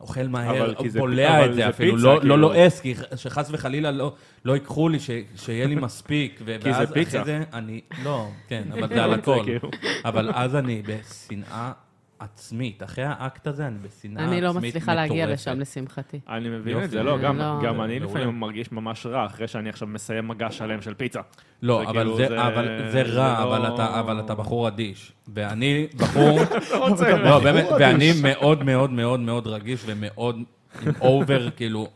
Speaker 1: אוכל מהר,
Speaker 4: אבל כי זה-
Speaker 1: בולע
Speaker 4: אבל
Speaker 1: את
Speaker 4: זה
Speaker 1: זה אפילו,
Speaker 4: פיצה,
Speaker 1: לא
Speaker 4: כאילו.
Speaker 1: לא לועס, כי ח- שחס וחלילה לא- לא ייקחו לי, ש- שיהיה לי מספיק, ו-
Speaker 4: כי זה
Speaker 1: ואז
Speaker 4: פיצה.
Speaker 1: אחרי זה אני... לא, כן, אבל זה על הכל.
Speaker 4: כאילו.
Speaker 1: אבל אז אני בשנאה עצמית. אחרי האקט הזה אני בשנאה עצמית
Speaker 2: אני
Speaker 1: מטורפת.
Speaker 2: לא מצליחה להגיע לשם, לשמחתי.
Speaker 4: אני מבין
Speaker 1: יופי.
Speaker 4: את זה, לא, גם-
Speaker 2: לא.
Speaker 4: גם אני
Speaker 1: מעולה.
Speaker 4: לפעמים מרגיש ממש רע אחרי שאני עכשיו מסיים מגע שלם של פיצה.
Speaker 1: לא,
Speaker 4: זה
Speaker 1: אבל
Speaker 4: כאילו,
Speaker 1: זה,
Speaker 4: זה-
Speaker 1: אבל זה
Speaker 4: זה
Speaker 1: רע,
Speaker 4: לא-
Speaker 1: אבל אתה, אבל אתה בחור אדיש. ואני בחור,
Speaker 4: רוצה,
Speaker 1: לא, באמת, ואני מאוד מאוד מאוד מאוד רגיש ומאוד עם אובר, כאילו,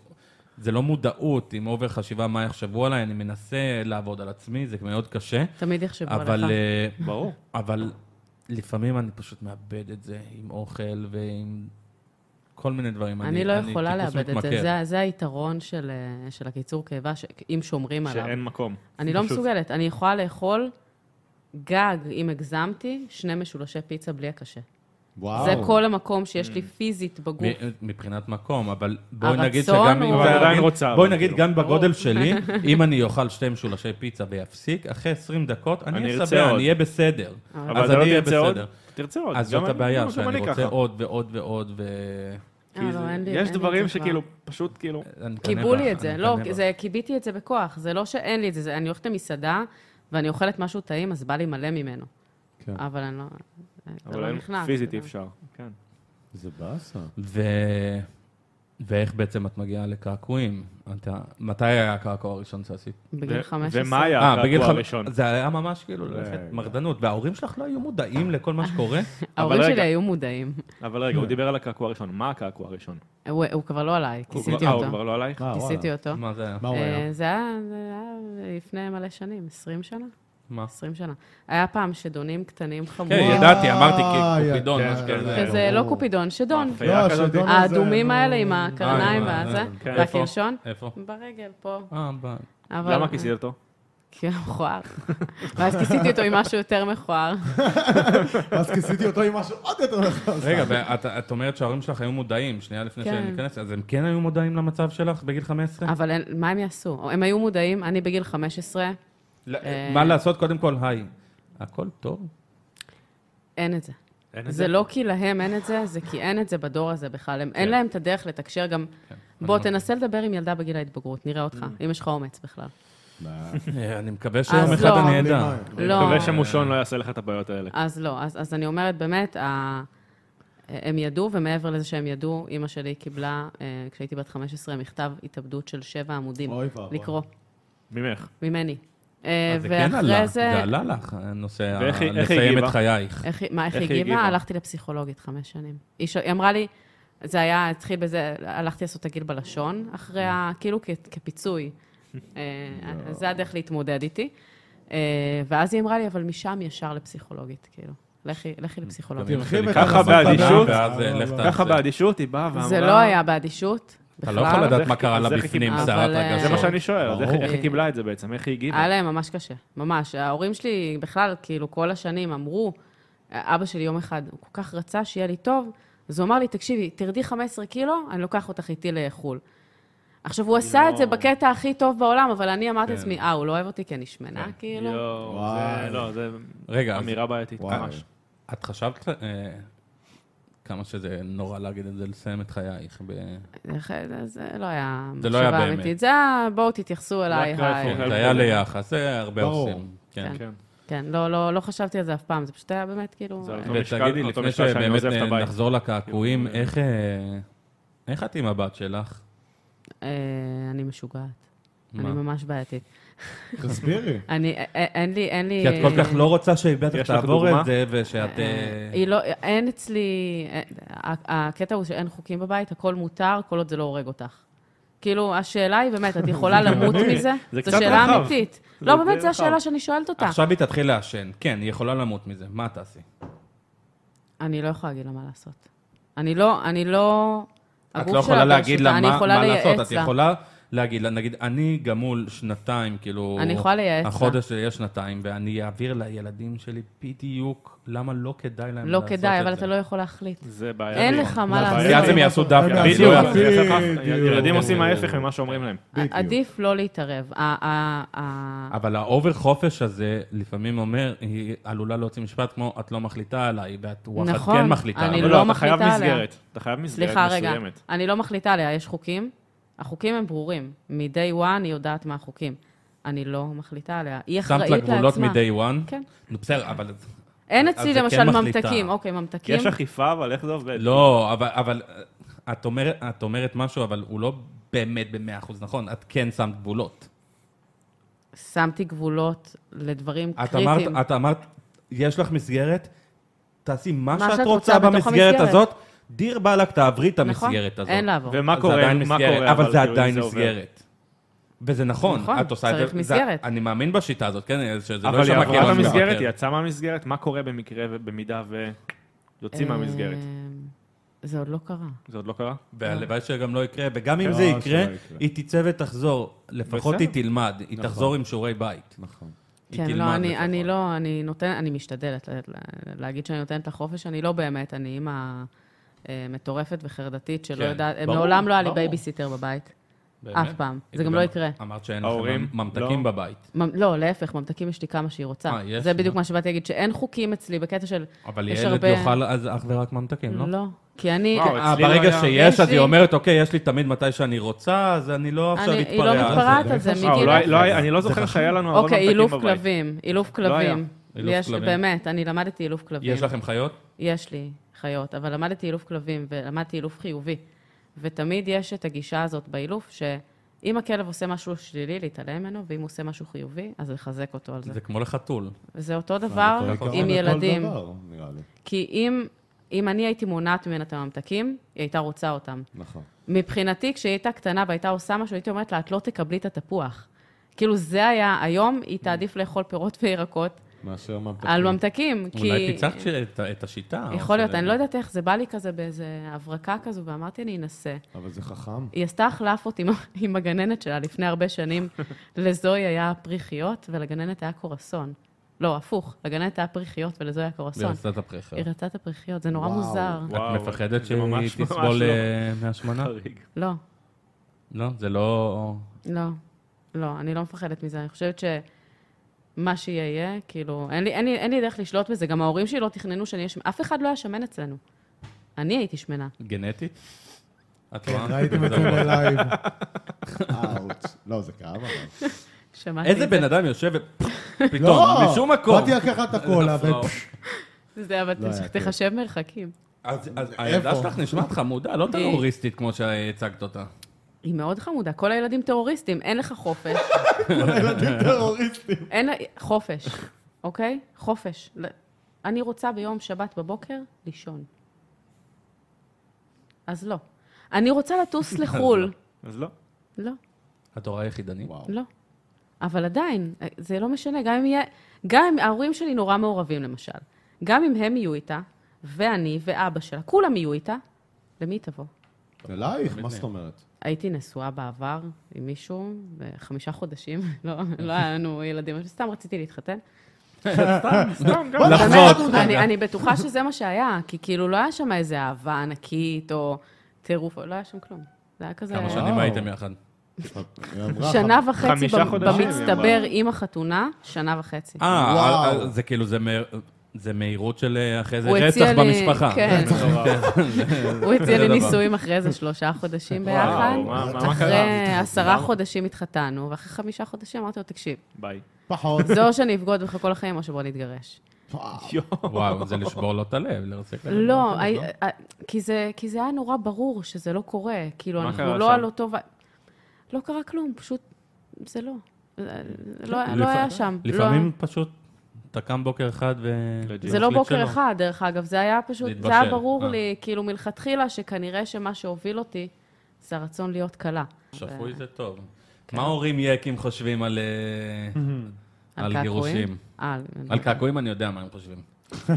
Speaker 1: זה לא מודעות, עם אובר חשיבה מה יחשבו עליי, אני מנסה לעבוד על עצמי, זה מאוד קשה,
Speaker 2: תמיד יחשבו
Speaker 1: אבל,
Speaker 2: עליך.
Speaker 1: אה,
Speaker 4: ברור.
Speaker 1: אבל לפעמים אני פשוט מאבד את זה עם אוכל ועם כל מיני דברים.
Speaker 2: אני לא יכולה
Speaker 1: טיפוס
Speaker 2: לאבד את זה.
Speaker 1: מתמכר.
Speaker 2: זה, ה- זה היתרון של, אה, של הקיצור קיבה, ש- אם שומרים עליו.
Speaker 4: שאין מקום.
Speaker 2: אני לא
Speaker 4: פשוט.
Speaker 2: מסוגלת. אני יכולה לאכול גג, אם הגזמתי, שני משולשי פיצה בלי הקשה.
Speaker 5: וואו.
Speaker 2: זה כל המקום שיש
Speaker 1: Mm.
Speaker 2: לי פיזית בגוף.
Speaker 1: מ- מבחינת מקום, אבל בואי
Speaker 2: הרצון
Speaker 1: נגיד שגם
Speaker 2: הוא-
Speaker 1: אם...
Speaker 2: אבל
Speaker 1: זה-
Speaker 4: עדיין
Speaker 1: נגיד-
Speaker 4: רוצה,
Speaker 1: בואי
Speaker 4: אבל
Speaker 1: נגיד,
Speaker 4: כאילו.
Speaker 1: גם בגודל שלי, אם אני אוכל שתי משולשי פיצה ויפסיק, אחרי 20 דקות,
Speaker 4: אני
Speaker 1: אני
Speaker 4: ארצה
Speaker 1: אשבע,
Speaker 4: עוד.
Speaker 1: אני אהיה בסדר. אז
Speaker 4: אבל אתה
Speaker 1: אני
Speaker 4: לא
Speaker 1: אהיה
Speaker 4: תרצה עוד?
Speaker 1: בסדר.
Speaker 4: תרצה עוד.
Speaker 1: אז
Speaker 4: גם
Speaker 1: זאת
Speaker 4: אני-
Speaker 1: הבעיה,
Speaker 4: גם
Speaker 1: שאני
Speaker 4: אני
Speaker 1: רוצה
Speaker 4: ככה.
Speaker 1: עוד ועוד ועוד, ו...
Speaker 2: אה,
Speaker 4: כי
Speaker 2: לא,
Speaker 4: זה-
Speaker 2: אין לי- אין
Speaker 4: יש
Speaker 2: לי את
Speaker 4: דברים
Speaker 2: זה כבר.
Speaker 4: שכאילו, פשוט כאילו,
Speaker 1: אני מקנא
Speaker 2: קיבו
Speaker 1: בך,
Speaker 2: לי את זה,
Speaker 1: אני
Speaker 2: לא,
Speaker 1: מקנא
Speaker 2: זה, קיביתי את זה בכוח, זה לא שאין לי את זה, זה, אני הולכת למסעדה ואני אוכלת משהו טעים, אז בא לי מלא ממנו.
Speaker 5: כן.
Speaker 2: אבל אני לא, זה
Speaker 4: אבל
Speaker 2: לא
Speaker 4: אין-
Speaker 2: נכנס.
Speaker 4: פיזית
Speaker 2: אתה
Speaker 4: אי
Speaker 2: יודע.
Speaker 4: אפשר. כן.
Speaker 5: זה באסה.
Speaker 1: ו... ואיך בעצם את מגיעה לקעקועים? אתה... מתי היה הקעקוע הראשון שעשית?
Speaker 2: בגיל
Speaker 4: ו-
Speaker 2: 15.
Speaker 4: ומה היה
Speaker 1: אה, בגיל
Speaker 4: הקעקוע
Speaker 1: חמ-
Speaker 4: הראשון?
Speaker 1: זה היה ממש כאילו ללכת מרדנות, וההורים שלך לא היו מודעים לכל מה שקורה?
Speaker 2: ההורים
Speaker 4: אבל
Speaker 2: שלי
Speaker 4: רגע.
Speaker 2: היו מודעים.
Speaker 4: אבל רגע, הוא דיבר על הקעקוע הראשון. מה הקעקוע הראשון?
Speaker 2: הוא הוא כבר לא עליי,
Speaker 4: הוא
Speaker 2: כיסיתי
Speaker 4: כבר- אה, הוא
Speaker 2: אותו.
Speaker 4: כבר לא עלייך?
Speaker 5: אה, וואלה.
Speaker 2: כיסיתי אותו.
Speaker 1: מה זה היה?
Speaker 5: מה הוא
Speaker 2: אה,
Speaker 5: היה?
Speaker 2: זה היה זה היה לפני מלא שנים, 20 שנה?
Speaker 1: מה?
Speaker 2: 20 שנה. היה פעם שדונים קטנים
Speaker 1: כן,
Speaker 2: חמורים.
Speaker 1: ידעתי, אמרתי
Speaker 5: אה,
Speaker 1: קופידון,
Speaker 5: ידעתי. כן,
Speaker 1: משהו כזה.
Speaker 2: כזה, לא
Speaker 5: ברור.
Speaker 2: קופידון, שדון.
Speaker 4: מאפיה.
Speaker 5: לא, השדון הזה,
Speaker 2: האדומים
Speaker 5: נו.
Speaker 2: האלה עם הקרניים
Speaker 1: אה,
Speaker 2: והזה,
Speaker 1: כן.
Speaker 2: והקרשון.
Speaker 1: איפה?
Speaker 2: ברגל, פה.
Speaker 1: אה, ב...
Speaker 2: אבל-
Speaker 4: למה כיסית אותו?
Speaker 2: כי הוא מכוער. ואז כיסיתי אותו עם משהו יותר מכוער.
Speaker 5: אז כיסיתי אותו עם משהו עוד יותר נכון. רחב.
Speaker 1: רגע, ואת את אומרת שההורים שלך היו מודעים, שנייה לפני
Speaker 2: כן. אה,
Speaker 1: שניכנס, אז הם כן היו מודעים למצב שלך בגיל 15?
Speaker 2: אבל אין- מה הם יעשו? הם היו מודעים, אני בגיל 15,
Speaker 1: לא,
Speaker 2: אה.
Speaker 1: מה לעשות? קודם כל, היי. הכל טוב.
Speaker 2: אין את זה.
Speaker 4: אין את
Speaker 2: זה לא כי להם אין את זה, זה כי אין את זה בדור הזה בכלל. הם-
Speaker 1: כן.
Speaker 2: אין להם את הדרך לתקשר גם... בוא, תנסה לדבר עם ילדה בגיל ההתבגרות, נראה אותך,
Speaker 1: Mm.
Speaker 2: אם יש לך אומץ בכלל.
Speaker 1: אה, אני מקווה שיום
Speaker 2: אז
Speaker 1: אחד
Speaker 2: לא.
Speaker 1: אני
Speaker 5: אה,
Speaker 1: אדע.
Speaker 2: לא.
Speaker 4: מקווה שמושון לא יעשה לך את הבעיות האלה.
Speaker 2: אז לא, אז, אז אני אומרת, באמת, ה... הם ידעו, ומעבר לזה שהם ידעו, אימא שלי קיבלה, אה, כשהייתי בת 15, מכתב התאבדות של שבע עמודים.
Speaker 5: אוי ואבוי.
Speaker 2: לקרוא,
Speaker 4: ממך.
Speaker 2: ממני.
Speaker 1: אה,
Speaker 2: אה,
Speaker 1: זה כן עלה,
Speaker 2: ואחרי
Speaker 1: זה עלה לך, הנושא, ה-
Speaker 4: ואיך היא- איך היא
Speaker 1: לסיים את
Speaker 4: הגיבה?
Speaker 1: חייך.
Speaker 2: איך, היא- מה, איך
Speaker 4: איך
Speaker 2: היא
Speaker 4: היא
Speaker 2: הגיבה?
Speaker 4: הגיבה?
Speaker 2: הלכתי לפסיכולוגית חמש שנים. היא, ש... היא אמרה לי, זה היה, התחיל בזה, הלכתי לעשות תגיל בלשון, אחרי ה... כאילו כ... כפיצוי. אה, זה הדרך להתמודד איתי. אה, ואז היא אמרה לי, אבל משם ישר לפסיכולוגית, כאילו. לכי, לכי לפסיכולוגית.
Speaker 5: תרחיב את
Speaker 4: ככה
Speaker 5: המסך
Speaker 4: באדישות?
Speaker 5: הבא.
Speaker 1: ואז, אה,
Speaker 5: לא,
Speaker 1: לך
Speaker 5: לא.
Speaker 1: תעשה.
Speaker 4: ככה באדישות היא באה ואמרה...
Speaker 2: זה לא היה באדישות.
Speaker 1: אתה לא יכול לדעת
Speaker 4: זה
Speaker 1: מה
Speaker 4: חיכי-
Speaker 1: קרה לה
Speaker 4: זה
Speaker 1: בפנים,
Speaker 2: חיכי-
Speaker 1: סערת
Speaker 2: אבל, אה,
Speaker 1: רגשות.
Speaker 4: זה מה שאני שואל, אז איך-
Speaker 1: ברור.
Speaker 4: איך היא קיבלה את זה בעצם? איך היא הגיבה?
Speaker 2: היה להם ממש קשה, ממש. ההורים שלי בכלל, כאילו, כל השנים אמרו, אבא שלי יום אחד, הוא כל כך רצה שיהיה לי טוב, אז הוא אמר לי, תקשיבי, תרדי 15 קילו, אני לוקח אותך איתי לחו"ל. עכשיו, הוא עשה את זה בקטע הכי טוב בעולם, אבל אני אמרתי
Speaker 1: כן.
Speaker 2: לעצמי, אה, הוא לא אוהב אותי כי אני שמנה, כאילו?
Speaker 4: יואו,
Speaker 5: וואי.
Speaker 4: זה- לא, זה
Speaker 1: רגע, אז
Speaker 4: אמירה בעייתית
Speaker 5: וואי.
Speaker 4: ממש.
Speaker 1: את חשבת אה, כמה שזה נורא להגיד את זה, לסיים את חייך?
Speaker 2: אה,
Speaker 1: ב-
Speaker 2: זה- זה לא היה
Speaker 1: זה לא היה
Speaker 2: מחשבה
Speaker 1: באמת.
Speaker 2: אמיתית. זה היה, בואו תתייחסו אליי,
Speaker 4: הקרייפון.
Speaker 2: היי.
Speaker 1: זה היה ליחס, זה הרבה
Speaker 5: ברור.
Speaker 1: עושים. כן.
Speaker 2: אה, כן.
Speaker 4: כן.
Speaker 2: כן, לא- לא לא חשבתי על זה אף פעם, זה פשוט היה באמת, כאילו...
Speaker 4: זה
Speaker 1: לא
Speaker 4: על אותו משקל-
Speaker 1: ותגידי,
Speaker 4: אותו
Speaker 1: לפני
Speaker 4: משקל שאני
Speaker 1: שבאמת
Speaker 4: עוזב את הבית.
Speaker 1: נחזור לקעקועים,
Speaker 4: כאילו,
Speaker 1: איך אה, איך את עם הבת שלך?
Speaker 2: אה, אני משוגעת. אני
Speaker 1: מה?
Speaker 2: ממש בעייתית.
Speaker 5: תסבירי.
Speaker 2: אני, א- אין לי, אין לי...
Speaker 1: כי את כל כך לא רוצה שהיא
Speaker 4: יש
Speaker 1: בטח
Speaker 4: לך
Speaker 1: תעבור
Speaker 4: דוגמה?
Speaker 1: את זה, ושאת...
Speaker 2: אה,
Speaker 1: אה,
Speaker 2: היא לא, אין אצלי, אה, ה- הקטע הוא שאין חוקים בבית, הכל מותר, כל עוד זה לא הורג אותך. כאילו, השאלה היא באמת, את יכולה למות מזה?
Speaker 4: זה
Speaker 2: זו
Speaker 4: קצת
Speaker 2: שאלה
Speaker 4: רחב.
Speaker 2: אמיתית.
Speaker 4: זה
Speaker 2: לא,
Speaker 4: די
Speaker 2: באמת, זו
Speaker 4: רחב.
Speaker 2: השאלה שאני שואלת אותה.
Speaker 1: עכשיו היא תתחיל לעשן. כן, היא יכולה למות מזה, מה תעשי?
Speaker 2: אני לא יכולה להגיד לה מה לעשות. אני לא, אני לא...
Speaker 1: את
Speaker 2: הגוף
Speaker 1: לא
Speaker 2: שלה
Speaker 1: יכולה להגיד
Speaker 2: ברשותה,
Speaker 1: לה
Speaker 2: אני
Speaker 1: מה
Speaker 2: יכולה
Speaker 1: מה לעשות,
Speaker 2: לייעץ
Speaker 1: את
Speaker 2: לה.
Speaker 1: יכולה להגיד לה, נגיד, אני גמול שנתיים, כאילו...
Speaker 2: אני יכולה לייעץ לה.
Speaker 1: החודש יהיה שנתיים, ואני אעביר לילדים שלי בדיוק למה לא כדאי להם
Speaker 2: לא
Speaker 1: לעשות את זה.
Speaker 2: כדאי, אבל אתה לא יכול להחליט.
Speaker 4: זה בעיה. כן,
Speaker 2: אין לך מה
Speaker 5: אבל
Speaker 1: כי אז
Speaker 2: לעשות.
Speaker 1: הם יעשו דווקא.
Speaker 5: הם
Speaker 1: אני
Speaker 5: יעשו
Speaker 1: לא
Speaker 4: בדיוק,
Speaker 1: אעשה.
Speaker 5: דווקא.
Speaker 4: זה חכם.
Speaker 5: בדיוק.
Speaker 4: ילדים עושים ההפך ממה שאומרים להם.
Speaker 5: בדיוק.
Speaker 2: עדיף לא להתערב. ה- ה- ה-
Speaker 1: אבל האובר חופש הזה לפעמים אומר, היא עלולה להוציא משפט כמו, את לא מחליטה עליי, ואת וואחד
Speaker 2: נכון,
Speaker 1: כן מחליטה.
Speaker 2: אני
Speaker 1: עליי."
Speaker 4: לא,
Speaker 2: לא
Speaker 4: לא, אתה חייב
Speaker 2: מחליטה עליה.
Speaker 4: מסגרת. אתה חייב מסגרת
Speaker 2: סליחה, רגע.
Speaker 4: מסוימת.
Speaker 2: אני לא מחליטה עליה, יש חוקים? החוקים הם ברורים. מ-day one היא יודעת מה החוקים. אני לא מחליטה עליה. היא אחראית
Speaker 1: שמת
Speaker 2: לעצמה.
Speaker 1: לה גבולות מ-day one?
Speaker 2: כן.
Speaker 1: נו, בסדר, אבל...
Speaker 2: אין
Speaker 1: אז
Speaker 2: אצלי
Speaker 1: זה
Speaker 2: למשל
Speaker 1: כן מחליטה.
Speaker 2: ממתקים. אוקיי, ממתקים.
Speaker 4: יש אכיפה, אבל איך זה עובד?
Speaker 1: לא, אבל- אבל אה, את אומרת- את אומרת משהו, אבל הוא לא באמת ב-100% נכון, את כן שמת גבולות.
Speaker 2: שמתי גבולות לדברים
Speaker 1: את
Speaker 2: קריטיים.
Speaker 1: אמרת, את אמרת, יש לך מסגרת, תעשי מה
Speaker 2: מה
Speaker 1: שאת
Speaker 2: שאת
Speaker 1: רוצה
Speaker 2: רוצה בתוך
Speaker 1: במסגרת
Speaker 2: המסגרת.
Speaker 1: הזאת, דיר באלק, תעברי את
Speaker 2: נכון?
Speaker 1: המסגרת הזאת.
Speaker 2: אין לעבור.
Speaker 4: ומה
Speaker 1: זה
Speaker 4: קורה?
Speaker 1: עדיין
Speaker 4: מה
Speaker 1: מסגרת,
Speaker 4: קורה?
Speaker 1: אבל זה
Speaker 4: כאילו, אם
Speaker 1: עדיין
Speaker 4: עובר?
Speaker 1: מסגרת. וזה נכון,
Speaker 2: נכון,
Speaker 1: את עושה את זה.
Speaker 2: צריך
Speaker 1: זה-
Speaker 2: מסגרת.
Speaker 1: אני מאמין בשיטה הזאת, כן, שזה לא
Speaker 4: אבל היא
Speaker 1: יישמע
Speaker 4: עברה את
Speaker 1: אני
Speaker 4: המסגרת,
Speaker 1: מבקר.
Speaker 4: היא יצאה מהמסגרת, מה קורה במקרה ובמידה ויוצאים
Speaker 2: אה,
Speaker 4: מהמסגרת?
Speaker 2: זה עוד לא קרה.
Speaker 4: זה עוד לא קרה?
Speaker 2: אה.
Speaker 1: והלוואי שגם לא יקרה, וגם אם
Speaker 5: כן.
Speaker 1: זה
Speaker 5: לא, שלא
Speaker 1: יקרה,
Speaker 5: יקרה.
Speaker 1: היא תצא ותחזור. לפחות היא
Speaker 4: בסדר.
Speaker 1: תלמד, היא
Speaker 4: נכון.
Speaker 1: תחזור עם שיעורי בית.
Speaker 5: נכון.
Speaker 1: היא
Speaker 2: כן,
Speaker 1: תלמד
Speaker 2: לא, אני,
Speaker 1: לפחות.
Speaker 2: אני לא, אני נותנת, אני משתדלת ל- ל- להגיד שאני נותנת לה חופש, אני לא באמת, אני אימא אה, מטורפת וחרדתית שלא
Speaker 1: כן,
Speaker 2: יודעת,
Speaker 1: ברור,
Speaker 2: מעולם לא היה לי
Speaker 1: ברור.
Speaker 2: בייביסיטר בבית,
Speaker 1: באמת.
Speaker 2: אף פעם, זה
Speaker 1: וגם
Speaker 2: גם לא יקרה.
Speaker 1: אמרת שאין
Speaker 4: ההורים?
Speaker 1: לכם ממתקים
Speaker 4: לא.
Speaker 1: בבית.
Speaker 2: ממ- לא, להפך, ממתקים יש לי כמה שהיא רוצה.
Speaker 1: אה, יש,
Speaker 2: זה בדיוק
Speaker 1: מה?
Speaker 2: מה שבאתי להגיד, שאין חוקים אצלי בקטע של...
Speaker 1: אבל
Speaker 2: יש
Speaker 1: ילד
Speaker 2: הרבה-
Speaker 1: יאכל אז אך ורק ממתקים, לא?
Speaker 2: לא, כי אני...
Speaker 4: וואו,
Speaker 1: אה,
Speaker 4: אצלי לא
Speaker 1: ברגע
Speaker 4: היה.
Speaker 1: שיש,
Speaker 2: יש
Speaker 1: אז היא
Speaker 2: לי-
Speaker 1: אומרת, אוקיי, יש לי תמיד מתי שאני רוצה, אז אני לא עכשיו
Speaker 2: אני-
Speaker 1: אתפרע.
Speaker 2: היא לא מתפרעת על זה
Speaker 5: אה,
Speaker 4: אה,
Speaker 2: מגיל...
Speaker 4: אולי- לא
Speaker 2: אפס.
Speaker 4: היה- אני לא זוכר שהיה לנו ארון
Speaker 2: אוקיי,
Speaker 4: ממתקים
Speaker 2: אילוף
Speaker 4: בבית.
Speaker 2: כלבים, אילוף
Speaker 4: היה.
Speaker 2: כלבים.
Speaker 1: לא אילוף
Speaker 2: יש-
Speaker 1: כלבים.
Speaker 2: באמת, אני למדתי אילוף כלבים.
Speaker 1: יש לכם חיות?
Speaker 2: יש לי חיות, אבל למדתי אילוף כלבים ולמדתי אילוף חיובי. ותמיד יש את הגישה הזאת באילוף, שאם הכלב עושה משהו שלילי, להתעלם ממנו, ואם הוא עושה משהו חיובי, אז לחזק אותו על זה.
Speaker 1: זה כמו לחתול.
Speaker 2: וזה אותו דבר
Speaker 5: אותו עיקרון
Speaker 2: עם
Speaker 5: לכל
Speaker 2: ילדים.
Speaker 5: דבר, נראה לי.
Speaker 2: כי אם, אם אני הייתי מונעת ממנה את הממתקים, היא הייתה רוצה אותם.
Speaker 5: נכון.
Speaker 2: מבחינתי, כשהיא הייתה קטנה והייתה עושה משהו, הייתי אומרת לה, את לא תקבלי את התפוח. כאילו, זה היה, היום היא תעדיף לאכול פירות וירקות
Speaker 5: מאשר ממתקים.
Speaker 2: על ממתקים. כי-
Speaker 1: אולי פיצחת ש- את ה- את השיטה. אוקיי.
Speaker 2: יכול להיות,
Speaker 1: שזה-
Speaker 2: אני לא יודעת איך, זה בא לי כזה באיזה הברקה כזו, ואמרתי, אני אנסה.
Speaker 5: אבל זה חכם.
Speaker 2: היא עשתה החלפות עם, עם הגננת שלה לפני הרבה שנים. לזוהי היה פריחיות, ולגננת היה קורסון. לא, הפוך, לגננת היה פריחיות ולזוהי היה
Speaker 1: והיא
Speaker 2: קורסון.
Speaker 1: עשתה את הפרחר.
Speaker 2: היא רצתה את הפריחיות, זה נורא
Speaker 3: וואו.
Speaker 2: מוזר.
Speaker 4: וואו,
Speaker 1: את מפחדת
Speaker 4: זה
Speaker 1: שהיא
Speaker 4: ממש- ממש
Speaker 1: תסבול
Speaker 4: לא.
Speaker 1: אה, מהשמנה?
Speaker 4: חריג.
Speaker 2: לא,
Speaker 1: לא, זה לא...
Speaker 2: לא, לא, אני לא מפחדת מזה. אני חושבת שמה שיהיה, כאילו, אין לי, אין לי, אין לי דרך לשלוט בזה. גם ההורים שלי לא תכננו שאני אהיה שמנה. אף אחד לא היה שמן אצלנו. אני הייתי שמנה.
Speaker 1: גנטית? את
Speaker 3: כן,
Speaker 1: רואה?
Speaker 3: ראיתם את
Speaker 1: זה
Speaker 3: זה
Speaker 1: גרוע.
Speaker 3: בלייב.
Speaker 5: אאוט. לא, זה כאב אבל.
Speaker 2: שמעתי.
Speaker 1: איזה
Speaker 2: את זה.
Speaker 1: בן אדם יושב ופתאום,
Speaker 3: לא!
Speaker 1: משום מקום. נכון.
Speaker 3: באתי לקחת את הקולה,
Speaker 1: נפלה.
Speaker 5: נכון.
Speaker 3: ופש,
Speaker 2: זה, אבל
Speaker 5: לא היה
Speaker 2: תחשב מרחקים.
Speaker 1: אז אז הילדה שלך נשמעת חמודה, לא טרוריסטית כמו שהצגת אותה.
Speaker 2: היא מאוד חמודה, כל הילדים טרוריסטים, אין לך חופש.
Speaker 3: ילדים טרוריסטים.
Speaker 2: אין לה... חופש, אוקיי? חופש. ל- אני רוצה ביום שבת בבוקר לישון. אז לא. אני רוצה לטוס לחו"ל.
Speaker 4: אז לא.
Speaker 2: לא,
Speaker 1: את הורה יחידנית?
Speaker 5: וואו.
Speaker 2: לא. אבל עדיין, אה, זה לא משנה, גם אם יהיה... גם אם ההורים שלי נורא מעורבים, למשל. גם אם הם יהיו איתה, ואני ואבא שלה, כולם יהיו איתה, למי היא תבוא?
Speaker 5: אלייך, מה זאת אומרת?
Speaker 2: הייתי נשואה בעבר עם מישהו, בחמישה חודשים, לא, לא היה לנו ילדים, סתם רציתי להתחתן.
Speaker 1: לחוות.
Speaker 2: באמת, אני, אני בטוחה שזה מה שהיה, כי כאילו לא היה שם איזה אהבה ענקית או טירוף, לא היה שם כלום. זה היה כזה...
Speaker 1: כמה
Speaker 5: וואו.
Speaker 1: שנים הייתם יחד?
Speaker 5: היא אמרה,
Speaker 2: שנה וחצי
Speaker 4: אה, חמישה
Speaker 2: במ-
Speaker 4: חודשים, היא
Speaker 2: במצטבר עם החתונה, שנה וחצי.
Speaker 1: אה,
Speaker 5: וואו.
Speaker 1: אה, זה כאילו, זה מה- זה מהירות של אה, אחרי זה
Speaker 2: הוא
Speaker 1: רצח
Speaker 2: הציע לי-
Speaker 1: במשפחה.
Speaker 2: כן. הוא הציע לי
Speaker 1: דבר.
Speaker 2: נישואים אחרי איזה שלושה חודשים ביחד.
Speaker 4: וואו, מה מה- מה
Speaker 2: אחרי
Speaker 4: קרה?
Speaker 2: עשרה חודשים התחתנו, ואחרי חמישה חודשים אמרתי לו, תקשיב,
Speaker 4: ביי.
Speaker 5: פחות.
Speaker 2: זה או שאני אבגוד בך כל החיים או שבוא נתגרש.
Speaker 1: וואו, זה לשבור לו את הלב, לרסק לב.
Speaker 2: לא, הי- אה, כי זה- כי זה היה נורא ברור שזה לא קורה. כאילו,
Speaker 4: מה
Speaker 2: אנחנו
Speaker 4: קרה
Speaker 2: לא
Speaker 4: שם?
Speaker 2: על אותו... ו- לא קרה כלום, פשוט זה לא. אה, לא לא היה שם. לא-
Speaker 1: לפעמים פשוט אתה קם בוקר אחד ו...
Speaker 4: זה
Speaker 2: זה לא
Speaker 1: מחליט
Speaker 2: בוקר
Speaker 1: שלא.
Speaker 2: אחד, דרך אגב, זה היה פשוט, זה
Speaker 1: להתבשל,
Speaker 2: היה ברור
Speaker 1: אה.
Speaker 2: לי, כאילו מלכתחילה, שכנראה שמה שהוביל אותי זה הרצון להיות קלה.
Speaker 1: שפוי זה טוב.
Speaker 2: כן.
Speaker 1: מה ההורים יקים חושבים על אה, על
Speaker 2: קעקועים?
Speaker 1: גירושים?
Speaker 2: אה,
Speaker 1: על קעקועים אני יודע מה הם חושבים.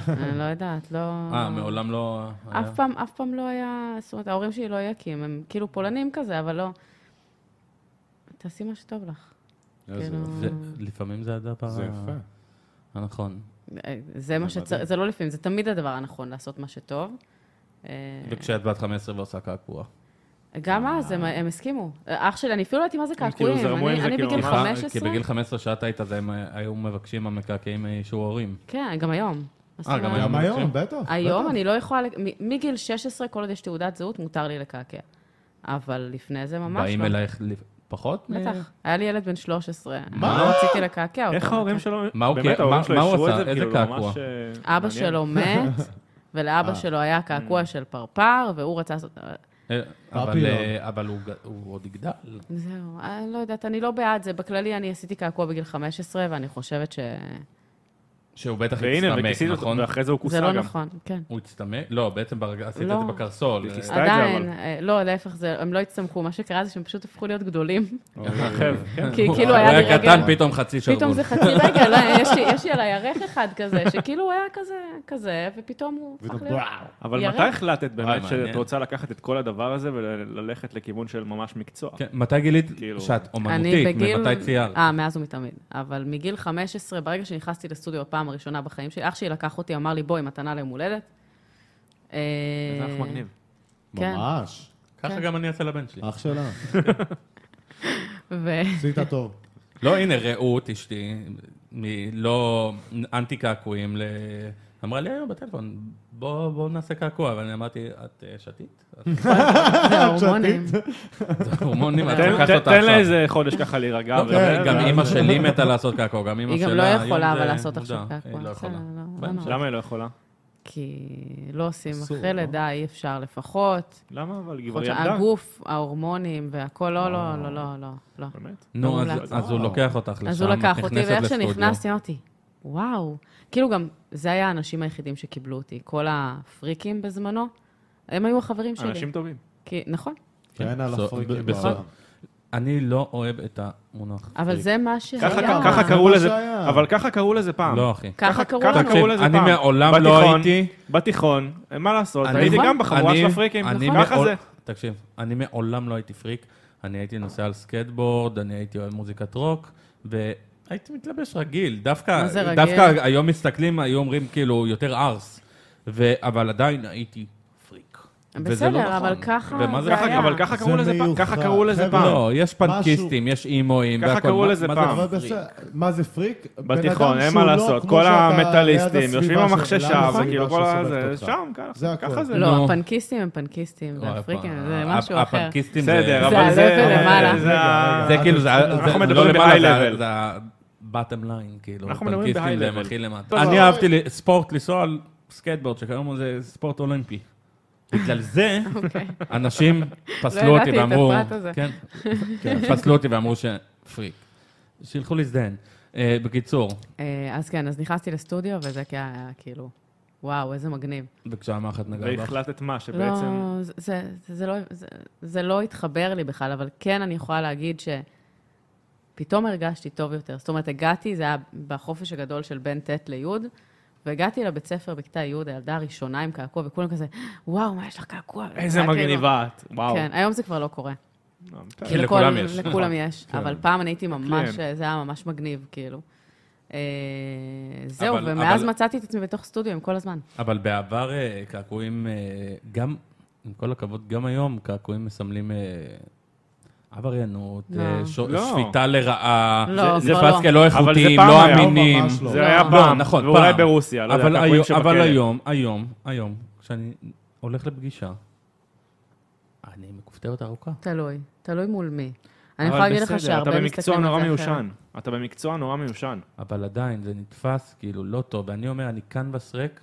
Speaker 2: אני לא יודעת, לא...
Speaker 1: אה, מעולם לא... היה?
Speaker 2: אף פעם, אף פעם לא היה, זאת אומרת, ההורים שלי לא יקים, הם כאילו פולנים כזה, אבל לא... תעשי מה שטוב לך.
Speaker 5: איזה
Speaker 2: כאילו-
Speaker 1: זה- לפעמים זה הדבר...
Speaker 5: זה יפה.
Speaker 1: הנכון.
Speaker 2: אה. זה מה שצריך, זה לא לפעמים, זה תמיד הדבר הנכון, לעשות מה שטוב. אה, כן,
Speaker 1: וכשאת בת 15 ועושה קעקוע.
Speaker 2: גם אז הם-
Speaker 1: אה.
Speaker 2: הם הסכימו. אח שלי, אני אפילו לא יודעת מה זה
Speaker 4: כאילו
Speaker 2: קעקועים.
Speaker 4: זרמו עם
Speaker 2: אני-
Speaker 4: זה,
Speaker 2: אני
Speaker 4: כאילו,
Speaker 2: בגיל
Speaker 4: ממש.
Speaker 2: 15.
Speaker 1: כי בגיל 15 שאת היית, אז הם אה, היו מבקשים המקעקעים אישור הורים.
Speaker 2: כן, גם היום. מה זאת
Speaker 1: אה, גם
Speaker 2: אומרת?
Speaker 1: היום.
Speaker 5: אה, גם היום, בטח.
Speaker 2: היום
Speaker 5: בטח.
Speaker 2: אני לא יכולה, לק- מ- מגיל 16, כל עוד יש תעודת זהות, מותר לי לקעקע. אבל לפני זה ממש
Speaker 1: באים
Speaker 2: לא.
Speaker 1: אלייך לפ- פחות? מ-
Speaker 2: בטח. היה לי ילד בן 13,
Speaker 1: מה?
Speaker 2: מה? לא רציתי לקעקע אותו.
Speaker 4: איך ההורים שלו,
Speaker 1: מה הוא
Speaker 4: באמת
Speaker 1: קי-
Speaker 4: ההורים
Speaker 1: מה-
Speaker 4: שלו
Speaker 1: מה הוא
Speaker 4: אישרו את
Speaker 1: עשה?
Speaker 4: זה,
Speaker 1: איזה
Speaker 4: כאילו, ממש,
Speaker 1: קעקוע?
Speaker 4: אה,
Speaker 2: אבא
Speaker 4: מעניין. אה. Mm.
Speaker 2: שלו מת, ולאבא שלו היה קעקוע של פרפר, והוא רצה לעשות...
Speaker 1: אה, אבל,
Speaker 4: לא.
Speaker 5: פאפילון.
Speaker 1: אה, אבל הוא ג- הוא עוד יגדל.
Speaker 2: זהו, אני לא יודעת, אני לא בעד זה. בכללי, אני עשיתי קעקוע בגיל 15, ואני חושבת ש...
Speaker 1: שהוא בטח
Speaker 4: והנה, וכיסית
Speaker 1: יצטמק,
Speaker 4: אותו,
Speaker 1: נכון?
Speaker 4: ואחרי זה הוא כוסה
Speaker 2: זה לא
Speaker 4: גם.
Speaker 2: נכון, כן.
Speaker 1: הוא הצטמק? לא, בעצם ברגע- עשית את
Speaker 2: לא.
Speaker 1: זה בקרסול.
Speaker 4: היא כיסתה את זה,
Speaker 2: עדיין,
Speaker 4: אבל.
Speaker 2: אה, לא, להפך, זה- הם לא הצטמכו. מה שקרה זה שהם פשוט הפכו להיות גדולים.
Speaker 4: אחר, כן.
Speaker 2: כי כאילו
Speaker 1: הוא
Speaker 2: היה לי
Speaker 1: היה
Speaker 2: רגל...
Speaker 1: קטן, פתאום חצי שרוול.
Speaker 2: פתאום זה חצי רגל, לא, יש לי- יש לי על הירך אחד כזה, שכאילו הוא היה כזה, כזה, ופתאום הוא הפך להיות...
Speaker 4: אבל
Speaker 2: ירד.
Speaker 4: מתי החלטת באמת
Speaker 1: וואי, אה, מעניין.
Speaker 4: שאת רוצה לקחת את כל הדבר הזה וללכת לכיוון של ממש מקצוע?
Speaker 1: כן, מתי גילית
Speaker 4: כאילו-
Speaker 1: שאת
Speaker 2: אני
Speaker 1: אומנותית?
Speaker 2: בגיל...
Speaker 1: ממתי ציירת?
Speaker 2: אה, מאז ומתמיד. אבל מגיל 15, ברגע שנכנסתי לסטודיו בפעם הראשונה בחיים שלי, אח שלי לקח אותי, אמר לי, בואי, מתנה ליום הולדת. אה,
Speaker 4: זה אך מגניב.
Speaker 2: כן.
Speaker 5: ממש.
Speaker 1: ככה גם אני אעשה לבן שלי.
Speaker 5: אח שלה,
Speaker 2: ו-
Speaker 5: עשית טוב.
Speaker 1: לא, הנה, רעות, אשתי, מ- לא אנטי קעקועים, ל- אמרה לי היום בטלפון, בוא בוא נעשה קעקוע, ואני אמרתי, את אה, שתית?
Speaker 2: זה ההורמונים.
Speaker 1: זה הורמונים, את
Speaker 4: תן-
Speaker 1: לוקחת
Speaker 4: תן-
Speaker 1: אותה
Speaker 4: תן לה
Speaker 1: עכשיו.
Speaker 4: איזה אה, חודש ככה להירגע.
Speaker 1: לא,
Speaker 4: וזה,
Speaker 1: גם- גם
Speaker 4: ואז-
Speaker 2: אה,
Speaker 1: אימא שלי מתה לעשות קעקוע, גם אימא
Speaker 2: היא
Speaker 1: שלה.
Speaker 2: גם לא
Speaker 1: היום
Speaker 2: יכולה,
Speaker 1: זה
Speaker 2: אבל לעשות
Speaker 1: מודע.
Speaker 2: עכשיו קעקוע.
Speaker 1: היא לא יכולה.
Speaker 2: בסדר, לא,
Speaker 1: בן
Speaker 2: לא
Speaker 1: שלה.
Speaker 4: למה היא לא יכולה?
Speaker 2: כי לא עושים
Speaker 5: אסור,
Speaker 2: אחרי
Speaker 5: לא?
Speaker 2: לידה, אי אפשר לפחות.
Speaker 4: למה אבל? היא כבר
Speaker 2: לפחות
Speaker 4: ילדה.
Speaker 2: הגוף, ההורמונים והכל, לא, לא, לא, לא, לא, לא.
Speaker 4: באמת?
Speaker 1: נו,
Speaker 2: לא
Speaker 1: אז-
Speaker 2: מומלץ.
Speaker 1: אז הוא לוקח אותך לשם,
Speaker 2: אז הוא לקח אותי,
Speaker 1: נכנסת
Speaker 2: ואיך
Speaker 1: לסטודיו.
Speaker 2: שנכנסתי, אמרתי, וואו. כאילו גם, זה היה האנשים היחידים שקיבלו אותי. כל הפריקים בזמנו, הם היו החברים שלי.
Speaker 4: אנשים טובים.
Speaker 2: כי, נכון.
Speaker 5: כן, על
Speaker 1: בסוף-
Speaker 5: הפריקים
Speaker 1: בסוף-
Speaker 5: בעולם.
Speaker 1: אני לא אוהב את המונח.
Speaker 2: אבל זה מה שהיה.
Speaker 4: אוקיי. ככה- ככה קראו
Speaker 5: מה
Speaker 4: לזה,
Speaker 5: שהיה.
Speaker 4: אבל ככה קראו לזה פעם.
Speaker 1: לא, אחי.
Speaker 2: ככה קראו
Speaker 4: ככה
Speaker 2: לנו.
Speaker 4: קראו לזה פעם.
Speaker 1: אני מעולם לא
Speaker 4: בתיכון,
Speaker 1: הייתי-
Speaker 4: בתיכון, מה לעשות,
Speaker 1: אני-
Speaker 4: הייתי
Speaker 2: נכון.
Speaker 4: גם בחבורה
Speaker 1: אני-
Speaker 4: של הפריקים,
Speaker 1: אני
Speaker 4: ככה
Speaker 1: מעול-
Speaker 4: זה.
Speaker 1: תקשיב, אני מעולם לא הייתי פריק. אני הייתי נוסע על סקטבורד, אני הייתי אוהב מוזיקת רוק, והייתי מתלבש רגיל. דווקא,
Speaker 2: מה זה רגיל?
Speaker 1: דווקא היום מסתכלים, היו אומרים כאילו יותר ארס. ו... אבל עדיין הייתי פריק. וזה לא
Speaker 2: בסדר, אבל
Speaker 1: נכון.
Speaker 2: ככה
Speaker 1: ומה זה
Speaker 2: זה
Speaker 4: ככה-
Speaker 2: היה.
Speaker 4: אבל ככה
Speaker 5: זה
Speaker 4: קראו לזה פעם.
Speaker 5: מיוחד.
Speaker 4: ככה קראו לזה
Speaker 5: חבר'ה,
Speaker 4: פעם.
Speaker 1: לא, יש פנקיסטים, יש אימואים,
Speaker 4: ככה
Speaker 1: והכל.
Speaker 4: קראו
Speaker 1: מה-
Speaker 4: לזה
Speaker 1: מה
Speaker 4: פעם.
Speaker 1: זה
Speaker 5: כן, אבל
Speaker 1: פריק?
Speaker 5: בסדר, מה זה פריק? בן
Speaker 4: בתיכון,
Speaker 5: אדם
Speaker 4: אין
Speaker 5: שהוא
Speaker 4: מה
Speaker 5: לא
Speaker 4: לעשות,
Speaker 5: כמו
Speaker 4: כל
Speaker 5: שאתה
Speaker 4: המטאליסטים,
Speaker 5: ליד
Speaker 4: יושבים
Speaker 5: הסביבה
Speaker 4: במחששה,
Speaker 5: שלך,
Speaker 4: וכאילו כל
Speaker 5: הסביבה
Speaker 4: הזה,
Speaker 5: שסובבת אותך.
Speaker 4: שם,
Speaker 5: זה
Speaker 4: ככה
Speaker 5: הכל.
Speaker 4: ככה זה.
Speaker 2: לא,
Speaker 1: נו.
Speaker 2: הפנקיסטים הם פנקיסטים,
Speaker 1: וואי,
Speaker 2: והפריקים
Speaker 1: הפ-
Speaker 2: זה משהו
Speaker 1: הפ-
Speaker 2: אחר.
Speaker 1: הפנקיסטים זה...
Speaker 4: בסדר,
Speaker 2: זה
Speaker 4: אבל זה...
Speaker 2: הלב למעלה.
Speaker 4: זה ה-
Speaker 1: זה כאילו, זה
Speaker 4: אנחנו
Speaker 1: זה לא
Speaker 4: מדברים
Speaker 1: למעלה,
Speaker 4: ב-high
Speaker 1: זה-
Speaker 4: level.
Speaker 1: זה ה-bottom line, כאילו.
Speaker 4: אנחנו מדברים
Speaker 1: פנקיסטים
Speaker 4: ב-high
Speaker 1: זה
Speaker 4: level.
Speaker 1: הכי למטה.
Speaker 4: טוב,
Speaker 1: אני
Speaker 4: אבל-
Speaker 1: אהבתי ל- ספורט, לנסוע על סקייטבורד, שכיום זה ספורט אולימפי. בגלל זה,
Speaker 2: אוקיי.
Speaker 1: אנשים
Speaker 2: לא
Speaker 1: פסלו
Speaker 2: ידעתי
Speaker 1: אותי
Speaker 2: את
Speaker 1: ואמרו...
Speaker 2: הפרט הזה.
Speaker 1: כן, פסלו אותי ואמרו שפריק. שילכו להזדהן. אה, בקיצור,
Speaker 2: אה, אז כן, אז נכנסתי לסטודיו, וזה כי היה כאילו, וואו, איזה מגניב.
Speaker 1: וכשהמחט נגע בך.
Speaker 4: והחלטת מה,
Speaker 2: לא,
Speaker 4: שבעצם...
Speaker 2: זה- זה- זה לא- זה- זה לא התחבר לי בכלל, אבל כן אני יכולה להגיד שפתאום הרגשתי טוב יותר. זאת אומרת, הגעתי, זה היה בחופש הגדול של בין ט' לי', והגעתי לבית ספר בכיתה י', הילדה הראשונה עם קעקוע, וכולם כזה, וואו, מה יש לך קעקוע?
Speaker 4: איזה
Speaker 2: וזה היה כאילו-
Speaker 4: מגניבה את, וואו.
Speaker 2: כן, היום זה כבר לא קורה.
Speaker 4: לא,
Speaker 1: כי
Speaker 2: לכל-
Speaker 1: לכולם יש.
Speaker 2: לכולם יש, אבל פעם אני הייתי ממש,
Speaker 4: נכון. כן.
Speaker 2: זה היה ממש מגניב, כאילו. אה, זהו,
Speaker 1: אבל-
Speaker 2: ומאז
Speaker 1: אבל-
Speaker 2: מצאתי את עצמי בתוך סטודיו עם כל הזמן.
Speaker 1: אבל בעבר אה, קעקועים, אה, גם, עם כל הכבוד, גם היום קעקועים מסמלים אה, עבריינות, אה,
Speaker 2: לא.
Speaker 1: ש-
Speaker 4: לא.
Speaker 1: שפיטה לרעה,
Speaker 2: לא,
Speaker 1: זה
Speaker 2: כבר לא.
Speaker 1: פסקה לא
Speaker 4: אבל זה
Speaker 1: איכותיים,
Speaker 4: פעם
Speaker 1: לא
Speaker 4: היה,
Speaker 1: אמינים.
Speaker 5: ממש לא.
Speaker 4: זה היה
Speaker 2: לא,
Speaker 4: פעם,
Speaker 1: נכון,
Speaker 4: ואולי
Speaker 1: פעם.
Speaker 4: ברוסיה, לא יודע,
Speaker 1: אבל
Speaker 4: קעקועים
Speaker 1: היום-
Speaker 4: שבכלא.
Speaker 1: אבל היום, היום, היום, כשאני הולך לפגישה, אני מכופתרת ארוכה.
Speaker 2: תלוי, תלוי מול מי. אני
Speaker 4: אבל
Speaker 2: יכולה להגיד לך
Speaker 4: בסדר,
Speaker 2: שהרבה מסתכלים
Speaker 4: אתה במקצוע נורא
Speaker 2: על זה אחרת.
Speaker 4: מיושן. אתה במקצוע נורא מיושן.
Speaker 1: אבל עדיין, זה נתפס כאילו לא טוב. ואני אומר, אני קנבס ריק,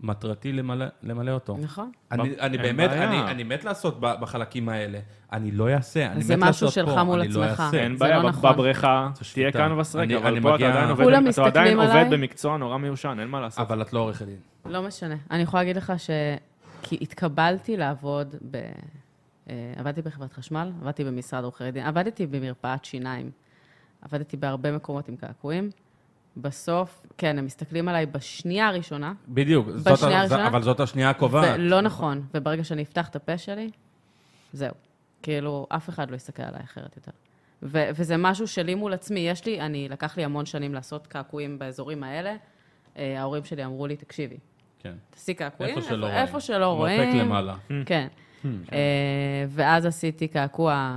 Speaker 1: מטרתי למלא למלא אותו.
Speaker 2: נכון.
Speaker 1: אני, אני
Speaker 4: אין
Speaker 1: באמת,
Speaker 4: בעיה.
Speaker 1: אני, אני מת לעשות ב- בחלקים האלה. אני לא אעשה, אני מת לעשות פה, אני לא אעשה.
Speaker 2: זה משהו שלך מול עצמך.
Speaker 1: כן,
Speaker 4: אין
Speaker 2: זה
Speaker 4: בעיה,
Speaker 2: לא
Speaker 4: בב-
Speaker 2: נכון.
Speaker 4: בבריכה,
Speaker 1: זו שליטה.
Speaker 4: תהיה קנבס ריק,
Speaker 1: אני-
Speaker 4: אבל
Speaker 1: אני
Speaker 4: פה אתה
Speaker 1: מגיע-
Speaker 4: עדיין
Speaker 2: כולם
Speaker 4: עובד- אתה עדיין
Speaker 2: מסתכלים
Speaker 4: עובד
Speaker 2: עליי.
Speaker 4: במקצוע נורא מיושן, אין מה לעשות.
Speaker 1: אבל את לא עורכת דין.
Speaker 2: לא משנה. אני יכולה להגיד לך ש... כי התקבלתי לעבוד ב... אה, עבדתי בחברת חשמל, עבדתי במשרד עורכי דין, עבדתי במרפאת שיניים, עבדתי בהרבה מקומות עם קעקועים. בסוף, כן, הם מסתכלים עליי בשנייה הראשונה,
Speaker 1: בדיוק, זאת
Speaker 2: בשנייה
Speaker 1: ה-
Speaker 2: הראשונה?
Speaker 1: אבל זאת השנייה הקובעת.
Speaker 2: ולא נכון, וברגע שאני אפתח את הפה שלי, זהו. כאילו, אף אחד לא יסתכל עליי אחרת יותר. ו- וזה משהו שלי מול עצמי, יש לי, אני, לקח לי המון שנים לעשות קעקועים באזורים האלה. אה, ההורים שלי אמרו לי, תקשיבי,
Speaker 1: כן.
Speaker 2: תעשי קעקועים,
Speaker 1: איפה שלא רואים.
Speaker 2: איפה שלא רואים.
Speaker 1: מרפק למעלה.
Speaker 2: כן. אה, ואז עשיתי קעקוע,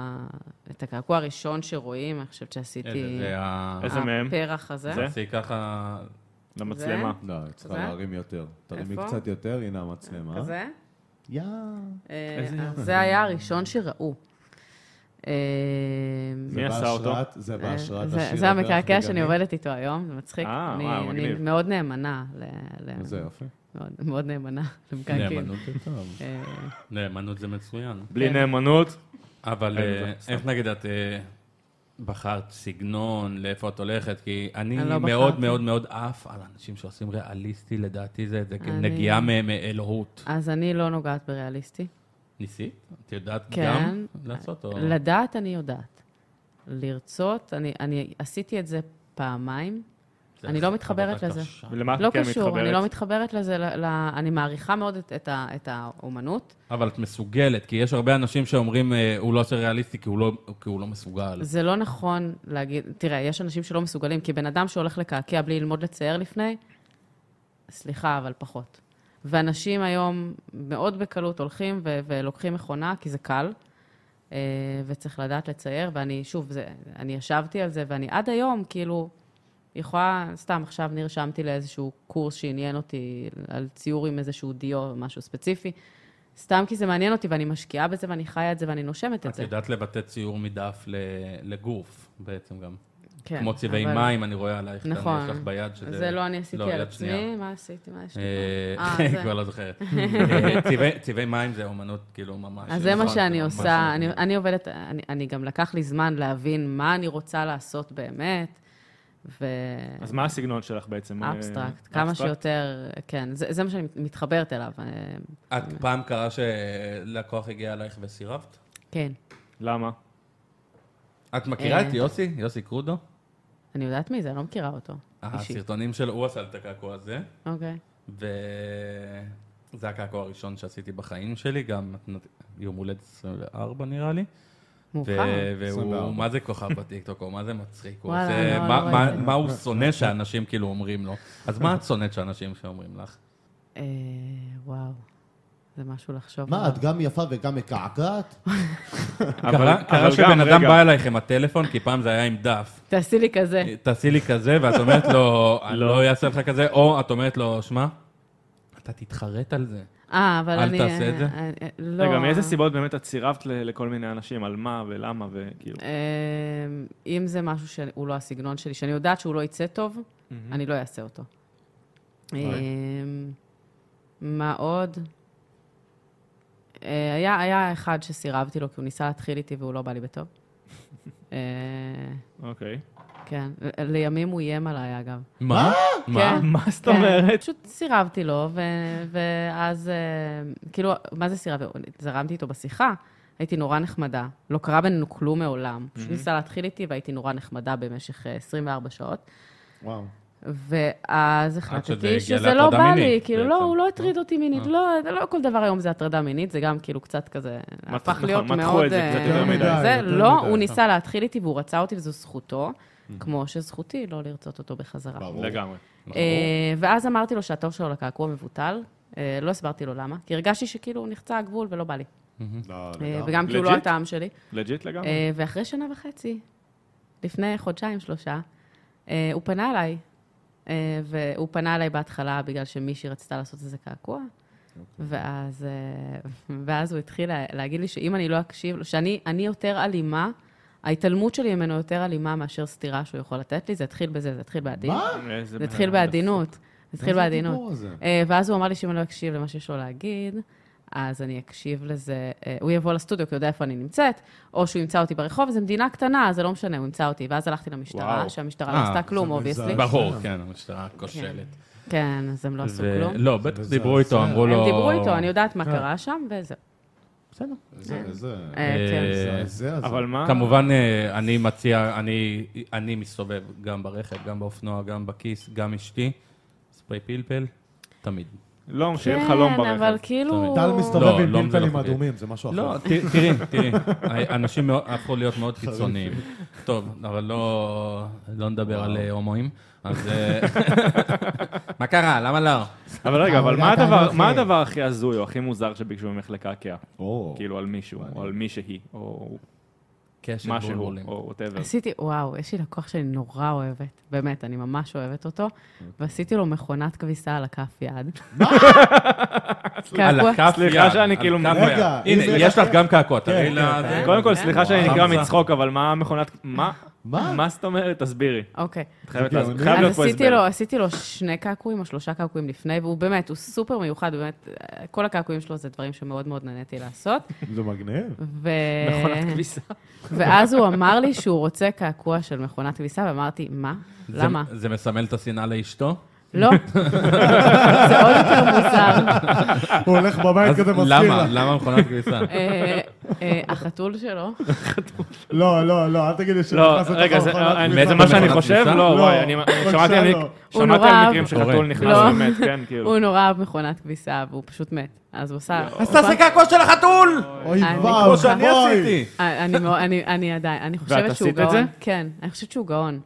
Speaker 2: את הקעקוע הראשון שרואים, אני חושבת שעשיתי...
Speaker 1: זה ה...
Speaker 4: איזה מהם?
Speaker 2: הפרח הזה.
Speaker 4: זה?
Speaker 1: תעשי ככה...
Speaker 4: למצלמה.
Speaker 5: לא, היא צריכה
Speaker 2: זה?
Speaker 5: להרים יותר. תרימי
Speaker 2: איפה?
Speaker 5: קצת יותר, הנה המצלמה.
Speaker 2: כזה?
Speaker 5: יא.
Speaker 2: אה,
Speaker 4: איזה
Speaker 2: אז
Speaker 4: יופי.
Speaker 2: זה היה הראשון שראו. אה,
Speaker 5: זה
Speaker 4: עשה
Speaker 5: בהשראת- זה
Speaker 2: אה,
Speaker 5: בהשראת
Speaker 2: זה-
Speaker 5: השיר.
Speaker 2: זה
Speaker 5: "הפרח
Speaker 2: המקעקע שאני
Speaker 5: בגני".
Speaker 2: עובדת איתו היום, זה מצחיק.
Speaker 4: אה,
Speaker 2: אני-
Speaker 4: וואו,
Speaker 2: אני
Speaker 4: מגניב.
Speaker 2: מאוד נאמנה, ל- ל-
Speaker 5: זה אוקיי, יפה.
Speaker 2: מאוד- מאוד נאמנה למקעקעים.
Speaker 1: נאמנות זה טוב.
Speaker 2: אה,
Speaker 1: נאמנות זה מצוין.
Speaker 2: כן.
Speaker 4: בלי נאמנות,
Speaker 1: אבל
Speaker 4: אין,
Speaker 1: אה,
Speaker 4: סתם.
Speaker 1: איך נגיד את אה, בחרת סגנון, לאיפה את הולכת? כי אני
Speaker 2: אני לא
Speaker 1: מאוד
Speaker 2: בחרתי.
Speaker 1: מאוד מאוד עף על אנשים שעושים ריאליסטי, לדעתי זה זה
Speaker 2: אני-
Speaker 1: נגיעה מ- מאלוהות.
Speaker 2: אז אני לא נוגעת בריאליסטי.
Speaker 1: ניסית? את יודעת
Speaker 2: כן.
Speaker 1: גם לעשות? או-
Speaker 2: לדעת אני יודעת. לרצות, אני- אני עשיתי את זה פעמיים.
Speaker 1: זה
Speaker 2: אני לא
Speaker 1: עבודה
Speaker 2: מתחברת לזה.
Speaker 1: קשה.
Speaker 4: ולמה את
Speaker 2: לא
Speaker 4: כן
Speaker 2: קשור, אני לא
Speaker 4: מתחברת?
Speaker 2: מתחברת לזה, ל- ל- אני מעריכה מאוד את- את ה- את האומנות.
Speaker 1: אבל את מסוגלת, כי יש הרבה אנשים שאומרים, אה, הוא לא עושה ריאליסטי כי הוא לא- כי הוא לא מסוגל.
Speaker 2: זה לא נכון להגיד, תראה, יש אנשים שלא מסוגלים, כי בן אדם שהולך לקעקע בלי ללמוד לצייר לפני, סליחה, אבל פחות. ואנשים היום מאוד בקלות הולכים ו- ולוקחים מכונה, כי זה קל, אה, וצריך לדעת לצייר, ואני, שוב, זה, אני ישבתי על זה, ואני עד היום, כאילו, יכולה, סתם עכשיו נרשמתי לאיזשהו קורס שעניין אותי על ציור עם איזשהו דיו, או משהו ספציפי, סתם כי זה מעניין אותי, ואני משקיעה בזה, ואני חיה את זה, ואני נושמת את
Speaker 1: את
Speaker 2: זה.
Speaker 1: יודעת לבטא ציור מדף ל- לגוף, בעצם גם.
Speaker 2: כן,
Speaker 1: כמו צבעי
Speaker 2: אבל-
Speaker 1: מים, אני רואה עלייך, כאן,
Speaker 2: נכון.
Speaker 1: יש לך ביד שזה...
Speaker 2: זה לא אני עשיתי
Speaker 1: לא,
Speaker 2: על
Speaker 1: יד שנייה.
Speaker 2: עצמי, מה עשיתי, מה יש לי פה?
Speaker 1: אה,
Speaker 2: אה, זה.
Speaker 1: כבר לא זוכרת. אה, צבעי- צבעי מים זה אומנות כאילו ממש...
Speaker 2: אז זה מה
Speaker 1: נכון,
Speaker 2: שאני
Speaker 1: ממש
Speaker 2: עושה, אני-
Speaker 1: אומנות.
Speaker 2: אני עובדת, אני- אני גם לקח לי זמן להבין מה אני רוצה לעשות באמת, ו...
Speaker 4: אז מה הסגנון שלך בעצם?
Speaker 2: אבסטרקט,
Speaker 4: אה,
Speaker 2: כמה
Speaker 4: אבסטרקט?
Speaker 2: שיותר, כן, זה זה מה שאני מתחברת אליו, אה,
Speaker 1: את פעם קרה שלקוח הגיע אלייך וסירבת?
Speaker 2: כן.
Speaker 4: למה?
Speaker 1: את מכירה
Speaker 2: אה.
Speaker 1: את יוסי? יוסי קרודו?
Speaker 2: אני יודעת מי זה, אני לא מכירה אותו. אישית.
Speaker 1: הסרטונים שלו, הוא עשה את הקעקוע הזה,
Speaker 2: אוקיי.
Speaker 1: וזה הקעקוע הראשון שעשיתי בחיים שלי, גם יום הולדת 24 נראה לי.
Speaker 2: מאוחר.
Speaker 1: ו- והוא,
Speaker 5: 24.
Speaker 1: מה זה כוכב בטיקטוק, הוא מה זה מצחיק, הוא
Speaker 2: וואלה,
Speaker 1: עושה,
Speaker 2: לא,
Speaker 1: מה-
Speaker 2: לא ראיתי.
Speaker 1: מה- מה הוא שונא שאנשים כאילו אומרים לו. אז מה את שונאת שאנשים שאומרים לך?
Speaker 2: אה, וואו, זה משהו לחשוב.
Speaker 3: מה,
Speaker 2: עליו.
Speaker 3: את גם יפה וגם מקעקעת?
Speaker 1: קרה קרה שבן אדם בא אלייך עם הטלפון, כי פעם זה היה עם דף.
Speaker 2: תעשי לי כזה.
Speaker 1: תעשי לי כזה, ואת אומרת לו, אני לא אעשה לך כזה, או את אומרת לו, שמע, אתה תתחרט על זה.
Speaker 2: אה, אבל
Speaker 1: אל
Speaker 2: אני...
Speaker 1: תעשה את זה.
Speaker 2: אה, אה, לא.
Speaker 4: רגע, מאיזה סיבות באמת את סירבת ל- לכל מיני אנשים? על מה ולמה וכאילו...
Speaker 2: אמ, אם זה משהו שהוא לא הסגנון שלי, שאני יודעת שהוא לא יצא טוב,
Speaker 4: Mm-hmm.
Speaker 2: אני לא אעשה אותו. אמ, מה עוד? אה, היה, היה אחד שסירבתי לו, כי הוא ניסה להתחיל איתי והוא לא בא לי בטוב. אה,
Speaker 4: אוקיי.
Speaker 2: כן, ל- לימים הוא איים עליי, אגב.
Speaker 1: מה? מה?
Speaker 2: כן.
Speaker 4: מה זאת
Speaker 2: כן,
Speaker 4: אומרת?
Speaker 2: פשוט סירבתי לו, ו- ואז, אה, כאילו, מה זה סירבתי? זרמתי איתו בשיחה, הייתי נורא נחמדה. לא קרה בינינו כלום מעולם. פשוט ניסה להתחיל איתי והייתי נורא נחמדה במשך אה, 24 שעות. אה,
Speaker 5: וואו.
Speaker 2: ואז
Speaker 1: שזה
Speaker 2: החלטתי
Speaker 1: הגיע
Speaker 2: שזה
Speaker 1: להטרדה
Speaker 2: לא בא לי,
Speaker 1: מינית
Speaker 2: כאילו,
Speaker 1: בעצם.
Speaker 2: לא, הוא לא הטריד אותי מינית, לא, לא כל דבר היום זה הטרדה מינית, זה גם כאילו קצת כזה,
Speaker 4: מת-
Speaker 2: הפך
Speaker 4: נכון,
Speaker 2: להיות
Speaker 4: מתחו
Speaker 2: מאוד...
Speaker 4: את זה
Speaker 2: אה,
Speaker 4: קצת יותר
Speaker 5: מדי,
Speaker 2: זה,
Speaker 5: יותר
Speaker 2: לא,
Speaker 5: מדי. נכון.
Speaker 2: הוא ניסה להתחיל איתי והוא רצה אותי וזו זכותו, כמו שזכותי לא לרצות אותו בחזרה.
Speaker 5: ברור.
Speaker 4: לגמרי.
Speaker 2: אה, ואז אמרתי לו שהתור שלו לקעקוע מבוטל, אה, לא הסברתי לו למה, כי הרגשתי שכאילו נחצה הגבול ולא בא לי,
Speaker 5: לא,
Speaker 2: אה,
Speaker 5: לגמרי.
Speaker 2: וגם כי הוא לא
Speaker 4: Legit?
Speaker 2: הטעם שלי.
Speaker 4: לג'יט לגמרי.
Speaker 2: אה, ואחרי שנה וחצי, לפני חודשיים, שלושה, אה, הוא פנה אליי. אה, והוא פנה אליי בהתחלה בגלל שמישהי רצתה לעשות איזה קעקוע,
Speaker 5: אוקיי.
Speaker 2: ואז, אה, ואז הוא התחיל לה- להגיד לי שאם אני לא אקשיב, לו- שאני אני יותר אלימה, ההתעלמות שלי ממנו יותר אלימה מאשר סתירה שהוא יכול לתת לי, זה התחיל בזה, זה התחיל בעדינות.
Speaker 4: איזה
Speaker 2: אה, זה התחיל
Speaker 4: בן אדם
Speaker 2: בעדינות, זה התחיל
Speaker 5: מה זה
Speaker 2: בעדינות.
Speaker 5: הדיבור הזה?
Speaker 2: אה, ואז הוא אמר לי שאם אני לא אקשיב למה שיש לו להגיד, אז אני אקשיב לזה. אה, הוא יבוא לסטודיו, כי הוא יודע איפה אני נמצאת, או שהוא ימצא אותי ברחוב, זו מדינה קטנה, אז זה לא משנה, הוא ימצא אותי. ואז הלכתי למשטרה,
Speaker 4: וואו.
Speaker 2: שהמשטרה
Speaker 1: אה,
Speaker 2: לא עשתה כלום,
Speaker 5: זה
Speaker 2: אובייסלי.
Speaker 5: מזעזע.
Speaker 1: ברור, כן, המשטרה כושלת.
Speaker 2: כן, אז הם לא עשו
Speaker 1: ו-
Speaker 2: כלום.
Speaker 1: לא, בטח
Speaker 5: מזעזע.
Speaker 1: דיברו איתו, אמרו
Speaker 2: הם
Speaker 1: לו...
Speaker 2: דיברו איתו, אני יודעת מה
Speaker 5: כן.
Speaker 2: קרה שם, וזהו.
Speaker 1: בסדר.
Speaker 5: איזה, איזה...
Speaker 2: אה, כן.
Speaker 1: אה,
Speaker 5: זה הזה.
Speaker 4: אבל מה?
Speaker 1: כמובן, אה, אני מציע, אני, אני מסתובב גם ברכב, גם באופנוע, גם בכיס, גם אשתי, ספרי פלפל, תמיד.
Speaker 4: לא, שיהיה לך לום
Speaker 2: כן, אבל
Speaker 4: ברכב.
Speaker 2: כאילו...
Speaker 5: טל
Speaker 1: לא,
Speaker 5: מסתובב עם
Speaker 1: לא, זה לא
Speaker 5: פלפלים
Speaker 1: חוקי.
Speaker 5: אדומים, זה משהו אחר.
Speaker 1: לא, ת- תראי, תראי, אנשים מאוד- הפכו להיות מאוד קיצוניים. טוב, אבל לא לא נדבר על אה, הומואים, אז... אה, מה קרה? למה לא?
Speaker 4: אבל רגע, אבל
Speaker 3: אבל
Speaker 4: מה
Speaker 3: אתה
Speaker 4: הדבר-
Speaker 2: לא
Speaker 3: אנוכי.
Speaker 4: מה הדבר הכי הזוי או הכי מוזר שביקשו ממך לקעקע?
Speaker 5: או,
Speaker 4: כאילו על מישהו, או על מישהי, או
Speaker 1: קשת
Speaker 4: משהו,
Speaker 1: בולבולים.
Speaker 4: או ווטאבר.
Speaker 2: עשיתי, וואו, יש לי לקוח שאני נורא אוהבת, באמת, אני ממש אוהבת אותו,
Speaker 1: אוקיי.
Speaker 2: ועשיתי לו מכונת כביסה על הכף יד.
Speaker 1: על
Speaker 2: קעקוע-
Speaker 1: הכף יד.
Speaker 4: סליחה שאני
Speaker 1: על
Speaker 4: כאילו-
Speaker 1: כף
Speaker 4: רגע,
Speaker 1: יד.
Speaker 5: אם
Speaker 1: הנה,
Speaker 5: זה-
Speaker 1: יש לך גם קעקוע, תראי
Speaker 5: כן,
Speaker 1: לה...
Speaker 5: כן.
Speaker 1: זה-
Speaker 4: קודם כל, סליחה שאני נקרע
Speaker 1: חמסה.
Speaker 4: מצחוק, אבל מה המכונת... מה?
Speaker 5: מה?
Speaker 4: מה זאת אומרת? תסבירי.
Speaker 2: אוקיי.
Speaker 4: את חייבת
Speaker 5: כאילו,
Speaker 4: לעז-
Speaker 5: אני-
Speaker 4: חייב להיות
Speaker 2: אז
Speaker 4: פה
Speaker 2: עשיתי לו,
Speaker 4: הסבר.
Speaker 2: עשיתי לו שני קעקועים או שלושה קעקועים לפני, והוא באמת, הוא סופר מיוחד, באמת, אה, כל הקעקועים שלו זה דברים שמאוד מאוד נהניתי לעשות.
Speaker 5: זה מגניב.
Speaker 2: ו...
Speaker 4: מכונת כביסה.
Speaker 2: ואז הוא אמר לי שהוא רוצה קעקוע של מכונת כביסה, ואמרתי, מה?
Speaker 1: זה-
Speaker 2: למה?
Speaker 1: זה מסמל את השנאה לאשתו?
Speaker 2: לא. זה עוד יותר מוזר.
Speaker 5: הוא הולך בבית
Speaker 1: אז
Speaker 5: כזה מזכיר
Speaker 1: למה?
Speaker 5: לה.
Speaker 1: למה מכונת כביסה?
Speaker 2: אה, אה, החתול שלו,
Speaker 5: לא, לא, לא, אל תגידי
Speaker 4: לא,
Speaker 5: שנכנס
Speaker 4: רגע, זה-
Speaker 5: לתוך
Speaker 4: אה,
Speaker 5: מכונת
Speaker 4: זה
Speaker 5: כביסה.
Speaker 4: מה שאני
Speaker 1: מכונת
Speaker 4: חושב?
Speaker 1: כביסה?
Speaker 4: לא,
Speaker 5: לא.
Speaker 4: וואי, אני
Speaker 5: בבקשה,
Speaker 4: שמעתי על
Speaker 5: לא.
Speaker 4: מק-
Speaker 2: הוא
Speaker 4: שמעתי
Speaker 2: נורא-
Speaker 4: על מקרים שחתול
Speaker 1: קורה.
Speaker 4: נכנס
Speaker 2: לא.
Speaker 4: באמת, כן, כאילו.
Speaker 2: הוא נורא אהב מכונת כביסה, והוא פשוט מת. אז הוא עשה...
Speaker 4: לא.
Speaker 1: אז תעשה קעקוע של החתול!
Speaker 5: אוי
Speaker 2: אני-
Speaker 5: ואבוי.
Speaker 1: כמו שאני עשיתי!
Speaker 2: אני מאוד- אני- אני עדיין, אני חושבת שהוא
Speaker 4: עשית את
Speaker 2: גאון.
Speaker 4: זה?
Speaker 2: כן, אני חושבת שהוא גאון,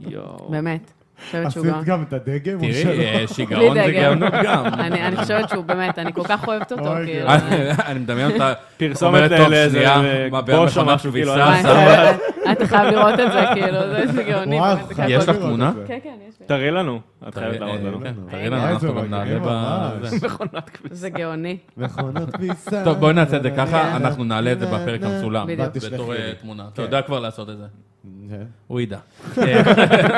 Speaker 4: יואו.
Speaker 2: באמת. אני חושבת שהוא גאון.
Speaker 5: עשית גם את הדגם? או שלא?
Speaker 1: תראי, אה, שיגעון זה
Speaker 2: דגל.
Speaker 1: גאונות גם.
Speaker 2: אני אני חושבת שהוא באמת, אני כל כך אוהבת אותו,
Speaker 5: אוי, כן.
Speaker 2: כאילו.
Speaker 1: אני- אני מדמיין אותה
Speaker 4: פרסומת
Speaker 1: אומרת,
Speaker 4: ל-
Speaker 1: "טוב,
Speaker 4: לאיזה-
Speaker 1: שנייה,
Speaker 4: ל-
Speaker 1: מה, בעיה
Speaker 4: בוש או
Speaker 1: מכונת
Speaker 4: משהו, כאילו,
Speaker 1: כביסה,
Speaker 2: וואי,
Speaker 4: אני-
Speaker 1: שמה-
Speaker 2: אה, אתה- אתה חייב לראות את זה, כאילו, זה- זה גאוני.
Speaker 5: וואו,
Speaker 2: באמת, זה
Speaker 5: חייב
Speaker 2: חייב
Speaker 1: יש לך
Speaker 5: לראות את
Speaker 1: תמונה?
Speaker 5: זה.
Speaker 2: כן, כן, יש לי.
Speaker 4: תראי לנו. את
Speaker 1: תראי
Speaker 4: חייבת להראות לנו.
Speaker 1: אה, כן, תראי
Speaker 5: אה,
Speaker 1: לנו,
Speaker 5: זה
Speaker 1: אנחנו גם
Speaker 5: מגניב
Speaker 1: נעלה ב...
Speaker 5: ממש.
Speaker 1: זה.
Speaker 4: מכונת כביסה.
Speaker 2: זה גאוני.
Speaker 5: מכונות כביסה.
Speaker 1: טוב, בואי נעשה את זה ככה, אנחנו נעלה את זה בפרק המצולם.
Speaker 2: כן. אה, בדיוק.
Speaker 5: תשלחי
Speaker 1: בתור
Speaker 5: לי.
Speaker 1: אה, תמונה. אתה יודע כבר לעשות את זה.
Speaker 5: כן.
Speaker 1: הוא ידע. אה,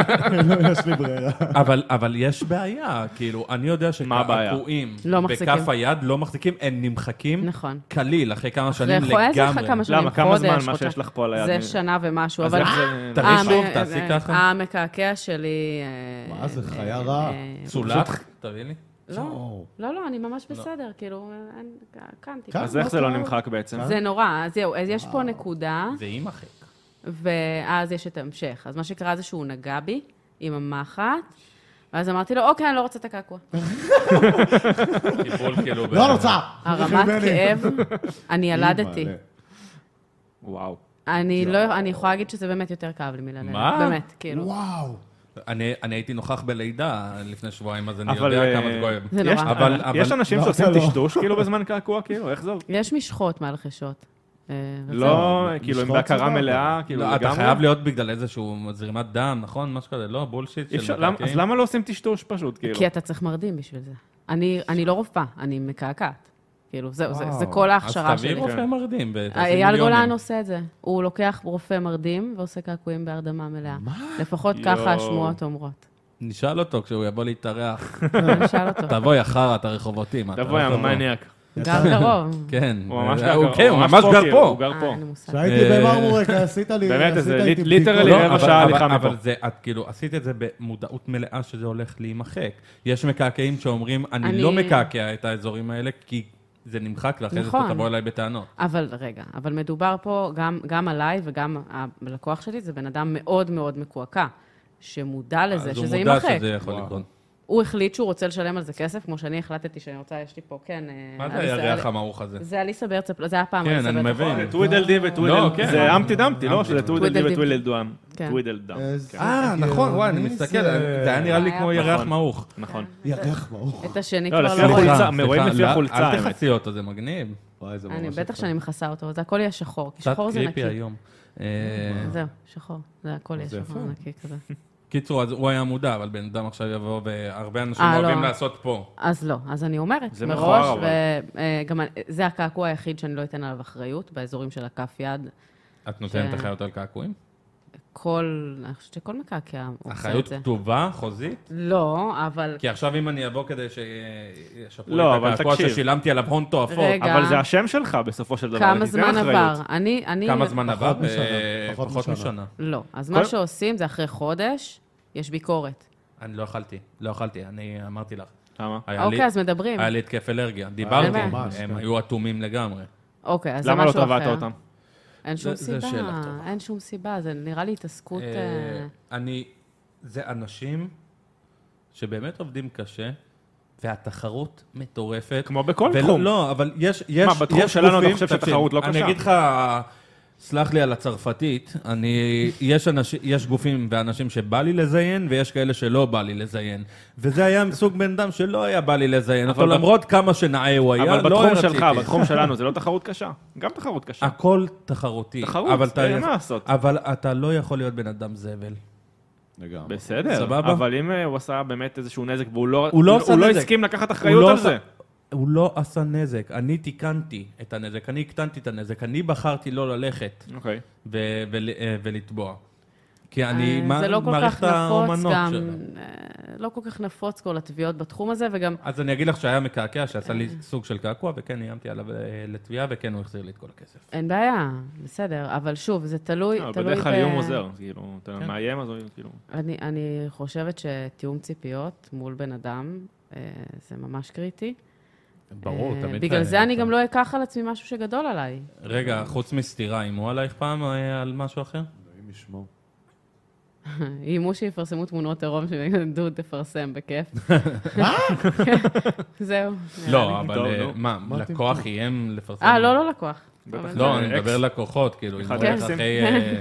Speaker 5: לא, יש לי ברירה.
Speaker 1: אבל, אבל יש בעיה, כאילו, אני יודע
Speaker 4: מה הבעיה?
Speaker 1: שקעקועים
Speaker 2: לא מחזיקים.
Speaker 1: בכף היד לא מחזיקים, הם נמחקים
Speaker 2: נכון.
Speaker 1: כליל, אחרי כמה שנים
Speaker 2: זה יכול-
Speaker 1: לגמרי.
Speaker 2: איזה לך כמה שנים,
Speaker 4: למה? כמה זמן
Speaker 2: חודש,
Speaker 4: מה
Speaker 2: חודשיים.
Speaker 4: שיש לך פה על היד?
Speaker 2: זה שנה ומשהו,
Speaker 4: אז
Speaker 2: אבל...
Speaker 4: איך זה-
Speaker 1: תראי
Speaker 2: המ-
Speaker 1: שוב,
Speaker 2: אה,
Speaker 1: תעשי
Speaker 2: אה,
Speaker 1: ככה.
Speaker 2: המקעקע שלי... אה,
Speaker 5: מה זה,
Speaker 2: אה,
Speaker 5: חיה רעה.
Speaker 2: אה,
Speaker 1: צולח? תביא לי.
Speaker 2: לא, לא, לא, אני ממש בסדר, כאילו, אין- קמתי.
Speaker 5: קמת?
Speaker 4: אז איך זה לא נמחק בעצם?
Speaker 2: אה, זה נורא, אז זהו, אז יש פה נקודה,
Speaker 1: זה יימחק.
Speaker 2: ואז יש את ההמשך. אז מה שקרה זה שהוא נגע בי עם המחט, ואז אמרתי לו, אוקיי, אני לא רוצה את הקעקוע.
Speaker 1: קיבול כאילו... ב-
Speaker 5: לא רוצה!
Speaker 2: הרמת
Speaker 5: בני.
Speaker 2: כאב, אני ילדתי.
Speaker 5: אימא'לה.
Speaker 4: וואו.
Speaker 2: אני לא, אני יכולה להגיד שזה באמת יותר כאב לי מללדת.
Speaker 1: מה?
Speaker 2: באמת, כאילו.
Speaker 5: וואו.
Speaker 1: אני אני הייתי נוכח בלידה לפני שבועיים, אז אני
Speaker 4: אבל...
Speaker 1: יודע
Speaker 4: אה,
Speaker 1: כמה זה כואב.
Speaker 2: זה
Speaker 4: יש-
Speaker 2: נורא.
Speaker 1: אבל- אבל-
Speaker 4: יש אנשים
Speaker 5: לא,
Speaker 4: שעושים
Speaker 5: לא.
Speaker 4: טשטוש כאילו בזמן קעקוע, כאילו? איך זה עובד?
Speaker 2: יש משחות מלחשות. אה, וזהו.
Speaker 4: לא, כאילו, הם
Speaker 5: משחות
Speaker 4: בהכרה
Speaker 5: סבבה.
Speaker 4: מלאה, כאילו,
Speaker 1: לא, אתה חייב
Speaker 4: לגמרי.
Speaker 1: להיות בגלל איזשהו זרימת דם, נכון? משהו כזה, לא? בולשיט
Speaker 4: אי
Speaker 1: של
Speaker 4: אפשר- למה- אז
Speaker 1: מקעקעים.
Speaker 4: למה לא עושים טשטוש פשוט, כאילו?
Speaker 2: כי אתה צריך מרדים בשביל זה. אני אני לא רופאה, אני מקעקעת. כאילו, זהו, זה- זה
Speaker 5: וואו.
Speaker 2: כל ההכשרה
Speaker 1: אז תביאי
Speaker 2: שלי.
Speaker 4: כן.
Speaker 2: אה,
Speaker 1: רופא מרדים ותעשי
Speaker 2: אייל גולן
Speaker 1: מיליונים.
Speaker 2: עושה את זה. הוא לוקח רופא מרדים ועושה קעקועים בהרדמה מלאה. מה? לפחות
Speaker 4: יואו.
Speaker 2: ככה השמועות אומרות.
Speaker 1: נשאל אותו כשהוא יבוא להתארח.
Speaker 2: נשאל אותו.
Speaker 1: תבואי אחר, אתה רחובותים. אתה
Speaker 4: תבואי,
Speaker 1: לא תבוא.
Speaker 4: המניאק.
Speaker 2: גר קרוב.
Speaker 1: כן.
Speaker 4: הוא ממש
Speaker 1: אה,
Speaker 4: גר
Speaker 1: הוא-
Speaker 4: פה,
Speaker 1: כן, הוא ממש גר
Speaker 4: כאילו, הוא
Speaker 1: פה.
Speaker 4: גר
Speaker 2: אה,
Speaker 4: פה.
Speaker 2: אין לי מושג.
Speaker 5: כשהייתי במרמורק,
Speaker 1: אה,
Speaker 5: עשית לי...
Speaker 4: באמת,
Speaker 5: עשית
Speaker 4: איזה
Speaker 5: איתי
Speaker 4: ליט-
Speaker 5: בדיקות.
Speaker 4: ליטרלי
Speaker 1: לא,
Speaker 4: רבע
Speaker 1: אבל-
Speaker 4: שעה
Speaker 1: אבל-
Speaker 4: הליכה מפה.
Speaker 1: אבל זה, את כאילו, עשית את זה במודעות מלאה שזה הולך להימחק. יש מקעקעים שאומרים, אני
Speaker 2: אני-
Speaker 1: לא מקעקע את האזורים האלה, כי זה נמחק לך, אחרי זה
Speaker 2: נכון.
Speaker 1: תבוא אליי בטענות.
Speaker 2: אבל רגע, אבל מדובר פה גם, גם עליי וגם הלקוח שלי, זה בן אדם מאוד מאוד מקועקע, שמודע לזה,
Speaker 1: אה, אז הוא
Speaker 2: שזה
Speaker 1: מודע
Speaker 2: יימחק. אה,
Speaker 1: שזה יכול לקרות.
Speaker 2: הוא החליט שהוא רוצה לשלם על זה כסף, כמו שאני החלטתי שאני רוצה, יש לי פה, כן... אה,
Speaker 1: מה זה
Speaker 2: אליסה-
Speaker 1: הירח המעוך הזה?
Speaker 2: זה אליסה בארצפלד, זה היה פעם
Speaker 1: כן,
Speaker 2: אליסה
Speaker 1: אני
Speaker 2: בארצפלד.
Speaker 1: מבין.
Speaker 4: טווידל די
Speaker 1: לא,
Speaker 4: וטווידל...
Speaker 1: כן.
Speaker 4: זה אמפטי דמפטי, לא? שזה טווידל די
Speaker 2: טווידל די.
Speaker 4: וטווידל דואם.
Speaker 2: כן.
Speaker 4: טווידל דאם.
Speaker 5: איזה-
Speaker 1: אה, נכון, וואי, אני מסתכל, זה היה נראה לי כמו ירח
Speaker 4: נכון.
Speaker 1: מעוך.
Speaker 4: נכון.
Speaker 2: אה,
Speaker 5: ירח מעוך.
Speaker 2: את השני
Speaker 4: לא,
Speaker 2: כבר
Speaker 4: לפי
Speaker 2: לא
Speaker 4: החולצה,
Speaker 2: רואים.
Speaker 1: סליחה,
Speaker 4: רואים
Speaker 1: סליחה,
Speaker 4: לפי
Speaker 1: לא,
Speaker 4: החולצה,
Speaker 1: אל
Speaker 4: האמת.
Speaker 1: תחפשי אותו, זה מגניב.
Speaker 5: וואי, זה
Speaker 2: אני,
Speaker 5: ממש
Speaker 2: בטח
Speaker 5: יפה.
Speaker 2: שאני מכסה אותו, זה הכל יהיה שחור, כי
Speaker 1: לא קצת
Speaker 2: שחור זה נקי.
Speaker 1: קריפי היום. אה,
Speaker 2: זהו, שחור, זה הכל יהיה
Speaker 5: זה
Speaker 2: שחור
Speaker 5: יפה.
Speaker 2: נקי כזה.
Speaker 1: קיצור, אז הוא היה מודע, אבל בן אדם עכשיו יבוא, והרבה אנשים
Speaker 2: אה, לא.
Speaker 1: אוהבים לעשות פה.
Speaker 2: אז לא, אז אני אומרת,
Speaker 4: זה
Speaker 2: מראש,
Speaker 4: מכוער, אבל.
Speaker 2: וגם זה הקעקוע היחיד שאני לא אתן עליו אחריות, באזורים של הכף יד.
Speaker 1: את נותנת
Speaker 2: כן.
Speaker 1: אחריות על קעקועים?
Speaker 2: כל, אני חושבת שכל מקעקע עושה את
Speaker 1: אחריות
Speaker 2: זה.
Speaker 1: כתובה, חוזית?
Speaker 2: לא, אבל
Speaker 4: כן,
Speaker 1: כי עכשיו אם אני אבוא כדי שישפרו
Speaker 4: לא,
Speaker 1: לי את
Speaker 4: אבל
Speaker 1: הקעקוע
Speaker 4: תקשיב.
Speaker 1: ששילמתי עליו הון תועפות,
Speaker 2: רגע.
Speaker 4: אבל זה השם שלך בסופו של דבר.
Speaker 2: כמה
Speaker 4: תיתן
Speaker 2: זמן
Speaker 4: אחריות.
Speaker 2: עבר? אני, אני...
Speaker 1: כמה זמן עבר?
Speaker 5: פחות משנה,
Speaker 1: אה,
Speaker 5: פחות
Speaker 1: פחות
Speaker 5: משנה.
Speaker 1: משנה.
Speaker 2: לא. אז
Speaker 4: כל- אה,
Speaker 2: מה שעושים זה אחרי חודש, יש ביקורת.
Speaker 1: אני לא אכלתי, לא אכלתי, אני אמרתי לך.
Speaker 4: למה?
Speaker 1: היה לי-
Speaker 2: אוקיי, אז מדברים.
Speaker 4: אה,
Speaker 1: היה לי התקף אלרגיה, דיברתי,
Speaker 2: באמת?
Speaker 5: אה, ממש,
Speaker 1: הם
Speaker 5: כן.
Speaker 1: היו אטומים לגמרי.
Speaker 2: אוקיי, אז זה
Speaker 4: למה לא
Speaker 2: משהו אחר.
Speaker 4: טבעת אותם?
Speaker 1: אה,
Speaker 2: אין שום
Speaker 1: זה- זה
Speaker 2: סיבה,
Speaker 1: שאלה טובה.
Speaker 2: אין שום סיבה, זה נראה לי התעסקות...
Speaker 1: אה,
Speaker 2: אה,
Speaker 1: אני, זה אנשים שבאמת עובדים קשה, והתחרות מטורפת.
Speaker 4: כמו בכל
Speaker 1: ולא-
Speaker 4: תחום.
Speaker 1: לא, אבל יש, יש,
Speaker 4: מה, בתחום
Speaker 1: יש
Speaker 4: שלנו אתה
Speaker 1: גופים-
Speaker 4: חושב
Speaker 1: תקשיב,
Speaker 4: שהתחרות לא
Speaker 1: אני
Speaker 4: קשה?
Speaker 1: אגיד לך, סלח לי על הצרפתית, אני, יש, אנש, יש גופים ואנשים שבא לי לזיין, ויש כאלה שלא בא לי לזיין. וזה היה מסוג בן אדם שלא היה בא לי לזיין,
Speaker 4: אבל
Speaker 1: אותו
Speaker 4: ב-
Speaker 1: למרות כמה שנאה הוא היה,
Speaker 4: אבל
Speaker 1: לא אה,
Speaker 4: בתחום שלך,
Speaker 1: רציתי.
Speaker 4: בתחום שלנו, זה לא תחרות קשה. גם תחרות קשה.
Speaker 1: הכל תחרותי.
Speaker 4: תחרות,
Speaker 1: אבל אתה-
Speaker 4: אין מה לעשות.
Speaker 1: אבל אתה לא יכול להיות בן אדם זבל.
Speaker 5: לגמרי.
Speaker 4: בסדר,
Speaker 1: סבבה.
Speaker 4: אבל אם אה, הוא עשה באמת איזשהו נזק והוא לא,
Speaker 1: הוא לא עשה
Speaker 4: הוא לא
Speaker 1: נזק.
Speaker 4: הסכים לקחת
Speaker 1: הוא
Speaker 4: אחריות
Speaker 1: לא
Speaker 4: על
Speaker 1: עשה-
Speaker 4: זה.
Speaker 1: הוא לא עשה נזק, אני תיקנתי את הנזק, אני הקטנתי את הנזק, אני בחרתי לא ללכת
Speaker 4: אוקיי.
Speaker 1: ו- ול- אה, ולתבוע. כי אני
Speaker 2: אה,
Speaker 1: מה-
Speaker 2: זה לא כל
Speaker 1: מעריך
Speaker 2: כך
Speaker 1: את
Speaker 2: נפוץ
Speaker 1: האומנות
Speaker 2: גם,
Speaker 1: שלו.
Speaker 2: אה, לא כל כך נפוץ כל התביעות בתחום הזה, וגם
Speaker 1: אז אני אגיד לך שהיה מקעקע, שעשה לי סוג של קעקוע, וכן איימתי עליו אה, לתביעה, וכן הוא החזיר לי את כל הכסף.
Speaker 2: אין בעיה, בסדר, אבל שוב, זה תלוי,
Speaker 4: לא,
Speaker 2: תלוי
Speaker 4: בדרך כלל
Speaker 2: ב-
Speaker 4: איום עוזר, כאילו, אתה
Speaker 1: כן.
Speaker 4: מאיים אז הוא כאילו...
Speaker 2: אני, אני חושבת שתיאום ציפיות מול בן אדם, אה, זה ממש קריטי.
Speaker 1: ברור,
Speaker 2: אה,
Speaker 1: תמיד...
Speaker 2: בגלל זה אני גם לא אקח על עצמי משהו שגדול עליי.
Speaker 1: רגע, חוץ מסתירה, איימו עלייך פעם אה, על משהו אחר?
Speaker 5: אלוהים ישמור.
Speaker 2: אה, איימו שיפרסמו תמונות עירום שדוד תפרסם בכיף. זהו.
Speaker 1: לא, אבל
Speaker 4: טוב,
Speaker 1: אה,
Speaker 4: נו.
Speaker 1: מה, לקוח איים לפרסם?
Speaker 2: אה, לא, לא לקוח.
Speaker 4: בטח
Speaker 2: אבל-
Speaker 1: לא,
Speaker 4: זה
Speaker 1: אני מדבר
Speaker 4: אקס.
Speaker 1: לקוחות, כאילו, אם
Speaker 4: אחד
Speaker 1: הוא הולך
Speaker 2: אקסים.
Speaker 1: אחרי... אה,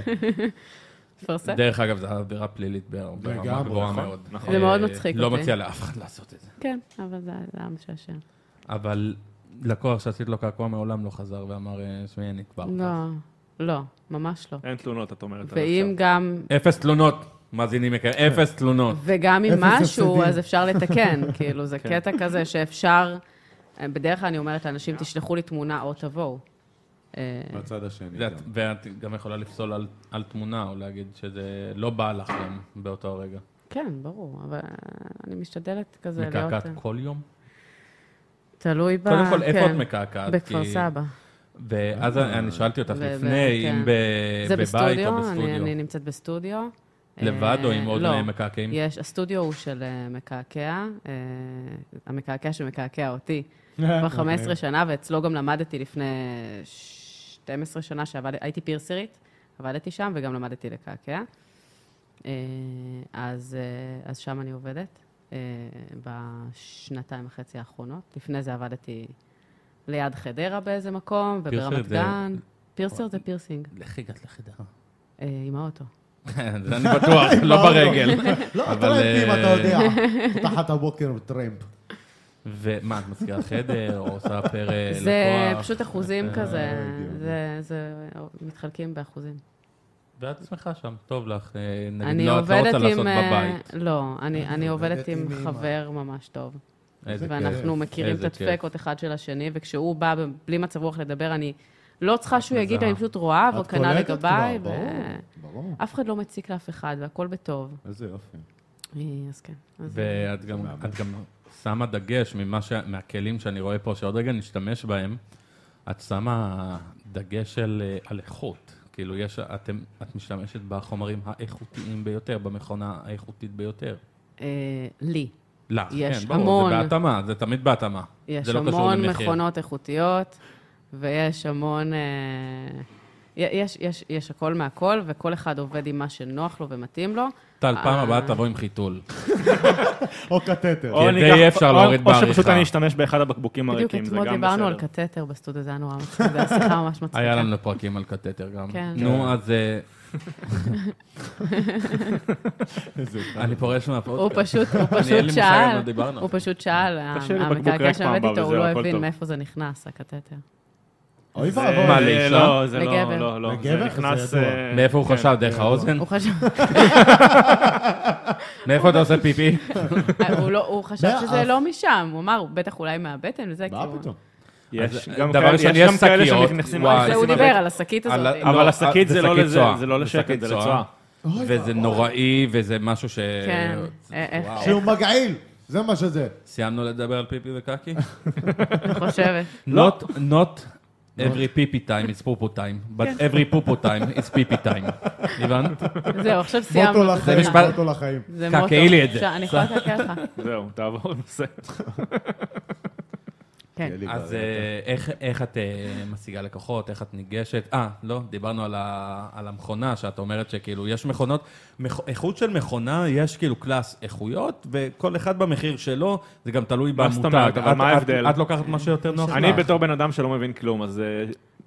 Speaker 2: תפרסם.
Speaker 1: דרך אגב, זו עבירה פלילית בר- ברמה
Speaker 5: לגמרי,
Speaker 1: גבוהה
Speaker 5: נכון,
Speaker 1: מאוד.
Speaker 4: נכון.
Speaker 2: זה מאוד
Speaker 1: אה,
Speaker 2: מצחיק
Speaker 1: לא
Speaker 2: אותי.
Speaker 1: מציע לאף אחד לעשות את זה.
Speaker 2: כן, אבל זה זה היה משעשע.
Speaker 1: אבל לקוח שעשית לו קעקוע מעולם לא חזר ואמר, אה, שמי, אני כבר...
Speaker 2: לא, לא, ממש לא.
Speaker 4: אין תלונות, את אומרת. עד
Speaker 2: ואם גם
Speaker 1: אפס תלונות, מאזינים יקרים, אפס תלונות.
Speaker 2: וגם אם
Speaker 3: אפס
Speaker 2: משהו,
Speaker 3: הפסדים.
Speaker 2: אז אפשר לתקן. כאילו, זה
Speaker 1: כן.
Speaker 2: קטע כזה שאפשר... אה, בדרך כלל אני אומרת לאנשים, תשלחו לי תמונה או תבואו. אה,
Speaker 5: מהצד השני
Speaker 1: ואת-
Speaker 5: גם.
Speaker 1: ואת גם יכולה לפסול על- על תמונה, או להגיד שזה לא בא לך גם באותו הרגע.
Speaker 2: כן, ברור, אבל אה, אני משתדלת כזה להיות... אה,
Speaker 1: מקעקעת כל יום?
Speaker 2: תלוי ב...
Speaker 1: קודם כל, איפה את
Speaker 2: כן,
Speaker 1: מקעקעת?
Speaker 2: בכפר
Speaker 1: כי-
Speaker 2: סבא.
Speaker 1: ואז אני שאלתי אותך
Speaker 2: ו-
Speaker 1: לפני,
Speaker 2: כן.
Speaker 1: אם ב-
Speaker 2: זה
Speaker 1: אה, בבית או
Speaker 2: בסטודיו, אני, אני
Speaker 1: בסטודיו.
Speaker 2: נמצאת בסטודיו.
Speaker 1: לבד או עם עוד
Speaker 2: לא.
Speaker 1: מקעקעים?
Speaker 2: יש, הסטודיו הוא של אה, מקעקע, אה, המקעקע שמקעקע אותי כבר
Speaker 1: אוקיי.
Speaker 2: 15 שנה, ואצלו גם למדתי לפני 12 שנה שהייתי פירסרית, עבדתי שם וגם למדתי לקעקע. אה, אז, אה, אז שם אני עובדת אה, בשנתיים וחצי האחרונות. לפני זה עבדתי ליד חדרה באיזה מקום,
Speaker 1: פירסרית
Speaker 2: וברמת
Speaker 1: זה- אה,
Speaker 2: גן. פירסר זה פירסינג,
Speaker 1: איך הגעת לחדרה?
Speaker 2: אה, עם האוטו.
Speaker 1: זה אני בטוח, לא ברגל.
Speaker 3: לא,
Speaker 1: אבל,
Speaker 3: אתה לא מבין,
Speaker 1: אה,
Speaker 3: אתה יודע. פותחת הבוקר טרמפ.
Speaker 2: אה,
Speaker 1: ומה, את מזכירה חדר, או עושה פר אה, לקוח?
Speaker 2: זה פשוט אחוזים
Speaker 1: אה,
Speaker 2: כזה,
Speaker 5: הגיוני.
Speaker 2: זה- זה מתחלקים באחוזים.
Speaker 1: ואת שמחה שם, טוב לך. אה, נגיד,
Speaker 2: אני
Speaker 1: לא, את לא
Speaker 2: עובדת
Speaker 1: רוצה לעשות
Speaker 2: עם... אה,
Speaker 1: בבית.
Speaker 2: לא, אני אני עובדת
Speaker 3: עובדת
Speaker 2: עם
Speaker 3: עם אמא.
Speaker 2: חבר ממש טוב.
Speaker 1: איזה כיף.
Speaker 2: ואנחנו מכירים את
Speaker 1: איזה כיף.
Speaker 2: הדפקות אחד של השני, וכשהוא בא ב- בלי מצב רוח לדבר, אני לא צריכה שהוא יגיד,
Speaker 1: מזהה.
Speaker 2: אני פשוט רואה, והוא
Speaker 5: את
Speaker 2: כנ"ל
Speaker 5: קולטת
Speaker 2: לגביי,
Speaker 5: כבר, ברור, ברור.
Speaker 2: ואף אחד לא מציק לאף אחד, והכול בטוב.
Speaker 5: איזה יופי.
Speaker 2: אה, אז כן. אז-
Speaker 1: ואת גם, את גם שמה דגש ממה ש... מהכלים שאני רואה פה, שעוד רגע נשתמש בהם, את שמה דגש על, אה, על איכות. כאילו, יש, אתם, את משתמשת בחומרים האיכותיים ביותר, במכונה האיכותית ביותר.
Speaker 2: אה, לי.
Speaker 1: לך,
Speaker 2: יש
Speaker 1: כן, ברור,
Speaker 2: המון.
Speaker 1: זה בהתאמה, זה תמיד בהתאמה.
Speaker 2: יש
Speaker 1: זה לא קשור
Speaker 2: המון
Speaker 1: למחיר.
Speaker 2: מכונות איכותיות, ויש המון... אה, יש, יש, יש הכל מהכל, וכל אחד עובד עם מה שנוח לו ומתאים לו.
Speaker 1: טל, פעם
Speaker 2: אה.
Speaker 1: הבאה תבוא עם חיתול.
Speaker 5: או קטטר.
Speaker 4: או
Speaker 1: את זה
Speaker 4: ניקח-
Speaker 1: אי אפשר
Speaker 4: או-
Speaker 1: להוריד
Speaker 4: או שפשוט
Speaker 1: בעריכה.
Speaker 4: אני אשתמש באחד הבקבוקים
Speaker 2: בדיוק
Speaker 4: הריקים, זה גם
Speaker 2: אתמול
Speaker 4: בסדר.
Speaker 2: דיברנו על קטטר בסטודיו, זה היה נורא מצחיק, זו הייתה שיחה ממש מצחיקה.
Speaker 1: היה לנו פרקים על קטטר גם.
Speaker 2: כן.
Speaker 1: נו, אז אה,
Speaker 5: איזה
Speaker 1: אני פורש
Speaker 2: הוא
Speaker 1: מהפודקאסט.
Speaker 2: פשוט, הוא
Speaker 1: אני, אין
Speaker 2: פשוט
Speaker 1: לי מושג על מה
Speaker 2: שאל,
Speaker 1: דיברנו.
Speaker 2: הוא פשוט שאל,
Speaker 4: תשאיר לי בקבוק
Speaker 2: המקעקע
Speaker 4: ריק
Speaker 2: שעבד
Speaker 4: פעם
Speaker 2: איתו,
Speaker 4: הבאה,
Speaker 2: הוא
Speaker 4: וזהו,
Speaker 2: לא
Speaker 4: הכל
Speaker 2: הבין
Speaker 4: טוב.
Speaker 2: מאיפה זה נכנס, הקטטר.
Speaker 5: אוי
Speaker 4: זה-
Speaker 5: ואבוי.
Speaker 1: מה, לאישה?
Speaker 4: לא, זה לא,
Speaker 2: לגבר.
Speaker 4: לא, לא. זה
Speaker 3: לגבר?
Speaker 4: נכנס...
Speaker 3: זה ידוע.
Speaker 4: אה,
Speaker 1: מאיפה הוא
Speaker 4: כן.
Speaker 1: חשב? דרך האוזן?
Speaker 2: הוא חשב,
Speaker 1: מאיפה אתה עושה פיפי?
Speaker 2: הוא לא- הוא חשב
Speaker 1: אה,
Speaker 3: מהאף.
Speaker 2: שזה לא משם, הוא אמר, בטח אולי מהבטן, וזה
Speaker 5: מה
Speaker 2: כאילו...
Speaker 5: פתאום?
Speaker 1: אז
Speaker 4: יש גם
Speaker 1: דבר
Speaker 4: כאלה-
Speaker 1: ראשון,
Speaker 4: יש
Speaker 1: יש
Speaker 4: גם כאלה
Speaker 1: שקיות,
Speaker 4: שנכנסים...
Speaker 1: וואי.
Speaker 4: נכנסים
Speaker 2: זה הוא
Speaker 1: לשים
Speaker 4: לבית.
Speaker 2: דיבר על השקית
Speaker 1: אה, על
Speaker 2: הזאת.
Speaker 1: ה-
Speaker 4: אבל
Speaker 1: לא,
Speaker 4: השקית זה
Speaker 1: זה
Speaker 4: לא
Speaker 1: שקית
Speaker 4: לזה,
Speaker 1: צואה.
Speaker 4: זה לא
Speaker 1: זה
Speaker 4: לשקט,
Speaker 1: שקית
Speaker 4: זה
Speaker 1: צואה.
Speaker 4: לצואה.
Speaker 1: וזה נוראי, וזה משהו ש...
Speaker 2: כן,
Speaker 1: וואו.
Speaker 2: אה, איך-
Speaker 3: שהוא מגעיל, זה מה שזה.
Speaker 1: סיימנו לדבר על פיפי וקקי?
Speaker 2: אני חושבת.
Speaker 1: Not,
Speaker 2: לא.
Speaker 1: not every פיפי time is פופו time, but
Speaker 2: כן.
Speaker 1: every פופו time is פיפי time. הבנת?
Speaker 2: זהו, עכשיו סיימנו. כן.
Speaker 3: מוטו
Speaker 2: זה
Speaker 3: לחיים,
Speaker 2: משפט-
Speaker 1: משפט-
Speaker 3: מוטו לחיים.
Speaker 2: זה
Speaker 1: קעקעי
Speaker 2: מוטו.
Speaker 1: לי את זה.
Speaker 2: עכשיו, אני יכולה לקעקע לך.
Speaker 4: זהו, תעבור לנושא.
Speaker 2: כן.
Speaker 5: יהיה לי
Speaker 1: אז
Speaker 5: בעיה.
Speaker 1: אה, איך- איך את אה, משיגה לקוחות, איך את ניגשת? אה, לא, דיברנו על ה- על המכונה, שאת אומרת שכאילו, יש מכונות, מכ- איכות של מכונה, יש כאילו קלאס איכויות, וכל אחד במחיר שלו, זה גם תלוי
Speaker 4: מה זאת
Speaker 1: במותג.
Speaker 4: אומרת? אבל
Speaker 1: את-
Speaker 4: מה
Speaker 1: את-
Speaker 4: ההבדל?
Speaker 1: את לוקחת מה שיותר נוח לך.
Speaker 4: אני בתור בן אדם שלא מבין כלום, אז אה,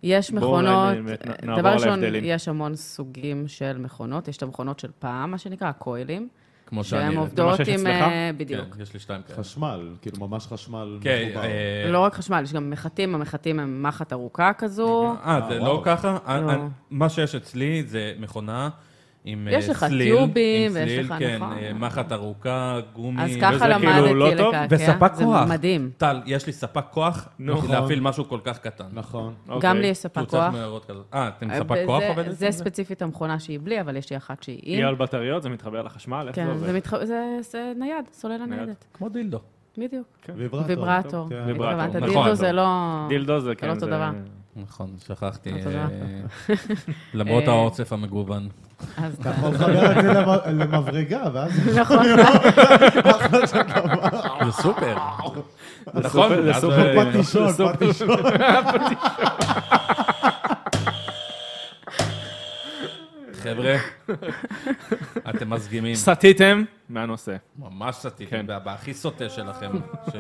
Speaker 2: יש
Speaker 4: בואו
Speaker 2: מכונות,
Speaker 4: נ- נ- נעבור
Speaker 2: דבר
Speaker 4: על
Speaker 2: ראשון,
Speaker 4: ההבדלים.
Speaker 2: יש המון סוגים של מכונות, יש את המכונות של פעם, מה שנקרא, הקוילים,
Speaker 1: כמו שאני...
Speaker 2: שהן
Speaker 1: עובדות.
Speaker 2: עובדות
Speaker 4: זה מה שיש
Speaker 2: עם...
Speaker 4: אצלך?
Speaker 2: אה, בדיוק.
Speaker 1: יש לי שתיים כאלה.
Speaker 5: חשמל, כאילו ממש חשמל
Speaker 1: אה, כן,
Speaker 5: מחובר.
Speaker 1: אה,
Speaker 2: לא רק חשמל, יש גם מחטים, המחטים הם מחט ארוכה כזו.
Speaker 1: אה, זה
Speaker 5: אה,
Speaker 1: לא
Speaker 5: וואו.
Speaker 1: ככה? אה,
Speaker 2: לא.
Speaker 1: אה, מה שיש אצלי זה מכונה עם אה,
Speaker 2: יש
Speaker 1: סליל.
Speaker 2: לך טיובים,
Speaker 1: עם
Speaker 2: ויש
Speaker 1: סליל,
Speaker 2: לך,
Speaker 1: כן,
Speaker 2: נכון.
Speaker 1: אה, מחט ארוכה, גומי.
Speaker 2: אז ככה
Speaker 1: וזה
Speaker 4: כאילו
Speaker 2: למדתי
Speaker 4: לא טוב,
Speaker 2: לקעקע.
Speaker 1: וספק כוח.
Speaker 2: כן? זה מדהים.
Speaker 1: טל, יש לי ספק כוח בשביל
Speaker 5: נכון.
Speaker 1: להפעיל משהו כל כך קטן.
Speaker 5: נכון.
Speaker 4: אוקיי.
Speaker 2: גם לי יש ספק
Speaker 1: פלוצת
Speaker 2: כוח.
Speaker 1: מערות כזאת. אה, אתם ספק
Speaker 2: וזה-
Speaker 1: כוח עובדת?
Speaker 2: זה ספציפית המכונה שהיא בלי, אבל יש לי אחת שהיא עם.
Speaker 4: היא על בטריות, זה מתחבר לחשמל, איך זה
Speaker 2: כן,
Speaker 4: עובד?
Speaker 2: זה מתח- זה- זה נייד, סוללה
Speaker 4: נייד.
Speaker 2: ניידת.
Speaker 1: כמו דילדו.
Speaker 2: בדיוק.
Speaker 5: ויברטור.
Speaker 2: ויברטור.
Speaker 5: כן.
Speaker 4: ויברטור.
Speaker 2: התכוונת
Speaker 1: נכון,
Speaker 2: דילדו זה
Speaker 4: טוב.
Speaker 2: לא...
Speaker 4: דילדו זה
Speaker 2: זה
Speaker 4: כן,
Speaker 2: לא אותו דבר.
Speaker 1: נכון, שכחתי.
Speaker 2: אה, תודה.
Speaker 1: אה, למרות
Speaker 2: אה,
Speaker 1: העוצף המגוון.
Speaker 2: אז-
Speaker 5: ככה
Speaker 1: נכון.
Speaker 5: הוא מחבר את זה למ- למברגה, ואז
Speaker 2: נכון,
Speaker 1: זה סופר.
Speaker 4: זה
Speaker 1: נכון,
Speaker 4: סופר- זה
Speaker 1: אז,
Speaker 4: סופר
Speaker 1: אה,
Speaker 5: לא, פטישון,
Speaker 4: זה סופר-
Speaker 5: פטישון.
Speaker 1: חבר'ה, אתם מסגימים.
Speaker 4: סטיתם מהנושא.
Speaker 1: ממש סטיתם,
Speaker 4: כן.
Speaker 1: וה- והכי סוטה שלכם. ש-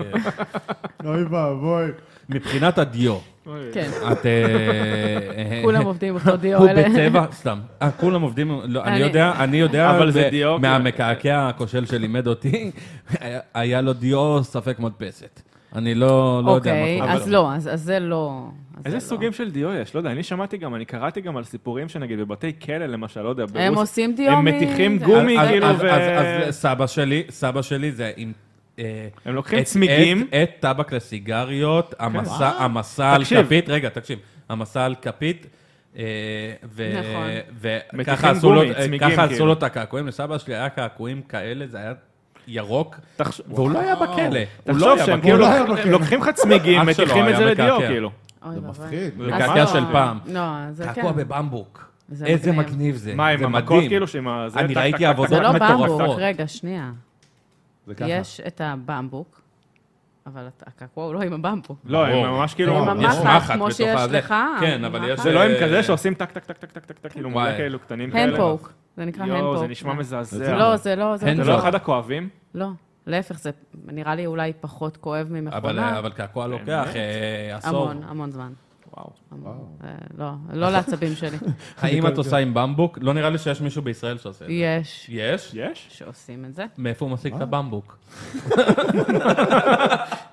Speaker 5: לא. אוי ואבוי.
Speaker 1: מבחינת הדיו,
Speaker 2: כן.
Speaker 1: את... אה,
Speaker 2: כולם עובדים אותו דיו
Speaker 1: הוא
Speaker 2: אלה.
Speaker 1: בצבע, סתם. אה, כולם עובדים, לא, אני
Speaker 2: אני-
Speaker 1: יודע, אני יודע,
Speaker 4: אבל זה
Speaker 1: ו-
Speaker 4: דיו,
Speaker 1: מהמקעקע הכושל שלימד אותי, היה- היה לו דיו ספק מדפסת. אני לא, לא יודע מה
Speaker 2: אוקיי,
Speaker 1: קורה
Speaker 2: אז
Speaker 1: שם.
Speaker 2: לא, אז אז זה לא... אז זה
Speaker 4: איזה
Speaker 2: לא.
Speaker 4: סוגים של דיו יש? לא יודע, אני שמעתי גם, אני קראתי גם על סיפורים שנגיד בבתי כלא למשל, לא יודע,
Speaker 2: הם
Speaker 4: ברוסיה.
Speaker 2: עושים דיו
Speaker 4: הם
Speaker 2: מ-
Speaker 4: מתיכים
Speaker 2: זה-
Speaker 4: גומי,
Speaker 2: אז-
Speaker 1: אז-
Speaker 4: כאילו,
Speaker 1: אז-
Speaker 4: ו-
Speaker 1: אז אז סבא שלי, סבא שלי זה עם... אה,
Speaker 4: הם לוקחים
Speaker 1: את-
Speaker 4: צמיגים.
Speaker 1: את- את טבק לסיגריות,
Speaker 2: אוקיי.
Speaker 1: המסע- המסע על
Speaker 4: תקשיב.
Speaker 1: כפית, רגע, תקשיב, המסע על כפית, אה, ו-
Speaker 2: נכון.
Speaker 1: וככה
Speaker 4: מתיכים
Speaker 1: עשו לו-
Speaker 4: גומי,
Speaker 1: אה,
Speaker 4: צמיגים,
Speaker 1: ככה עשו
Speaker 4: כאילו.
Speaker 1: לו את הקעקועים, לסבא שלי היה קעקועים כאלה, זה היה ירוק,
Speaker 4: תחש-
Speaker 1: והוא לא היה בכלא. הוא לא
Speaker 4: תחשוב
Speaker 1: היה
Speaker 4: שהם
Speaker 1: בכלא.
Speaker 4: כאילו לוק- לוקחים לך צמיגים,
Speaker 1: אח שלו
Speaker 4: מתיכים את
Speaker 1: היה
Speaker 4: זה לדיו,
Speaker 1: מקעקע. כן.
Speaker 4: כאילו.
Speaker 2: אוי
Speaker 5: זה
Speaker 2: ואבוי.
Speaker 5: מפחיד.
Speaker 1: זה קעקע
Speaker 2: אז-
Speaker 1: של פעם.
Speaker 2: לא, זה כן.
Speaker 1: קעקוע בבמבוק.
Speaker 2: זה
Speaker 1: איזה
Speaker 2: מגניב.
Speaker 1: מגניב זה.
Speaker 4: מה, עם
Speaker 1: זה
Speaker 4: המכות
Speaker 1: מדהים.
Speaker 4: כאילו, שעם ה... זה
Speaker 1: אני
Speaker 4: טק,
Speaker 1: ראיתי
Speaker 4: טק, טק,
Speaker 1: עבודות
Speaker 2: זה לא במבוק,
Speaker 1: מטורפות.
Speaker 2: רגע, שנייה.
Speaker 5: זה ככה.
Speaker 2: יש את הבמבוק, אבל הת- הקעקוע הוא לא עם הבמבוק.
Speaker 4: לא, הם
Speaker 1: ברור.
Speaker 4: ממש כאילו...
Speaker 5: זה
Speaker 2: עם
Speaker 5: ממש
Speaker 1: יש
Speaker 2: המחט,
Speaker 1: מחט
Speaker 2: כמו
Speaker 1: בתוך
Speaker 2: שיש
Speaker 1: הזה.
Speaker 2: לך.
Speaker 1: כן, אבל יש-
Speaker 4: זה לא עם
Speaker 1: אה,
Speaker 4: כזה שעושים טק טק טק טק טק טק טק, כאילו
Speaker 1: וואי.
Speaker 4: מלא כאלה קטנים כאלה.
Speaker 2: הנדפוק, זה נקרא הנדפוק.
Speaker 4: יואו, זה נשמע מזעזע.
Speaker 2: לא, זה לא, זה
Speaker 1: Hand
Speaker 4: זה
Speaker 1: לא.
Speaker 4: לא אחד הכואבים?
Speaker 2: לא, להפך, זה נראה לי אולי פחות כואב
Speaker 1: אבל אה,
Speaker 2: ממכונה.
Speaker 1: אבל קעקוע לוקח אה, עשור.
Speaker 2: המון, המון זמן.
Speaker 4: וואו.
Speaker 2: המון. אה, לא, לא לעצבים שלי.
Speaker 1: האם
Speaker 4: כן,
Speaker 1: את עושה עם במבוק? לא נראה לי שיש מישהו בישראל שעושה את זה.
Speaker 2: יש
Speaker 1: יש?
Speaker 4: יש?
Speaker 2: שעושים את זה.
Speaker 1: מאיפה הוא משיג את
Speaker 4: אה.
Speaker 1: הבמבוק?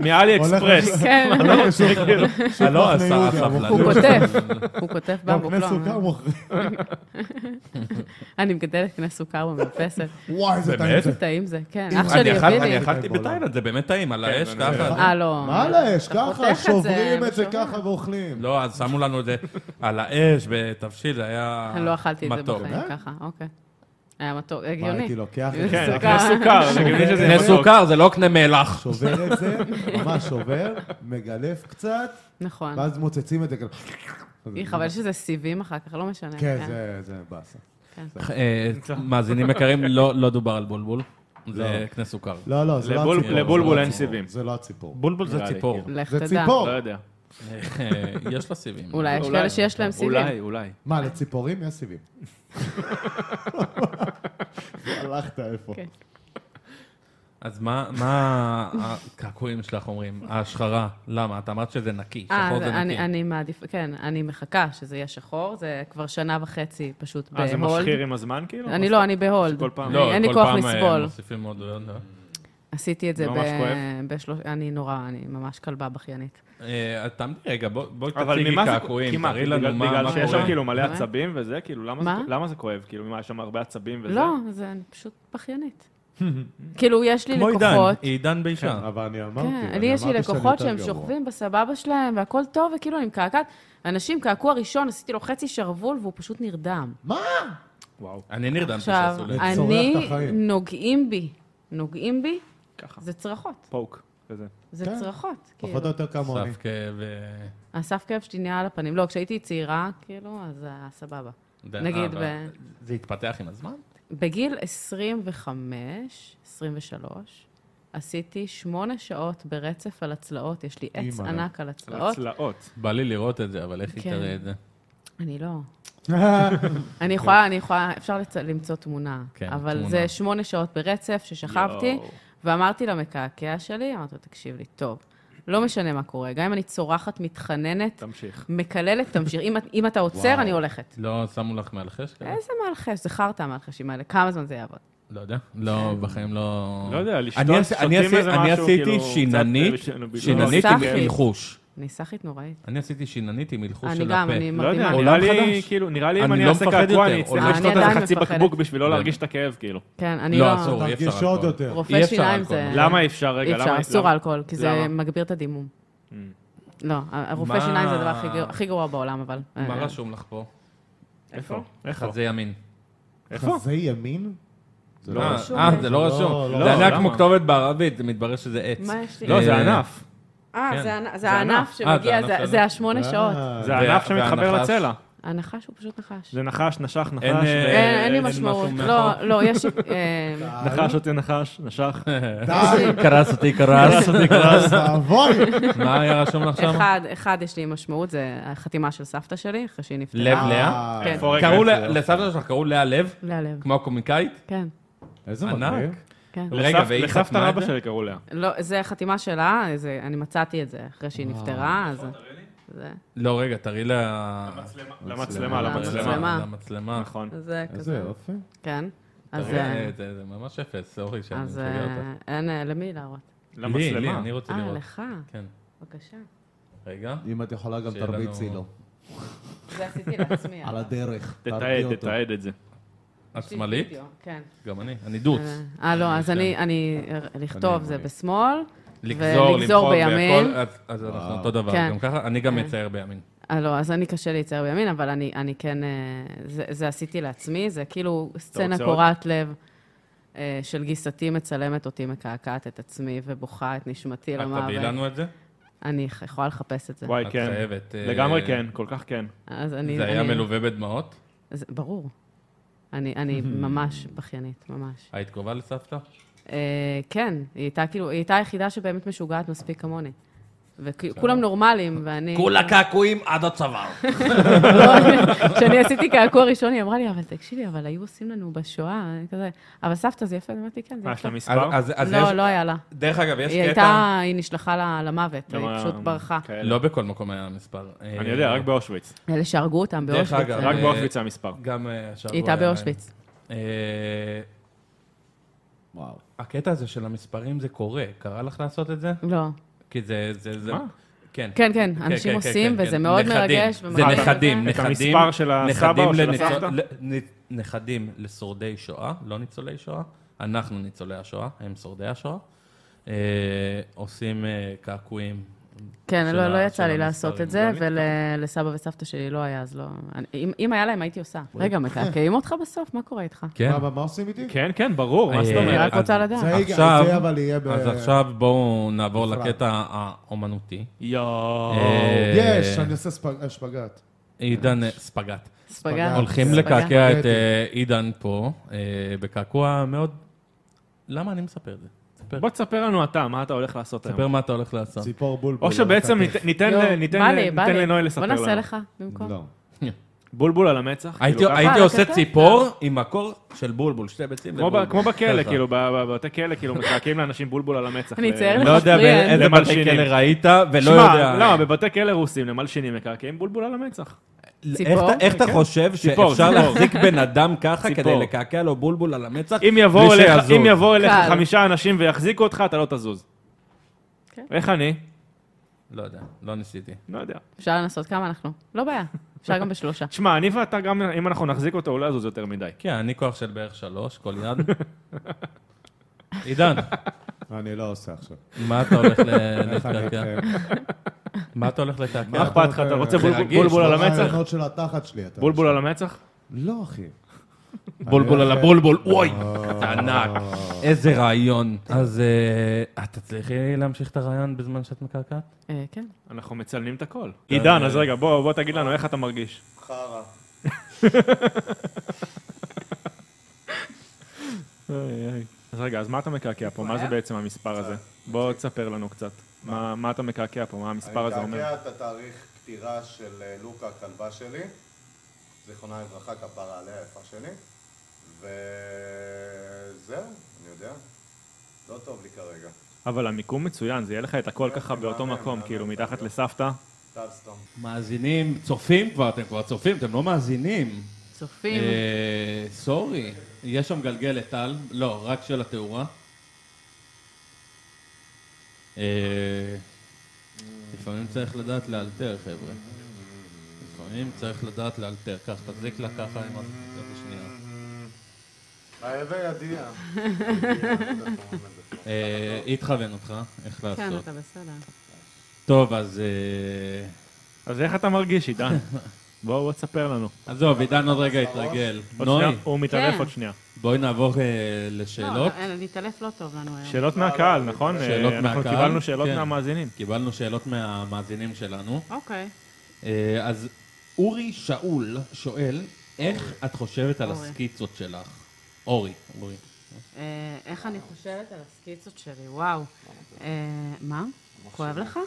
Speaker 4: מאלי אקספרס.
Speaker 2: כן,
Speaker 5: לא,
Speaker 4: כאילו,
Speaker 1: אה, לא,
Speaker 5: בני יהודה,
Speaker 1: הסבלנות.
Speaker 2: הוא כותב, הוא כותב במבוק.
Speaker 5: קנה
Speaker 2: לא,
Speaker 5: סוכר מוכרים.
Speaker 2: אני מגדלת קנה סוכר במרפסת.
Speaker 5: וואי, זה
Speaker 1: באמת?
Speaker 5: טעים. זה.
Speaker 2: איזה טעים זה, כן. אח
Speaker 1: אני
Speaker 2: שלי
Speaker 1: אכל-
Speaker 2: הביא לי.
Speaker 1: אני אכלתי בתאילנד, זה באמת טעים, על האש
Speaker 4: אני
Speaker 1: ככה.
Speaker 2: אה, לא.
Speaker 5: מה על האש? ככה,
Speaker 2: חותך את זה,
Speaker 5: שוברים את זה
Speaker 2: ושומר.
Speaker 5: ככה ואוכלים.
Speaker 1: לא, אז שמו לנו את זה על האש בתבשיל, זה היה
Speaker 2: אני לא אכלתי את זה
Speaker 1: מתוק.
Speaker 2: בחיים ככה, אוקיי. היה מתוק,
Speaker 5: אה? מה, כאילו?
Speaker 2: הגיוני.
Speaker 5: הייתי לוקח את
Speaker 4: כן, זה
Speaker 5: זה,
Speaker 4: קנה סוכר, זה הגיוני שזה
Speaker 1: קנה
Speaker 4: מתוק.
Speaker 1: סוכר, זה לא קנה מלח.
Speaker 5: שובר את זה, ממש שובר, מגלף קצת,
Speaker 2: נכון.
Speaker 5: ואז מוצצים את זה כזה.
Speaker 2: היא חבל שזה סיבים אחר כך, לא משנה.
Speaker 5: כן, זה- זה באסה.
Speaker 1: אה, מאזינים יקרים, לא לא דובר על בולבול. זה
Speaker 5: לא.
Speaker 1: קנה סוכר.
Speaker 5: לא, לא, זה לא
Speaker 4: לבול-
Speaker 5: הציפור. זה
Speaker 4: לבולבול
Speaker 5: לא
Speaker 4: אין
Speaker 5: הציפור.
Speaker 4: סיבים.
Speaker 5: זה לא הציפור.
Speaker 1: בולבול זה
Speaker 4: נראה לי,
Speaker 1: ציפור.
Speaker 2: לך
Speaker 5: זה
Speaker 2: תדע.
Speaker 5: ציפור.
Speaker 4: לא יודע.
Speaker 1: כאילו. אה, יש לה סיבים.
Speaker 2: אולי יש
Speaker 4: אולי.
Speaker 2: כאלה שיש להם סיבים.
Speaker 4: אולי, אולי.
Speaker 5: מה, לציפורים יש סיבים. הלכת איפה.
Speaker 2: כן.
Speaker 1: אז מה מה הקעקועים שלך אומרים? ההשחרה, למה? את אמרת שזה נקי,
Speaker 2: אה,
Speaker 1: שחור זה נקי.
Speaker 2: אני, אני מעדיף, כן, אני מחכה שזה יהיה שחור, זה כבר שנה וחצי פשוט בהולד.
Speaker 4: אה, זה משחיר עם הזמן כאילו?
Speaker 2: אני לא, אני בהולד.
Speaker 4: כל פעם.
Speaker 1: לא,
Speaker 2: אין לי
Speaker 1: כל
Speaker 2: כוח
Speaker 1: פעם, אה, לא.
Speaker 2: לסבול.
Speaker 1: מוסיפים עוד...
Speaker 2: עשיתי את זה
Speaker 4: ממש כואב.
Speaker 2: בשלוש... אני נורא, אני ממש כלבה בכיינית.
Speaker 1: אה, תעמדי רגע, בוא- בואי
Speaker 4: אבל
Speaker 1: תציגי
Speaker 4: ממה זה
Speaker 1: קעקועים,
Speaker 4: כמעט,
Speaker 1: תראי לנו
Speaker 4: בגלל-
Speaker 1: מה מה
Speaker 4: בגלל שיש שם
Speaker 1: קורה.
Speaker 4: כאילו מלא
Speaker 2: באמת?
Speaker 4: עצבים וזה, כאילו, למה
Speaker 2: מה?
Speaker 4: זה- למה זה כואב? כאילו, מה, יש שם הרבה עצבים וזה?
Speaker 2: לא, זה, אני פשוט בכיינית. כאילו, יש לי
Speaker 1: כמו עידן,
Speaker 2: לקוחות...
Speaker 1: עידן באישה.
Speaker 5: אבל אני אמרתי,
Speaker 2: כן,
Speaker 5: אני
Speaker 2: לי יש לי
Speaker 5: אמרתי שאני
Speaker 2: לקוחות
Speaker 5: יותר
Speaker 2: שהם
Speaker 5: גרוע.
Speaker 2: שוכבים בסבבה שלהם והכל טוב, וכאילו אני מקעקעת. אנשים קעקוע ראשון, עשיתי לו חצי שרוול והוא פשוט נרדם.
Speaker 4: וואו.
Speaker 1: אני נרדמתי
Speaker 2: עכשיו,
Speaker 1: שעשו לי.
Speaker 5: את זה.
Speaker 2: אני,
Speaker 5: צורח את החיים.
Speaker 2: נוגעים בי, נוגעים בי,
Speaker 4: ככה.
Speaker 2: זה צרחות.
Speaker 4: פוק. כזה.
Speaker 2: זה
Speaker 5: כן.
Speaker 2: צרחות. כאילו.
Speaker 5: פחות או יותר כמוני.
Speaker 1: סף כאב, אה,
Speaker 2: הסף כאב שלי נהיה על הפנים. לא, כשהייתי צעירה, כאילו, אז היה סבבה.
Speaker 1: זה-
Speaker 2: נגיד,
Speaker 1: אה,
Speaker 2: ב-
Speaker 1: אבל זה התפתח עם הזמן?
Speaker 2: בגיל 25, 23, עשיתי שמונה שעות ברצף על הצלעות, יש לי עץ
Speaker 5: אימא'לה.
Speaker 2: ענק על
Speaker 4: על
Speaker 2: הצלעות.
Speaker 4: הצלעות.
Speaker 1: בא לי לראות את זה, אבל איך היא
Speaker 2: כן.
Speaker 1: תראה את זה?
Speaker 2: אני לא. אני יכולה, אני יכולה, אפשר לצ- למצוא תמונה.
Speaker 1: כן,
Speaker 2: אבל
Speaker 1: תמונה.
Speaker 2: זה שמונה שעות ברצף ששכבתי,
Speaker 4: יואו.
Speaker 2: ואמרתי למקעקע שלי, אמרתי לו, תקשיב לי, טוב, לא משנה מה קורה, גם אם אני צורחת, מתחננת,
Speaker 4: תמשיך.
Speaker 2: מקללת, תמשיך. אם, את- אם אתה עוצר,
Speaker 5: וואו.
Speaker 2: אני הולכת.
Speaker 1: לא שמו לך מאלחש כזה?
Speaker 2: איזה מלחש, זה חרטא המלחשים האלה, כמה זמן זה יעבוד?
Speaker 1: לא יודע. לא, בחיים לא...
Speaker 4: לא יודע, לשתות,
Speaker 1: אני עש-
Speaker 4: שותים
Speaker 1: אני עשי-
Speaker 4: איזה
Speaker 1: אני
Speaker 4: משהו,
Speaker 1: עשיתי
Speaker 4: כאילו,
Speaker 1: שיננית,
Speaker 4: קצת, אה,
Speaker 1: שיננית עם
Speaker 2: סחי.
Speaker 1: מלחוש.
Speaker 2: אני סאחית נוראית.
Speaker 1: אני עשיתי שיננית עם מלחוש של
Speaker 2: אני
Speaker 1: הפה.
Speaker 2: גם, אני
Speaker 4: לא יודע,
Speaker 2: מרדימה.
Speaker 4: נראה
Speaker 1: עולם
Speaker 4: לי,
Speaker 1: חדש.
Speaker 4: כאילו, נראה לי
Speaker 1: אני
Speaker 4: אם אני
Speaker 1: לא
Speaker 4: אעשה
Speaker 1: מפחד
Speaker 4: קעקוע,
Speaker 1: יותר,
Speaker 4: אני אצטרך
Speaker 1: עולם.
Speaker 4: לשתות
Speaker 2: אני
Speaker 4: איזה
Speaker 2: עדיין
Speaker 4: חצי
Speaker 2: מפחדת.
Speaker 4: בקבוק בשביל לא
Speaker 1: לא.
Speaker 4: להרגיש את הכאב, כאילו.
Speaker 2: כן, אני לא...
Speaker 1: לא, אסור, אי אפשר.
Speaker 5: תרגיש עוד
Speaker 1: אלכוהול.
Speaker 5: יותר.
Speaker 2: רופא
Speaker 1: אי אפשר
Speaker 2: שיניים
Speaker 1: אלכוהול.
Speaker 2: זה-
Speaker 4: למה אי אפשר?
Speaker 2: אי
Speaker 4: רגע, למה- לא.
Speaker 2: אפשר, אסור
Speaker 4: למה-
Speaker 2: אלכוהול, כי זה
Speaker 4: למה?
Speaker 2: מגביר את הדימום.
Speaker 4: Mm.
Speaker 2: לא, הרופא
Speaker 1: מה-
Speaker 2: שיניים זה הדבר הכי גרוע- הכי גרוע בעולם, אבל...
Speaker 1: מה
Speaker 2: אה,
Speaker 1: רשום לך פה?
Speaker 4: לא. איפה? איפה?
Speaker 1: חזה ימין.
Speaker 4: איפה?
Speaker 5: חזה ימין? זה
Speaker 4: לא,
Speaker 5: לא-
Speaker 1: אה, זה לא
Speaker 5: לא,
Speaker 1: רשום.
Speaker 5: לא,
Speaker 1: זה ענק
Speaker 4: למה?
Speaker 1: כמו כתובת בערבית, מתברר שזה עץ.
Speaker 2: מה יש לי?
Speaker 4: לא, זה
Speaker 1: אה,
Speaker 4: ענף.
Speaker 2: אה,
Speaker 1: כן.
Speaker 2: זה הענ- זה
Speaker 4: זה
Speaker 2: הענף
Speaker 4: הענף.
Speaker 1: אה,
Speaker 2: שמגיע,
Speaker 1: זה
Speaker 2: זה-
Speaker 1: הענף
Speaker 2: זה
Speaker 1: שלנו.
Speaker 2: השמונה
Speaker 5: אה,
Speaker 2: שעות.
Speaker 4: זה
Speaker 1: וה-
Speaker 4: הענף שמתחבר
Speaker 1: והנחש.
Speaker 4: לצלע.
Speaker 2: הנחש הוא פשוט נחש.
Speaker 4: זה נחש, נשך, נחש.
Speaker 1: אין, אה,
Speaker 4: ו-
Speaker 2: אין אין לי
Speaker 1: אין
Speaker 2: משמעות.
Speaker 1: משהו מאחור.
Speaker 2: לא, לא, יש... אה,
Speaker 4: נחש אותי נחש, נשך.
Speaker 1: אה,
Speaker 5: די,
Speaker 1: קרס אותי, קרס.
Speaker 5: ואבוי!
Speaker 1: מה היה רשום לך שם?
Speaker 2: אחד, אחד יש לי משמעות, זה החתימה של סבתא שלי, אחרי שהיא נפטרה.
Speaker 1: לב לאה?
Speaker 5: אה,
Speaker 2: כן.
Speaker 4: איפה רגע?
Speaker 1: קראו
Speaker 4: איפה?
Speaker 1: לה- לסבתא שלך קראו לאה לב?
Speaker 2: לאה לב,
Speaker 1: כמו הקומיקאית?
Speaker 2: כן,
Speaker 5: איזה
Speaker 1: ענק.
Speaker 5: מגניב.
Speaker 2: כן.
Speaker 1: רגע,
Speaker 4: לסבת-
Speaker 1: והיא
Speaker 4: לסבתא
Speaker 1: חתמה את
Speaker 4: רבא
Speaker 1: זה?
Speaker 4: שלי קראו לה.
Speaker 2: לא, זה חתימה שלה, זה, אני מצאתי את זה אחרי שהיא נפטרה, אז... זה,
Speaker 1: לא, רגע, תראי לה...
Speaker 4: למצלמה, למצלמה.
Speaker 2: למצלמה.
Speaker 1: למצלמה.
Speaker 4: נכון.
Speaker 2: זה
Speaker 5: איזה
Speaker 2: כזה,
Speaker 5: יופי.
Speaker 2: כן. אז,
Speaker 1: תראי,
Speaker 2: אה,
Speaker 1: אה, זה זה ממש אפס, סורי שאני
Speaker 2: אז
Speaker 1: משגע
Speaker 2: אה,
Speaker 1: אותך.
Speaker 2: אין, אה, למי להראות?
Speaker 1: לי, לי,
Speaker 4: למצלמה.
Speaker 1: אני רוצה
Speaker 2: אה,
Speaker 1: לראות.
Speaker 2: לך,
Speaker 1: כן.
Speaker 2: בבקשה.
Speaker 1: רגע.
Speaker 5: אם את יכולה גם
Speaker 1: שיהיה
Speaker 5: תרביצי
Speaker 1: לנו-
Speaker 5: לו.
Speaker 2: זה עשיתי לעצמי. אה,
Speaker 5: על הדרך. תרגיע
Speaker 4: תתעד,
Speaker 5: אותו.
Speaker 4: תתעד את זה.
Speaker 1: את שמאלית?
Speaker 2: כן.
Speaker 1: גם אני. אני דוץ.
Speaker 2: אה, לא, אז אני, אני, לכתוב זה בשמאל,
Speaker 1: לגזור,
Speaker 2: ולגזור
Speaker 1: למחוק,
Speaker 2: בימין.
Speaker 1: והכל, אז- אז אנחנו אותו דבר.
Speaker 2: כן.
Speaker 1: גם ככה, אני גם מצייר בימין.
Speaker 2: אה, לא, אז אני קשה להיצייר בימין, אבל אני, אני כן, אה, זה, זה עשיתי לעצמי, זה כאילו סצנה
Speaker 4: רוצה
Speaker 2: קורעת לב אה, של גיסתי מצלמת אותי, מקעקעת את עצמי ובוכה את נשמתי
Speaker 1: את תביאי
Speaker 2: למוות.
Speaker 1: לנו את זה?
Speaker 2: אני ח- יכולה לחפש את זה.
Speaker 4: וואי,
Speaker 1: את
Speaker 4: כן.
Speaker 1: חייבת, אה,
Speaker 4: לגמרי כן, כל כך כן.
Speaker 2: אז אני...
Speaker 1: זה היה
Speaker 2: אני,
Speaker 1: מלווה בדמעות?
Speaker 2: זה, ברור. אני, אני ממש בכיינית, ממש.
Speaker 1: היית קרובה לסבתא?
Speaker 2: אה, כן, היא הייתה כאילו, היא הייתה היחידה שבאמת משוגעת מספיק כמוני. וכולם נורמלים, ואני...
Speaker 1: קעקועים עד הצוואר.
Speaker 2: כשאני עשיתי קעקוע ראשון, היא אמרה לי, אבל תקשיבי, אבל היו עושים לנו בשואה, אני כזה, אבל סבתא זה יפה, אז אמרתי, כן, זה
Speaker 4: מה, יש
Speaker 2: יפה.
Speaker 4: לה מספר?
Speaker 1: אז
Speaker 2: לא,
Speaker 1: יש...
Speaker 2: לא היה לה.
Speaker 1: דרך אגב, יש
Speaker 2: היא
Speaker 1: קטע...
Speaker 2: הייתה, היא נשלחה ל- למוות,
Speaker 4: גם
Speaker 2: היא
Speaker 4: ה-
Speaker 2: פשוט ברחה.
Speaker 4: כאלה.
Speaker 1: לא אה, בכל מקום היה מספר. אה,
Speaker 4: אני יודע, רק באושוויץ.
Speaker 2: אלה שהרגו אותם
Speaker 1: דרך
Speaker 2: באושוויץ.
Speaker 1: אגב,
Speaker 2: אה,
Speaker 4: רק
Speaker 1: אה,
Speaker 4: באושוויץ המספר.
Speaker 1: גם אה, השבוע...
Speaker 2: היא הייתה
Speaker 1: היה
Speaker 2: באושוויץ.
Speaker 1: להם. אה,
Speaker 5: וואו.
Speaker 1: הקטע הזה של המספרים זה קורה. קרה לך לעשות את זה?
Speaker 2: לא.
Speaker 1: כי זה... זה- זה-
Speaker 4: מה?
Speaker 1: כן.
Speaker 2: כן, כן,
Speaker 1: אה. כן,
Speaker 2: אנשים
Speaker 1: כן,
Speaker 2: עושים,
Speaker 1: כן,
Speaker 2: וזה
Speaker 1: כן.
Speaker 2: מאוד
Speaker 1: נכדים.
Speaker 2: מרגש.
Speaker 1: זה
Speaker 2: ומרגש.
Speaker 1: נכדים,
Speaker 4: את
Speaker 1: נכדים.
Speaker 4: המספר של הסבא
Speaker 1: נכדים
Speaker 4: או של
Speaker 1: לניצול-
Speaker 4: הסבתא?
Speaker 1: ל- נ- נכדים לשורדי שואה, לא ניצולי שואה, אנחנו ניצולי השואה, הם שורדי השואה. אה, עושים אה, קעקועים.
Speaker 2: כן,
Speaker 1: של
Speaker 2: לא,
Speaker 1: ה-
Speaker 2: לא יצא
Speaker 1: של
Speaker 2: לי לעשות
Speaker 1: המספרים.
Speaker 2: את זה,
Speaker 1: לא
Speaker 2: ולסבא וסבתא שלי לא היה, אז לא... אני- אם- אם היה להם, הייתי עושה. רגע, מקעקעים אותך בסוף? מה קורה איתך?
Speaker 1: כן.
Speaker 5: מה, מה- מה עושים איתי?
Speaker 4: כן, כן, ברור, מה זאת
Speaker 1: אה,
Speaker 2: אני
Speaker 4: אומרת?
Speaker 2: רק
Speaker 1: אז-
Speaker 2: רוצה לדעת.
Speaker 5: זה רגע,
Speaker 1: עכשיו-
Speaker 5: זה אבל יהיה ב...
Speaker 1: אז עכשיו בואו נעבור
Speaker 5: נפרד.
Speaker 1: לקטע האומנותי.
Speaker 4: יואו.
Speaker 1: אה,
Speaker 5: יש, אני עושה ספג- שפגאט.
Speaker 1: עידן אה, ספגט.
Speaker 2: ספגה.
Speaker 1: הולכים
Speaker 2: ספגה.
Speaker 1: לקעקע את
Speaker 4: אוקיי,
Speaker 5: ספגטי.
Speaker 1: אה, עידן פה, אה, בקעקוע מאוד... למה אני מספר את זה? ספר.
Speaker 4: בוא תספר לנו אתה, מה אתה הולך לעשות
Speaker 1: ספר
Speaker 4: היום.
Speaker 1: מה אתה הולך לעשות.
Speaker 5: ציפור בולבול.
Speaker 4: או שבעצם
Speaker 5: על הכתף.
Speaker 4: ניתן- ניתן
Speaker 2: יואו,
Speaker 4: ל- ניתן
Speaker 2: בא
Speaker 4: ל-
Speaker 2: לי, בא
Speaker 4: ניתן
Speaker 2: לי.
Speaker 4: לנוי לספר
Speaker 2: בוא
Speaker 4: לנו.
Speaker 2: נעשה לך במקום.
Speaker 5: לא.
Speaker 4: בולבול על המצח.
Speaker 1: הייתי-
Speaker 4: כאילו, ככה.
Speaker 1: הייתי
Speaker 2: אבל
Speaker 1: עושה
Speaker 2: כתבת.
Speaker 1: ציפור עם מקור של בולבול, שתי ביצים
Speaker 4: כמו ב-
Speaker 1: לבולבול.
Speaker 4: כמו בכלא,
Speaker 1: ככה.
Speaker 4: כאילו, ב- ב- בבתי כלא, כאילו, מקעקעים לאנשים בולבול על המצח.
Speaker 2: אני אצייר
Speaker 1: לא יודע
Speaker 2: מפריע.
Speaker 1: באיזה בתי
Speaker 4: למלשינים.
Speaker 1: כלא ראית, ולא
Speaker 4: שמע, לא,
Speaker 1: יודע...
Speaker 4: למה, בבתי כלא רוסים, למלשינים מקעקעים בולבול על המצח.
Speaker 1: איך
Speaker 2: ציפור? כן.
Speaker 1: אתה- איך אתה חושב
Speaker 4: ציפור,
Speaker 1: שאפשר
Speaker 4: ציפור.
Speaker 1: להחזיק בן אדם ככה כדי
Speaker 4: ציפור.
Speaker 1: לקעקע לו בולבול על המצח?
Speaker 4: אם יבואו
Speaker 1: בלי
Speaker 4: אליך-
Speaker 1: שיזוז.
Speaker 4: אם יבואו אליך
Speaker 2: קל.
Speaker 4: חמישה אנשים ויחזיקו אותך, אתה לא תזוז.
Speaker 2: כן.
Speaker 4: איך אני?
Speaker 1: לא יודע, לא ניסיתי.
Speaker 4: לא יודע.
Speaker 2: אפשר לנסות כמה אנחנו? לא בעיה, אפשר גם בשלושה.
Speaker 4: תשמע, אני ואתה גם, אם אנחנו נחזיק אותו, הוא לא יזוז יותר מדי.
Speaker 1: כן, אני כוח של בערך שלוש, כל יד. עידן,
Speaker 5: אני לא עושה עכשיו.
Speaker 1: מה אתה הולך ל-
Speaker 5: איך אני
Speaker 1: לקעקע?
Speaker 5: איתכם?
Speaker 1: מה אתה הולך לקעקע?
Speaker 4: מה אכפת לך? אתה רוצה בולבול-
Speaker 1: רגיש,
Speaker 4: בולבול על
Speaker 5: כל
Speaker 4: המצח?
Speaker 5: הרעיונות של התחת שלי. אתה
Speaker 4: בולבול על
Speaker 5: משהו.
Speaker 4: המצח?
Speaker 5: לא, אחי.
Speaker 1: בולבול
Speaker 5: אני
Speaker 1: על
Speaker 5: הולך-
Speaker 1: הבולבול, אוי, זה ענק. אה. איזה רעיון. אז אה, את תצליחי להמשיך את הרעיון בזמן שאת מקעקעת?
Speaker 2: אה, כן.
Speaker 4: אנחנו מצלמים את הכל.
Speaker 1: אה,
Speaker 4: עידן, אז רגע, בוא בוא תגיד לנו איך אתה מרגיש.
Speaker 1: אה,
Speaker 4: חרא. אז רגע, אז מה אתה מקעקע פה? מה זה בעצם המספר הזה? בוא תספר לנו קצת. מה מה אתה מקעקע פה? מה המספר הזה
Speaker 5: אני
Speaker 4: אומר?
Speaker 5: מקעקע את התאריך פטירה של אה, לוקה, הכלבה שלי, זיכרונה לברכה, כפרה עליה, יפה שלי, וזהו, אני יודע. לא טוב לי כרגע.
Speaker 4: אבל המיקום מצוין, זה יהיה לך את הכל ככה באותו
Speaker 1: אה,
Speaker 5: מהמם,
Speaker 4: מקום,
Speaker 5: מהמם,
Speaker 4: כאילו,
Speaker 5: מהמם.
Speaker 4: מתחת לסבתא.
Speaker 5: טוב, סתום.
Speaker 1: מאזינים, צופים כבר, אתם כבר צופים, אתם לא מאזינים.
Speaker 2: צופים.
Speaker 1: אה, סורי, יש שם גלגלת על, לא, רק של התאורה. אה, לפעמים צריך לדעת לאלתר, חבר'ה. לפעמים צריך לדעת לאלתר. קח, תחזיק לה ככה עם הזאת השנייה. אה, היא תכוון אותך, איך
Speaker 2: כן,
Speaker 1: לעשות.
Speaker 2: אתה בסדר.
Speaker 1: טוב, אז... אה,
Speaker 4: אז איך אתה מרגיש, עידן? בוא, בוא תספר לנו.
Speaker 1: עזוב, עידן עוד רגע יתרגל.
Speaker 4: עוד
Speaker 1: נוי,
Speaker 4: שנייה, הוא מתערף
Speaker 2: כן.
Speaker 4: עוד שנייה.
Speaker 1: בואי נעבור אה,
Speaker 2: לא,
Speaker 1: לשאלות.
Speaker 2: אין, להתעלף לא טוב לנו היום.
Speaker 4: שאלות מהקהל, נכון?
Speaker 1: שאלות
Speaker 4: אה, אנחנו
Speaker 1: מהקהל?
Speaker 4: קיבלנו שאלות
Speaker 1: כן.
Speaker 4: מהמאזינים.
Speaker 1: קיבלנו שאלות מהמאזינים שלנו.
Speaker 2: אוקיי.
Speaker 1: אה, אז אורי שאול שואל, איך את חושבת על
Speaker 2: אורי.
Speaker 1: הסקיצות שלך? אורי, אורי.
Speaker 2: אה, איך אני חושבת על הסקיצות שלי, וואו. אה, מה? כואב לך?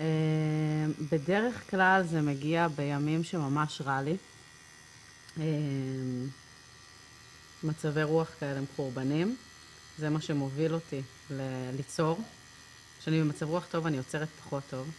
Speaker 2: אה, בדרך כלל זה מגיע בימים שממש רע לי. אה, מצבי רוח כאלה הם חורבנים. זה מה שמוביל אותי ל- ליצור. כשאני במצב רוח טוב, אני יוצרת פחות טוב.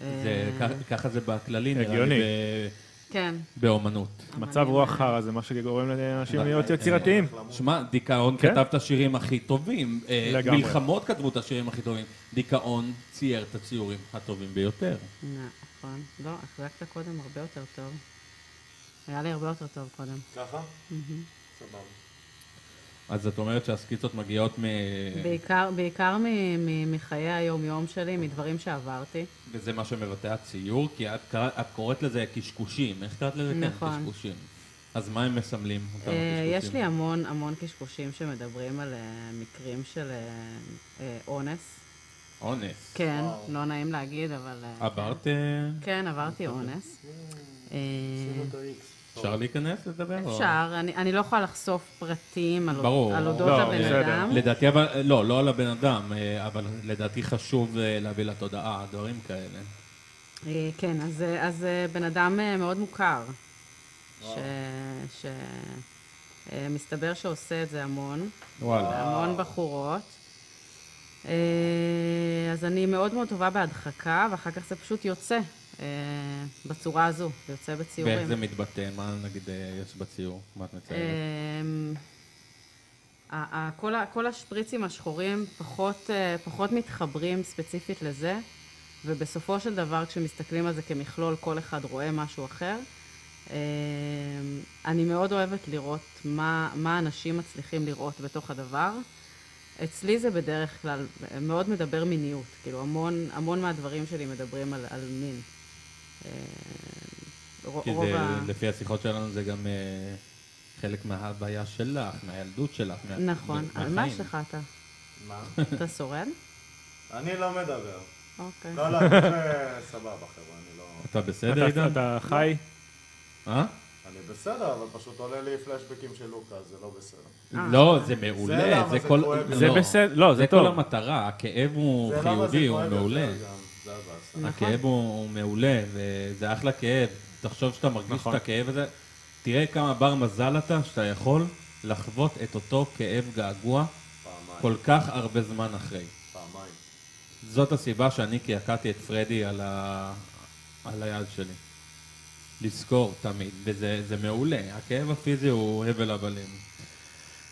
Speaker 1: זה-
Speaker 2: אה,
Speaker 1: כ- ככה זה בכללי, נראה
Speaker 4: הגיוני.
Speaker 1: לי, ב-
Speaker 2: כן.
Speaker 1: באומנות.
Speaker 4: מצב רוח חרא זה מה שגורם לאנשים להיות יצירתיים.
Speaker 1: אה, שמע, דיכאון
Speaker 4: כן.
Speaker 1: כתב את השירים הכי טובים. אה,
Speaker 4: לגמרי.
Speaker 1: מלחמות כתבו את השירים הכי טובים. דיכאון צייר את הציורים הטובים ביותר.
Speaker 2: נכון. לא, החזקת קודם הרבה יותר טוב. היה לי הרבה יותר טוב קודם.
Speaker 1: אז את אומרת שהסקיצות מגיעות מ...
Speaker 2: בעיקר, בעיקר מ- מ- מחיי היום-יום שלי, מדברים שעברתי.
Speaker 1: וזה מה שמבטא הציור, כי את, קרא- את קוראת לזה קשקושים. איך קראת לזה?
Speaker 2: נכון.
Speaker 1: כן, קשקושים. אז מה הם מסמלים, אותם
Speaker 2: אה, יש
Speaker 1: הקשקושים?
Speaker 2: לי המון המון קשקושים שמדברים על אה, מקרים של אה, אה, אונס.
Speaker 1: אונס.
Speaker 2: כן, לא נעים להגיד, אבל... אה,
Speaker 1: עברת... אה,
Speaker 2: כן, עברתי אונס. אה,
Speaker 1: אפשר להיכנס לדבר? או-
Speaker 2: אפשר, אני אני לא יכולה לחשוף פרטים על
Speaker 1: ברור.
Speaker 2: על אודות
Speaker 4: לא,
Speaker 2: הבן
Speaker 4: בסדר.
Speaker 2: אדם.
Speaker 1: לדעתי, אבל... לא, לא על הבן אדם, אה, אבל לדעתי חשוב אה, להביא לתודעה דברים כאלה.
Speaker 2: אה, כן, אז, אה, אז אה, בן אדם אה, מאוד מוכר, שמסתבר אה, שעושה את זה המון,
Speaker 1: וואלה.
Speaker 2: המון בחורות. אה, אז אני מאוד מאוד טובה בהדחקה, ואחר כך זה פשוט יוצא אה, בצורה הזו, זה יוצא בציורים.
Speaker 1: ואיך זה מתבטא? מה נגיד אה, יש בציור? מה את מציירת?
Speaker 2: אמ, ה- ה- כל ה- כל השפריצים השחורים פחות, אה, פחות מתחברים ספציפית לזה, ובסופו של דבר כשמסתכלים על זה כמכלול, כל אחד רואה משהו אחר. אמ, אני מאוד אוהבת לראות מה, מה אנשים מצליחים לראות בתוך הדבר. אצלי זה בדרך כלל מאוד מדבר מיניות, כאילו המון, המון מהדברים שלי מדברים על, על מין. אמ, ר-
Speaker 1: כי
Speaker 2: רוב
Speaker 1: זה,
Speaker 2: ה-
Speaker 1: לפי השיחות שלנו, זה גם אה, חלק מההוויה שלך, מהילדות שלך. מה-
Speaker 2: נכון.
Speaker 1: מה-
Speaker 2: על מה
Speaker 1: מהחיים.
Speaker 2: יש לך אתה?
Speaker 8: מה?
Speaker 2: אתה שורד?
Speaker 8: אני לא מדבר.
Speaker 2: אוקיי.
Speaker 8: לא, לא, זה סבבה, חבר'ה, אני לא...
Speaker 1: אתה בסדר,
Speaker 4: אתה-
Speaker 1: עידן?
Speaker 4: אתה חי?
Speaker 1: אה?
Speaker 8: אני בסדר, אבל פשוט עולה לי פלשבקים של לוקה, זה לא בסדר.
Speaker 2: אה.
Speaker 1: לא, זה מעולה,
Speaker 8: למה
Speaker 1: זה
Speaker 8: זה
Speaker 1: כל...
Speaker 8: כואב לי.
Speaker 1: לא.
Speaker 4: זה בסדר, לא,
Speaker 1: זה
Speaker 4: זה
Speaker 1: כל
Speaker 4: טוב.
Speaker 1: המטרה, הכאב הוא
Speaker 5: לא,
Speaker 8: זה למה זה
Speaker 1: חיובי, הוא
Speaker 8: כואב יותר
Speaker 1: מעולה.
Speaker 8: גם, זה הבאסה.
Speaker 2: נכון.
Speaker 1: הכאב הוא הוא מעולה, וזה אחלה כאב. תחשוב שאתה מרגיש
Speaker 4: נכון.
Speaker 1: את הכאב הזה. תראה כמה בר מזל אתה שאתה יכול לחוות את אותו כאב געגוע כל כך הרבה זמן אחרי.
Speaker 8: פעמיים.
Speaker 1: זאת הסיבה שאני קעקעתי את פרדי על, ה... על היד שלי. לזכור תמיד, וזה זה מעולה. הכאב הפיזי הוא הבל הבלים.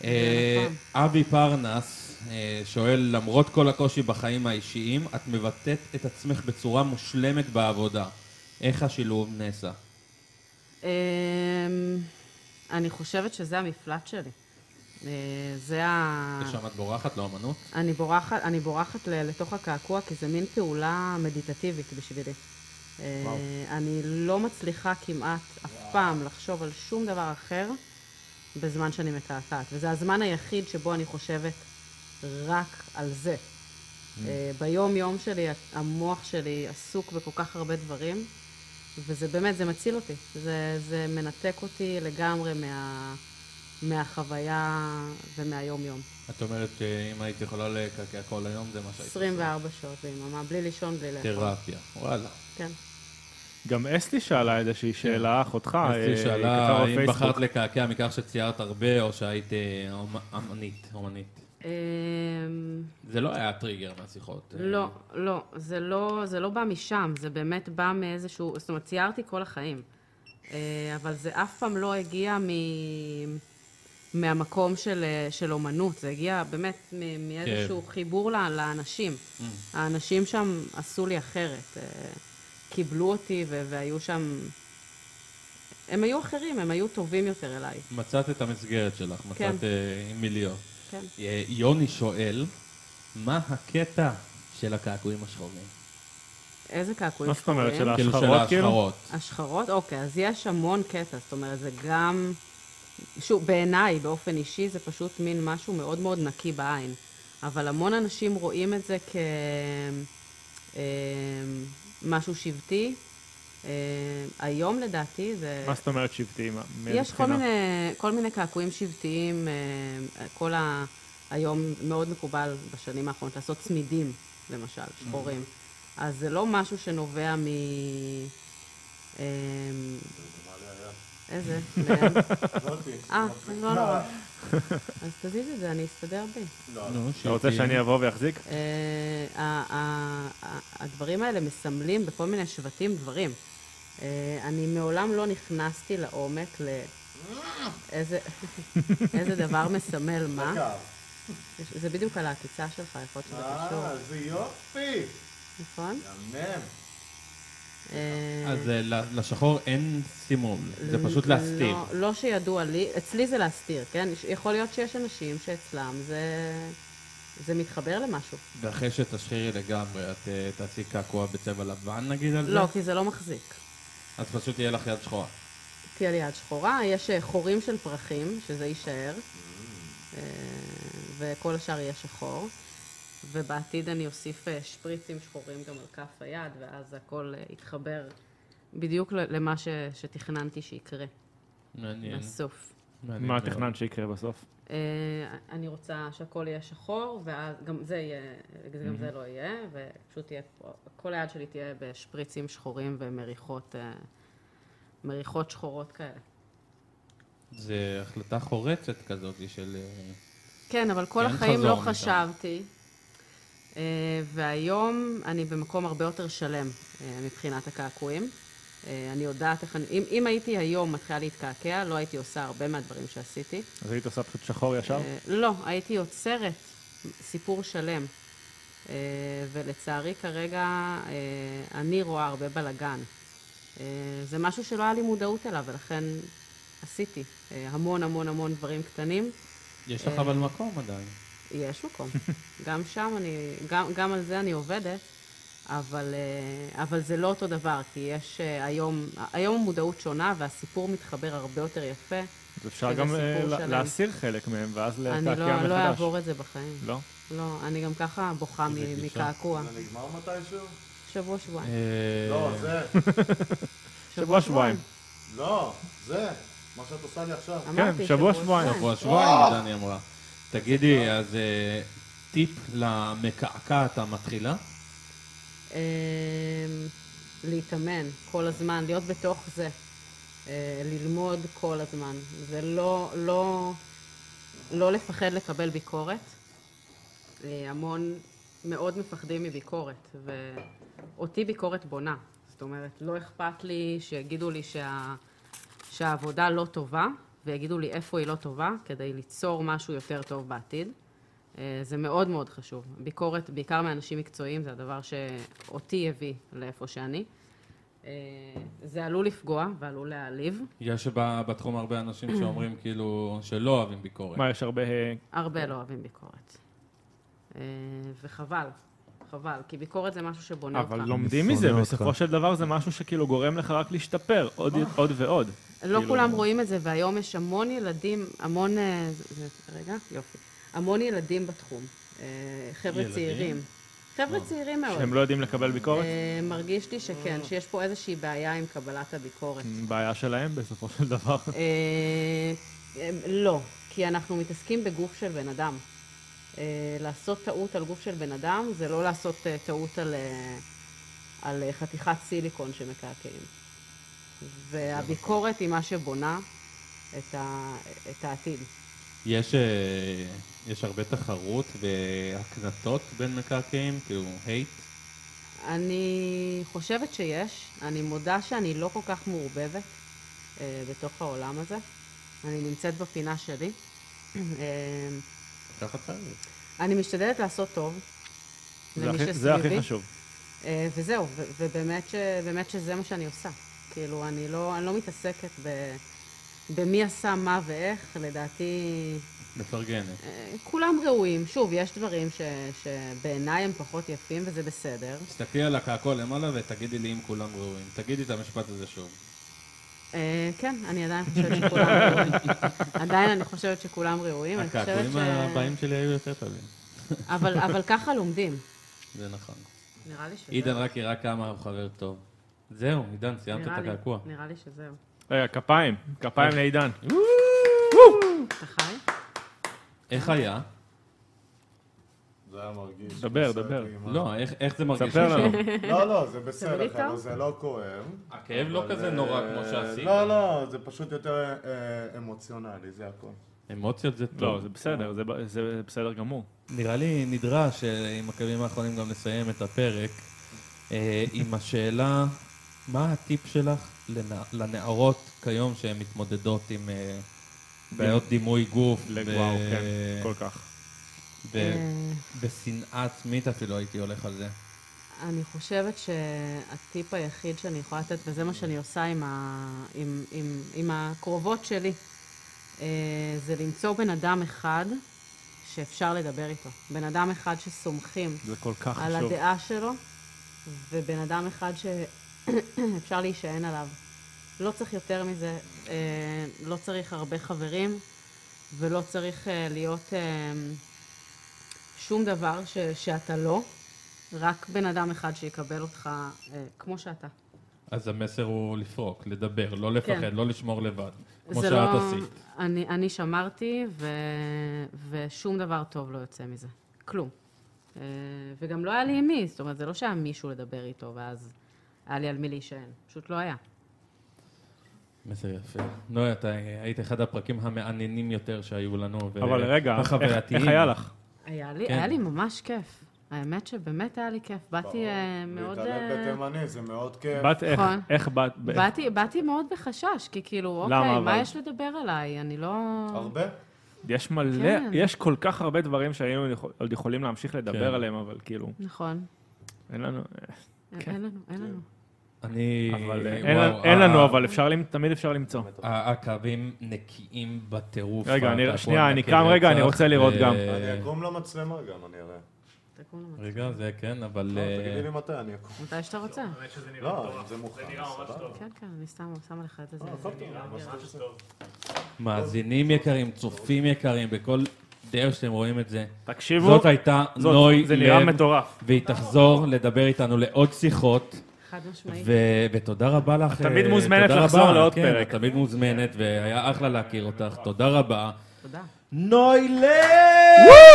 Speaker 1: אה,
Speaker 2: נכון.
Speaker 1: אבי פרנס אה, שואל, למרות כל הקושי בחיים האישיים, את מבטאת את עצמך בצורה מושלמת בעבודה. איך השילוב נעשה?
Speaker 2: אמ, אני חושבת שזה המפלט שלי. אה, זה ה...
Speaker 1: לשם את בורחת, לא אמנות?
Speaker 2: אני בורחת, אני בורחת ל- לתוך הקעקוע, כי זה מין פעולה מדיטטיבית בשבילי. אה, אני לא מצליחה כמעט אף פעם לחשוב על שום דבר אחר בזמן שאני מקעקעת, וזה הזמן היחיד שבו אני חושבת רק על זה. אה, ביום-יום שלי, ה- המוח שלי עסוק בכל כך הרבה דברים, וזה באמת, זה מציל אותי. זה, זה מנתק אותי לגמרי מה... מהחוויה ומהיום-יום.
Speaker 1: את אומרת שאם היית יכולה לקעקע כל היום, זה מה שהיית עושה.
Speaker 2: 24 שעות ביממה, בלי לישון, בלי לאכול.
Speaker 1: תרפיה, וואלה.
Speaker 2: כן.
Speaker 4: גם אסתי שאלה איזושהי שאלה, אחותך,
Speaker 1: אז
Speaker 4: אה,
Speaker 1: היא
Speaker 4: כתבה
Speaker 1: כן. שאלה אם
Speaker 4: בפייסבוק.
Speaker 1: בחרת לקעקע מכך שציירת הרבה, או שהיית אה, אומ- אמנית, אומנית.
Speaker 2: אמ,
Speaker 1: זה לא היה הטריגר מהשיחות. אה,
Speaker 2: לא, לא, זה לא, זה לא בא משם, זה באמת בא מאיזשהו, זאת אומרת, ציירתי כל החיים. אה, אבל זה אף פעם לא הגיע מ... מהמקום של, אה, של אומנות, זה הגיע באמת מ- מאיזשהו כן. חיבור ל- לאנשים. Mm. האנשים שם עשו לי אחרת, אה, קיבלו אותי ו- והיו שם... הם היו אחרים, הם היו טובים יותר אליי,
Speaker 1: מצאת את המסגרת שלך,
Speaker 2: כן.
Speaker 1: מצאת אה, עם מי להיות.
Speaker 2: כן.
Speaker 1: אה, יוני שואל, מה הקטע של הקעקועים השחורים?
Speaker 2: איזה קעקועים
Speaker 4: מה זאת אומרת,
Speaker 2: שחורים.
Speaker 4: של
Speaker 1: כאילו, של
Speaker 4: ההשחרות, כאילו?
Speaker 1: ההשחרות.
Speaker 2: השחרות? אוקיי, אז יש המון קטע, זאת אומרת, זה גם... שוב, בעיניי, באופן אישי, זה פשוט מין משהו מאוד מאוד נקי בעין. אבל המון אנשים רואים את זה כ... אה, משהו שבטי. אה, היום, לדעתי, זה...
Speaker 4: מה זאת אומרת שבטי? מה- מאיזה
Speaker 2: יש כל
Speaker 4: בחינה?
Speaker 2: מיני, כל מיני קעקועים שבטיים, אה, כל ה... היום מאוד מקובל בשנים האחרונות לעשות צמידים, למשל,
Speaker 4: Mm.
Speaker 2: שחורים. אז זה לא משהו שנובע מ... אה, איזה? לאן? אה, לא נורא. אז תזיז את זה, אני אסתדר בי.
Speaker 1: נו,
Speaker 4: לא, אתה רוצה
Speaker 1: שתהיה-
Speaker 4: שאני אבוא ואחזיק?
Speaker 2: אה, ה- ה- ה- הדברים האלה מסמלים בכל מיני שבטים דברים. אה, אני מעולם לא נכנסתי לעומק לאיזה איזה דבר מסמל מה.
Speaker 5: אגב,
Speaker 2: יש- זה בדיוק על העקיצה שלך, יכול להיות שזה קשור,
Speaker 5: אה, זה יופי!
Speaker 2: נכון?
Speaker 5: יאמן.
Speaker 2: אה,
Speaker 1: אז אה, ל- לשחור אין סימול, זה פשוט להסתיר.
Speaker 2: לא- לא שידוע לי, אצלי זה להסתיר, כן? יש- יכול להיות שיש אנשים שאצלם זה... זה מתחבר למשהו.
Speaker 1: ואחרי שתשחירי לגמרי, את אה, תעשי קעקוע בצבע לבן נגיד על זה?
Speaker 2: לא, כי זה לא מחזיק.
Speaker 1: אז פשוט תהיה לך יד שחורה.
Speaker 2: תהיה לי יד שחורה, יש אה, חורים של פרחים, שזה יישאר, אה, וכל השאר יהיה שחור, ובעתיד אני אוסיף אה, שפריצים שחורים גם על כף היד, ואז הכל אה, יתחבר בדיוק ל- למה ש- שתכננתי שיקרה
Speaker 1: מעניין.
Speaker 2: בסוף.
Speaker 1: מעניין
Speaker 4: מה
Speaker 1: מאוד.
Speaker 4: תכננת שיקרה בסוף?
Speaker 2: אה, אני רוצה שהכל יהיה שחור, ואז גם זה יהיה, גם זה לא יהיה, ופשוט יהיה, פה- כל היד שלי תהיה בשפריצים שחורים ומריחות אה, מריחות שחורות כאלה.
Speaker 1: זה החלטה חורצת כזאת של... אה,
Speaker 2: כן, אבל כל
Speaker 1: אין
Speaker 2: החיים
Speaker 1: חזור
Speaker 2: לא
Speaker 1: משם.
Speaker 2: חשבתי. אה, והיום אני במקום הרבה יותר שלם אה, מבחינת הקעקועים. אה, אני יודעת איך אני... אם, אם הייתי היום מתחילה להתקעקע, לא הייתי עושה הרבה מהדברים שעשיתי.
Speaker 4: אז היית עושה פשוט שחור ישר?
Speaker 2: אה, לא, הייתי יוצרת סיפור שלם. אה, ולצערי כרגע אה, אני רואה הרבה בלאגן. אה, זה משהו שלא היה לי מודעות אליו, ולכן עשיתי אה, המון המון המון דברים קטנים.
Speaker 1: יש לך אבל מקום עדיין.
Speaker 2: יש מקום. גם שם אני, גם, גם על זה אני עובדת, אבל, אה, אבל זה לא אותו דבר, כי יש אה, היום, היום המודעות שונה והסיפור מתחבר הרבה יותר יפה.
Speaker 4: אז אפשר
Speaker 2: שזה
Speaker 4: גם אה,
Speaker 2: סיפור
Speaker 4: לה-
Speaker 2: שלם.
Speaker 4: להסיר חלק מהם, ואז
Speaker 2: אני
Speaker 4: לקעקע מחדש.
Speaker 2: לא, לא אעבור את זה בחיים.
Speaker 4: לא?
Speaker 2: לא, אני גם ככה בוכה מ- מקעקוע.
Speaker 5: זה נגמר מתישהו?
Speaker 2: שבוע, שבועיים.
Speaker 1: אה,
Speaker 5: לא, זה.
Speaker 4: שבוע, שבועיים.
Speaker 5: לא, זה. מה שאת עושה לי עכשיו.
Speaker 2: אמרתי,
Speaker 4: כן, שבוע, שבועיים.
Speaker 1: שבוע שבועיים, דני אמרה. תגידי, אז אה, טיפ למקעקעת המתחילה?
Speaker 2: אמ, להתאמן כל הזמן, להיות בתוך זה, אה, ללמוד כל הזמן, ולא לא, לא לפחד לקבל ביקורת. אה, המון מאוד מפחדים מביקורת, ואותי ביקורת בונה. זאת אומרת, לא אכפת לי שיגידו לי שה, שהעבודה לא טובה, ויגידו לי איפה היא לא טובה, כדי ליצור משהו יותר טוב בעתיד. אה, זה מאוד מאוד חשוב. ביקורת, בעיקר מאנשים מקצועיים, זה הדבר שאותי הביא לאיפה שאני. אה, זה עלול לפגוע ועלול להעליב,
Speaker 1: יש ב- בתחום הרבה אנשים שאומרים כאילו שלא אוהבים ביקורת.
Speaker 4: מה, יש הרבה... אה,
Speaker 2: הרבה לא אוהבים ביקורת. אה, וחבל, חבל, כי ביקורת זה משהו שבונה אותך.
Speaker 4: אבל לא לומדים מזה, בסופו של דבר זה משהו שכאילו גורם לך רק להשתפר עוד- עוד ועוד.
Speaker 2: לא
Speaker 4: כאילו-
Speaker 2: כולם רואים את זה, והיום יש המון ילדים, המון... אה, זה- זה- רגע, יופי. המון ילדים בתחום. אה, חבר'ה
Speaker 1: ילדים?
Speaker 2: צעירים. חבר'ה צעירים מאוד.
Speaker 4: שהם לא יודעים לקבל ביקורת?
Speaker 2: אה, מרגיש לי שכן, שיש פה איזושהי בעיה עם קבלת הביקורת.
Speaker 4: בעיה שלהם בסופו של דבר.
Speaker 2: אה, אה, לא, כי אנחנו מתעסקים בגוף של בן אדם. אה, לעשות טעות על גוף של בן אדם זה לא לעשות אה, טעות על, אה, על אה, חתיכת סיליקון שמקעקעים. והביקורת היא מה שבונה את, ה, את העתיד.
Speaker 1: יש, אה, יש הרבה תחרות והקנטות בין מקרקעים, כאילו הייט.
Speaker 2: אני חושבת שיש. אני מודה שאני לא כל כך מעורבבת אה, בתוך העולם הזה. אני נמצאת בפינה שלי. אה,
Speaker 1: ככה צריך.
Speaker 2: אני משתדלת לעשות טוב
Speaker 4: זה
Speaker 2: למי
Speaker 4: הכי-
Speaker 2: שסביבי.
Speaker 4: זה הכי חשוב.
Speaker 2: אה, וזהו, ו- ובאמת ש- באמת שזה מה שאני עושה. כאילו, אני לא, אני לא מתעסקת ב, במי עשה מה ואיך, לדעתי
Speaker 1: מפרגנת.
Speaker 2: אה, כולם ראויים. שוב, יש דברים ש, שבעיניי הם פחות יפים וזה בסדר.
Speaker 1: תסתכלי על הקעקוע למעלה ותגידי לי אם כולם ראויים. תגידי את המשפט הזה שוב.
Speaker 2: אה, כן, אני עדיין חושבת שכולם ראויים. עדיין אני חושבת שכולם ראויים. אני חושבת
Speaker 1: הקעקועים
Speaker 2: ש...
Speaker 1: הבאים שלי היו יותר טובים.
Speaker 2: אבל, אבל ככה לומדים.
Speaker 1: זה נכון.
Speaker 2: נראה לי שזה...
Speaker 1: עידן רק יראה כמה הוא חבר טוב. זהו, עידן, סיימת
Speaker 2: נראה
Speaker 1: את
Speaker 2: לי-
Speaker 1: הקעקוע.
Speaker 2: נראה לי שזהו.
Speaker 4: רגע, אה, כפיים, כפיים לעידן.
Speaker 2: אתה חי?
Speaker 1: איך היה?
Speaker 5: זה היה מרגיש.
Speaker 4: דבר,
Speaker 5: בסדר,
Speaker 4: דבר.
Speaker 5: טעימה.
Speaker 1: לא, איך- איך זה מרגיש?
Speaker 4: ספר לנו.
Speaker 5: לא, לא, זה
Speaker 2: אתם
Speaker 5: בסדר,
Speaker 2: בלי
Speaker 5: חבר'ה,
Speaker 2: טעם?
Speaker 5: זה לא כואב.
Speaker 1: הכאב לא
Speaker 5: אבל,
Speaker 1: כזה
Speaker 5: אה,
Speaker 1: נורא כמו שעשית.
Speaker 5: לא, לא, זה פשוט יותר אה, אמוציונלי, זה הכל.
Speaker 9: אמוציות זה טוב.
Speaker 4: לא, זה בסדר, זה ב- זה בסדר גמור.
Speaker 1: נראה לי נדרש אה, עם הקווים האחרונים גם לסיים את הפרק אה, עם השאלה, מה הטיפ שלך לנע- לנערות כיום שהן מתמודדות עם אה, בעיות דימוי גוף, ו-
Speaker 4: וואו, כן, כל כך.
Speaker 1: ו-
Speaker 2: אה,
Speaker 1: ושנאה עצמית אפילו הייתי הולך על זה.
Speaker 2: אני חושבת שהטיפ היחיד שאני יכולה לתת, וזה מה שאני עושה עם, ה... עם, עם, עם הקרובות שלי, אה, זה למצוא בן אדם אחד שאפשר לדבר איתו. בן אדם אחד שסומכים
Speaker 4: זה כל כך
Speaker 2: על
Speaker 4: חשוב.
Speaker 2: הדעה שלו, ובן אדם אחד שאפשר להישען עליו. לא צריך יותר מזה, אה, לא צריך הרבה חברים, ולא צריך אה, להיות אה, שום דבר ש, שאתה לא, רק בן אדם אחד שיקבל אותך אה, כמו שאתה.
Speaker 1: אז המסר הוא לפרוק, לדבר, לא לפחד,
Speaker 2: כן.
Speaker 1: לא לשמור לבד, כמו
Speaker 2: זה
Speaker 1: שאת
Speaker 2: לא-
Speaker 1: עשית.
Speaker 2: אני, אני שמרתי, ו, ושום דבר טוב לא יוצא מזה. כלום. אה, וגם לא היה לי עם מי, זאת אומרת, זה לא שהיה מישהו לדבר איתו, ואז היה לי על מי להישען. פשוט לא היה.
Speaker 1: מסר יפה. נוי, אתה היית אחד הפרקים המעניינים יותר שהיו לנו. ו-
Speaker 4: אבל רגע, איך-
Speaker 1: החווייתיים.
Speaker 4: איך היה לך?
Speaker 2: היה לי,
Speaker 1: כן.
Speaker 2: היה לי ממש כיף. האמת שבאמת היה לי כיף. באתי אה, מאוד...
Speaker 5: להתעלל
Speaker 2: אה,
Speaker 5: בתימני זה מאוד כיף.
Speaker 4: באת איך?
Speaker 2: נכון.
Speaker 4: איך באת? ב-
Speaker 2: באתי, באתי מאוד בחשש, כי כאילו,
Speaker 4: למה
Speaker 2: אוקיי, מה
Speaker 4: אבל?
Speaker 2: יש לדבר עליי? אני לא...
Speaker 5: הרבה?
Speaker 1: אה,
Speaker 4: יש מלא,
Speaker 2: כן.
Speaker 4: יש כל כך הרבה דברים שהיינו יכול- עוד יכולים להמשיך לדבר
Speaker 1: כן.
Speaker 4: עליהם, אבל כאילו,
Speaker 2: נכון.
Speaker 4: אין לנו,
Speaker 2: אין-
Speaker 4: כן.
Speaker 2: אין לנו, אין לנו.
Speaker 1: אני...
Speaker 4: אבל
Speaker 1: וואו, לא,
Speaker 4: אה, אין לנו- אין
Speaker 1: ה-
Speaker 4: לנו, אבל אפשר, למ- תמיד אפשר למצוא.
Speaker 1: ה- הקווים נקיים בטירוף.
Speaker 4: רגע, אני-
Speaker 1: הקעקוע
Speaker 4: שנייה, אני
Speaker 1: נקי
Speaker 4: קם, רגע, אני
Speaker 1: רצח,
Speaker 4: רוצה לראות
Speaker 1: אה,
Speaker 4: גם.
Speaker 5: אני אקום למצלמה גם, אני אראה.
Speaker 2: תקום למצב.
Speaker 1: רגע, זה כן, אבל...
Speaker 5: לא,
Speaker 1: אה,
Speaker 5: תגידי לי מתי אני אקום.
Speaker 2: מתי שאתה רוצה.
Speaker 5: לא, אם זה מוכן. זה נראה ממש טוב.
Speaker 2: כן, כן, אני שמה שמה לך את זה.
Speaker 5: אה, הכל טוב, ממש טוב.
Speaker 1: מאזינים יקרים, צופים יקרים, בכל דרך שאתם רואים את זה.
Speaker 4: תקשיבו,
Speaker 1: זאת הייתה
Speaker 4: זאת,
Speaker 1: נוי
Speaker 4: זה נראה
Speaker 1: לב,
Speaker 4: מטורף.
Speaker 1: והיא תחזור לדבר איתנו לעוד שיחות.
Speaker 2: חד משמעית.
Speaker 1: ו- ותודה רבה לך. את
Speaker 4: תמיד מוזמנת לחזור לעוד
Speaker 1: כן,
Speaker 4: פרק.
Speaker 1: את תמיד מוזמנת, והיה אחלה להכיר אותך. תודה רבה.
Speaker 2: תודה.
Speaker 1: נוי לב!